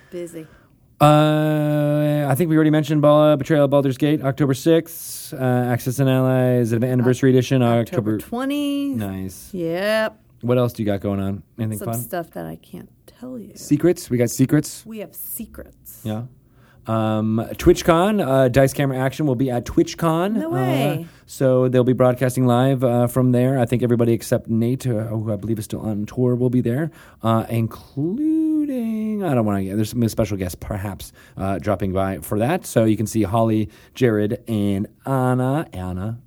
[SPEAKER 2] Busy.
[SPEAKER 1] Uh, I think we already mentioned Bal- Betrayal at Baldur's Gate, October 6th. Uh, Access and Allies Anniversary Edition, October,
[SPEAKER 2] October twenty.
[SPEAKER 1] Nice.
[SPEAKER 2] Yep.
[SPEAKER 1] What else do you got going on? Anything
[SPEAKER 2] Some
[SPEAKER 1] fun?
[SPEAKER 2] stuff that I can't tell you.
[SPEAKER 1] Secrets? We got secrets.
[SPEAKER 2] We have secrets.
[SPEAKER 1] Yeah. Um, TwitchCon, uh, Dice Camera Action will be at TwitchCon.
[SPEAKER 2] No way.
[SPEAKER 1] Uh, so they'll be broadcasting live uh, from there. I think everybody except Nate, uh, who I believe is still on tour, will be there, uh, including shooting. I don't want to. There's some special guests perhaps uh, dropping by for that, so you can see Holly, Jared, and Anna. Anna.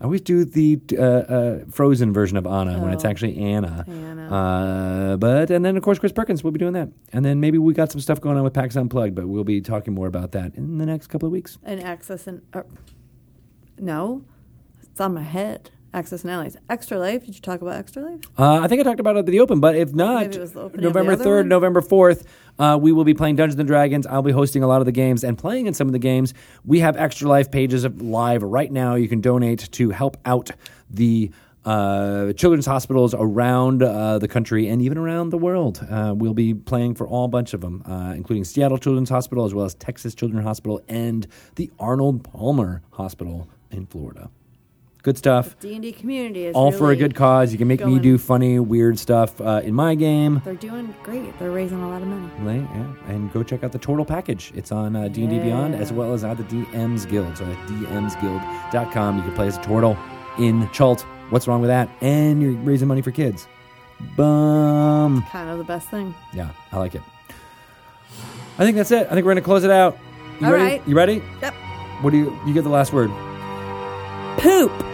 [SPEAKER 1] I always do the uh, uh, frozen version of Anna when it's
[SPEAKER 2] Oh.
[SPEAKER 1] actually Anna.
[SPEAKER 2] Anna.
[SPEAKER 1] Uh, but and then of course Chris Perkins will be doing that, and then maybe we got some stuff going on with Pax Unplugged, but we'll be talking more about that in the next couple of weeks.
[SPEAKER 2] and access and uh, no, it's on my head. Access and allies. Extra life. Did you talk about extra life?
[SPEAKER 1] Uh, I think I talked about it at the open, but if not,
[SPEAKER 2] Maybe it was the opening of the
[SPEAKER 1] November
[SPEAKER 2] other
[SPEAKER 1] 3rd,
[SPEAKER 2] one?
[SPEAKER 1] November 4th, uh, we will be playing Dungeons and Dragons. I'll be hosting a lot of the games and playing in some of the games. We have Extra Life pages up live right now. You can donate to help out the uh, children's hospitals around uh, the country and even around the world. Uh, we'll be playing for all bunch of them, uh, including Seattle Children's Hospital, as well as Texas Children's Hospital and the Arnold Palmer Hospital in Florida. Good stuff
[SPEAKER 2] D and D community is
[SPEAKER 1] all for a
[SPEAKER 2] really-
[SPEAKER 1] good cause. You can make me
[SPEAKER 2] going-
[SPEAKER 1] do funny, weird stuff uh, in my game.
[SPEAKER 2] They're doing great. They're raising a lot of money.
[SPEAKER 1] Lay- yeah, And go check out the total package. It's on uh, D&D Beyond as well as at the DMs Guild. So at dmsguild.com, you can play as a turtle in Chult. What's wrong with that? And you're raising money for kids. Bum.
[SPEAKER 2] Kind of the best thing.
[SPEAKER 1] Yeah, I like it. I think that's it. I think we're going to close it out. You
[SPEAKER 2] All
[SPEAKER 1] ready?
[SPEAKER 2] right.
[SPEAKER 1] You ready?
[SPEAKER 2] Yep.
[SPEAKER 1] What do you you get the last word?
[SPEAKER 2] Poop.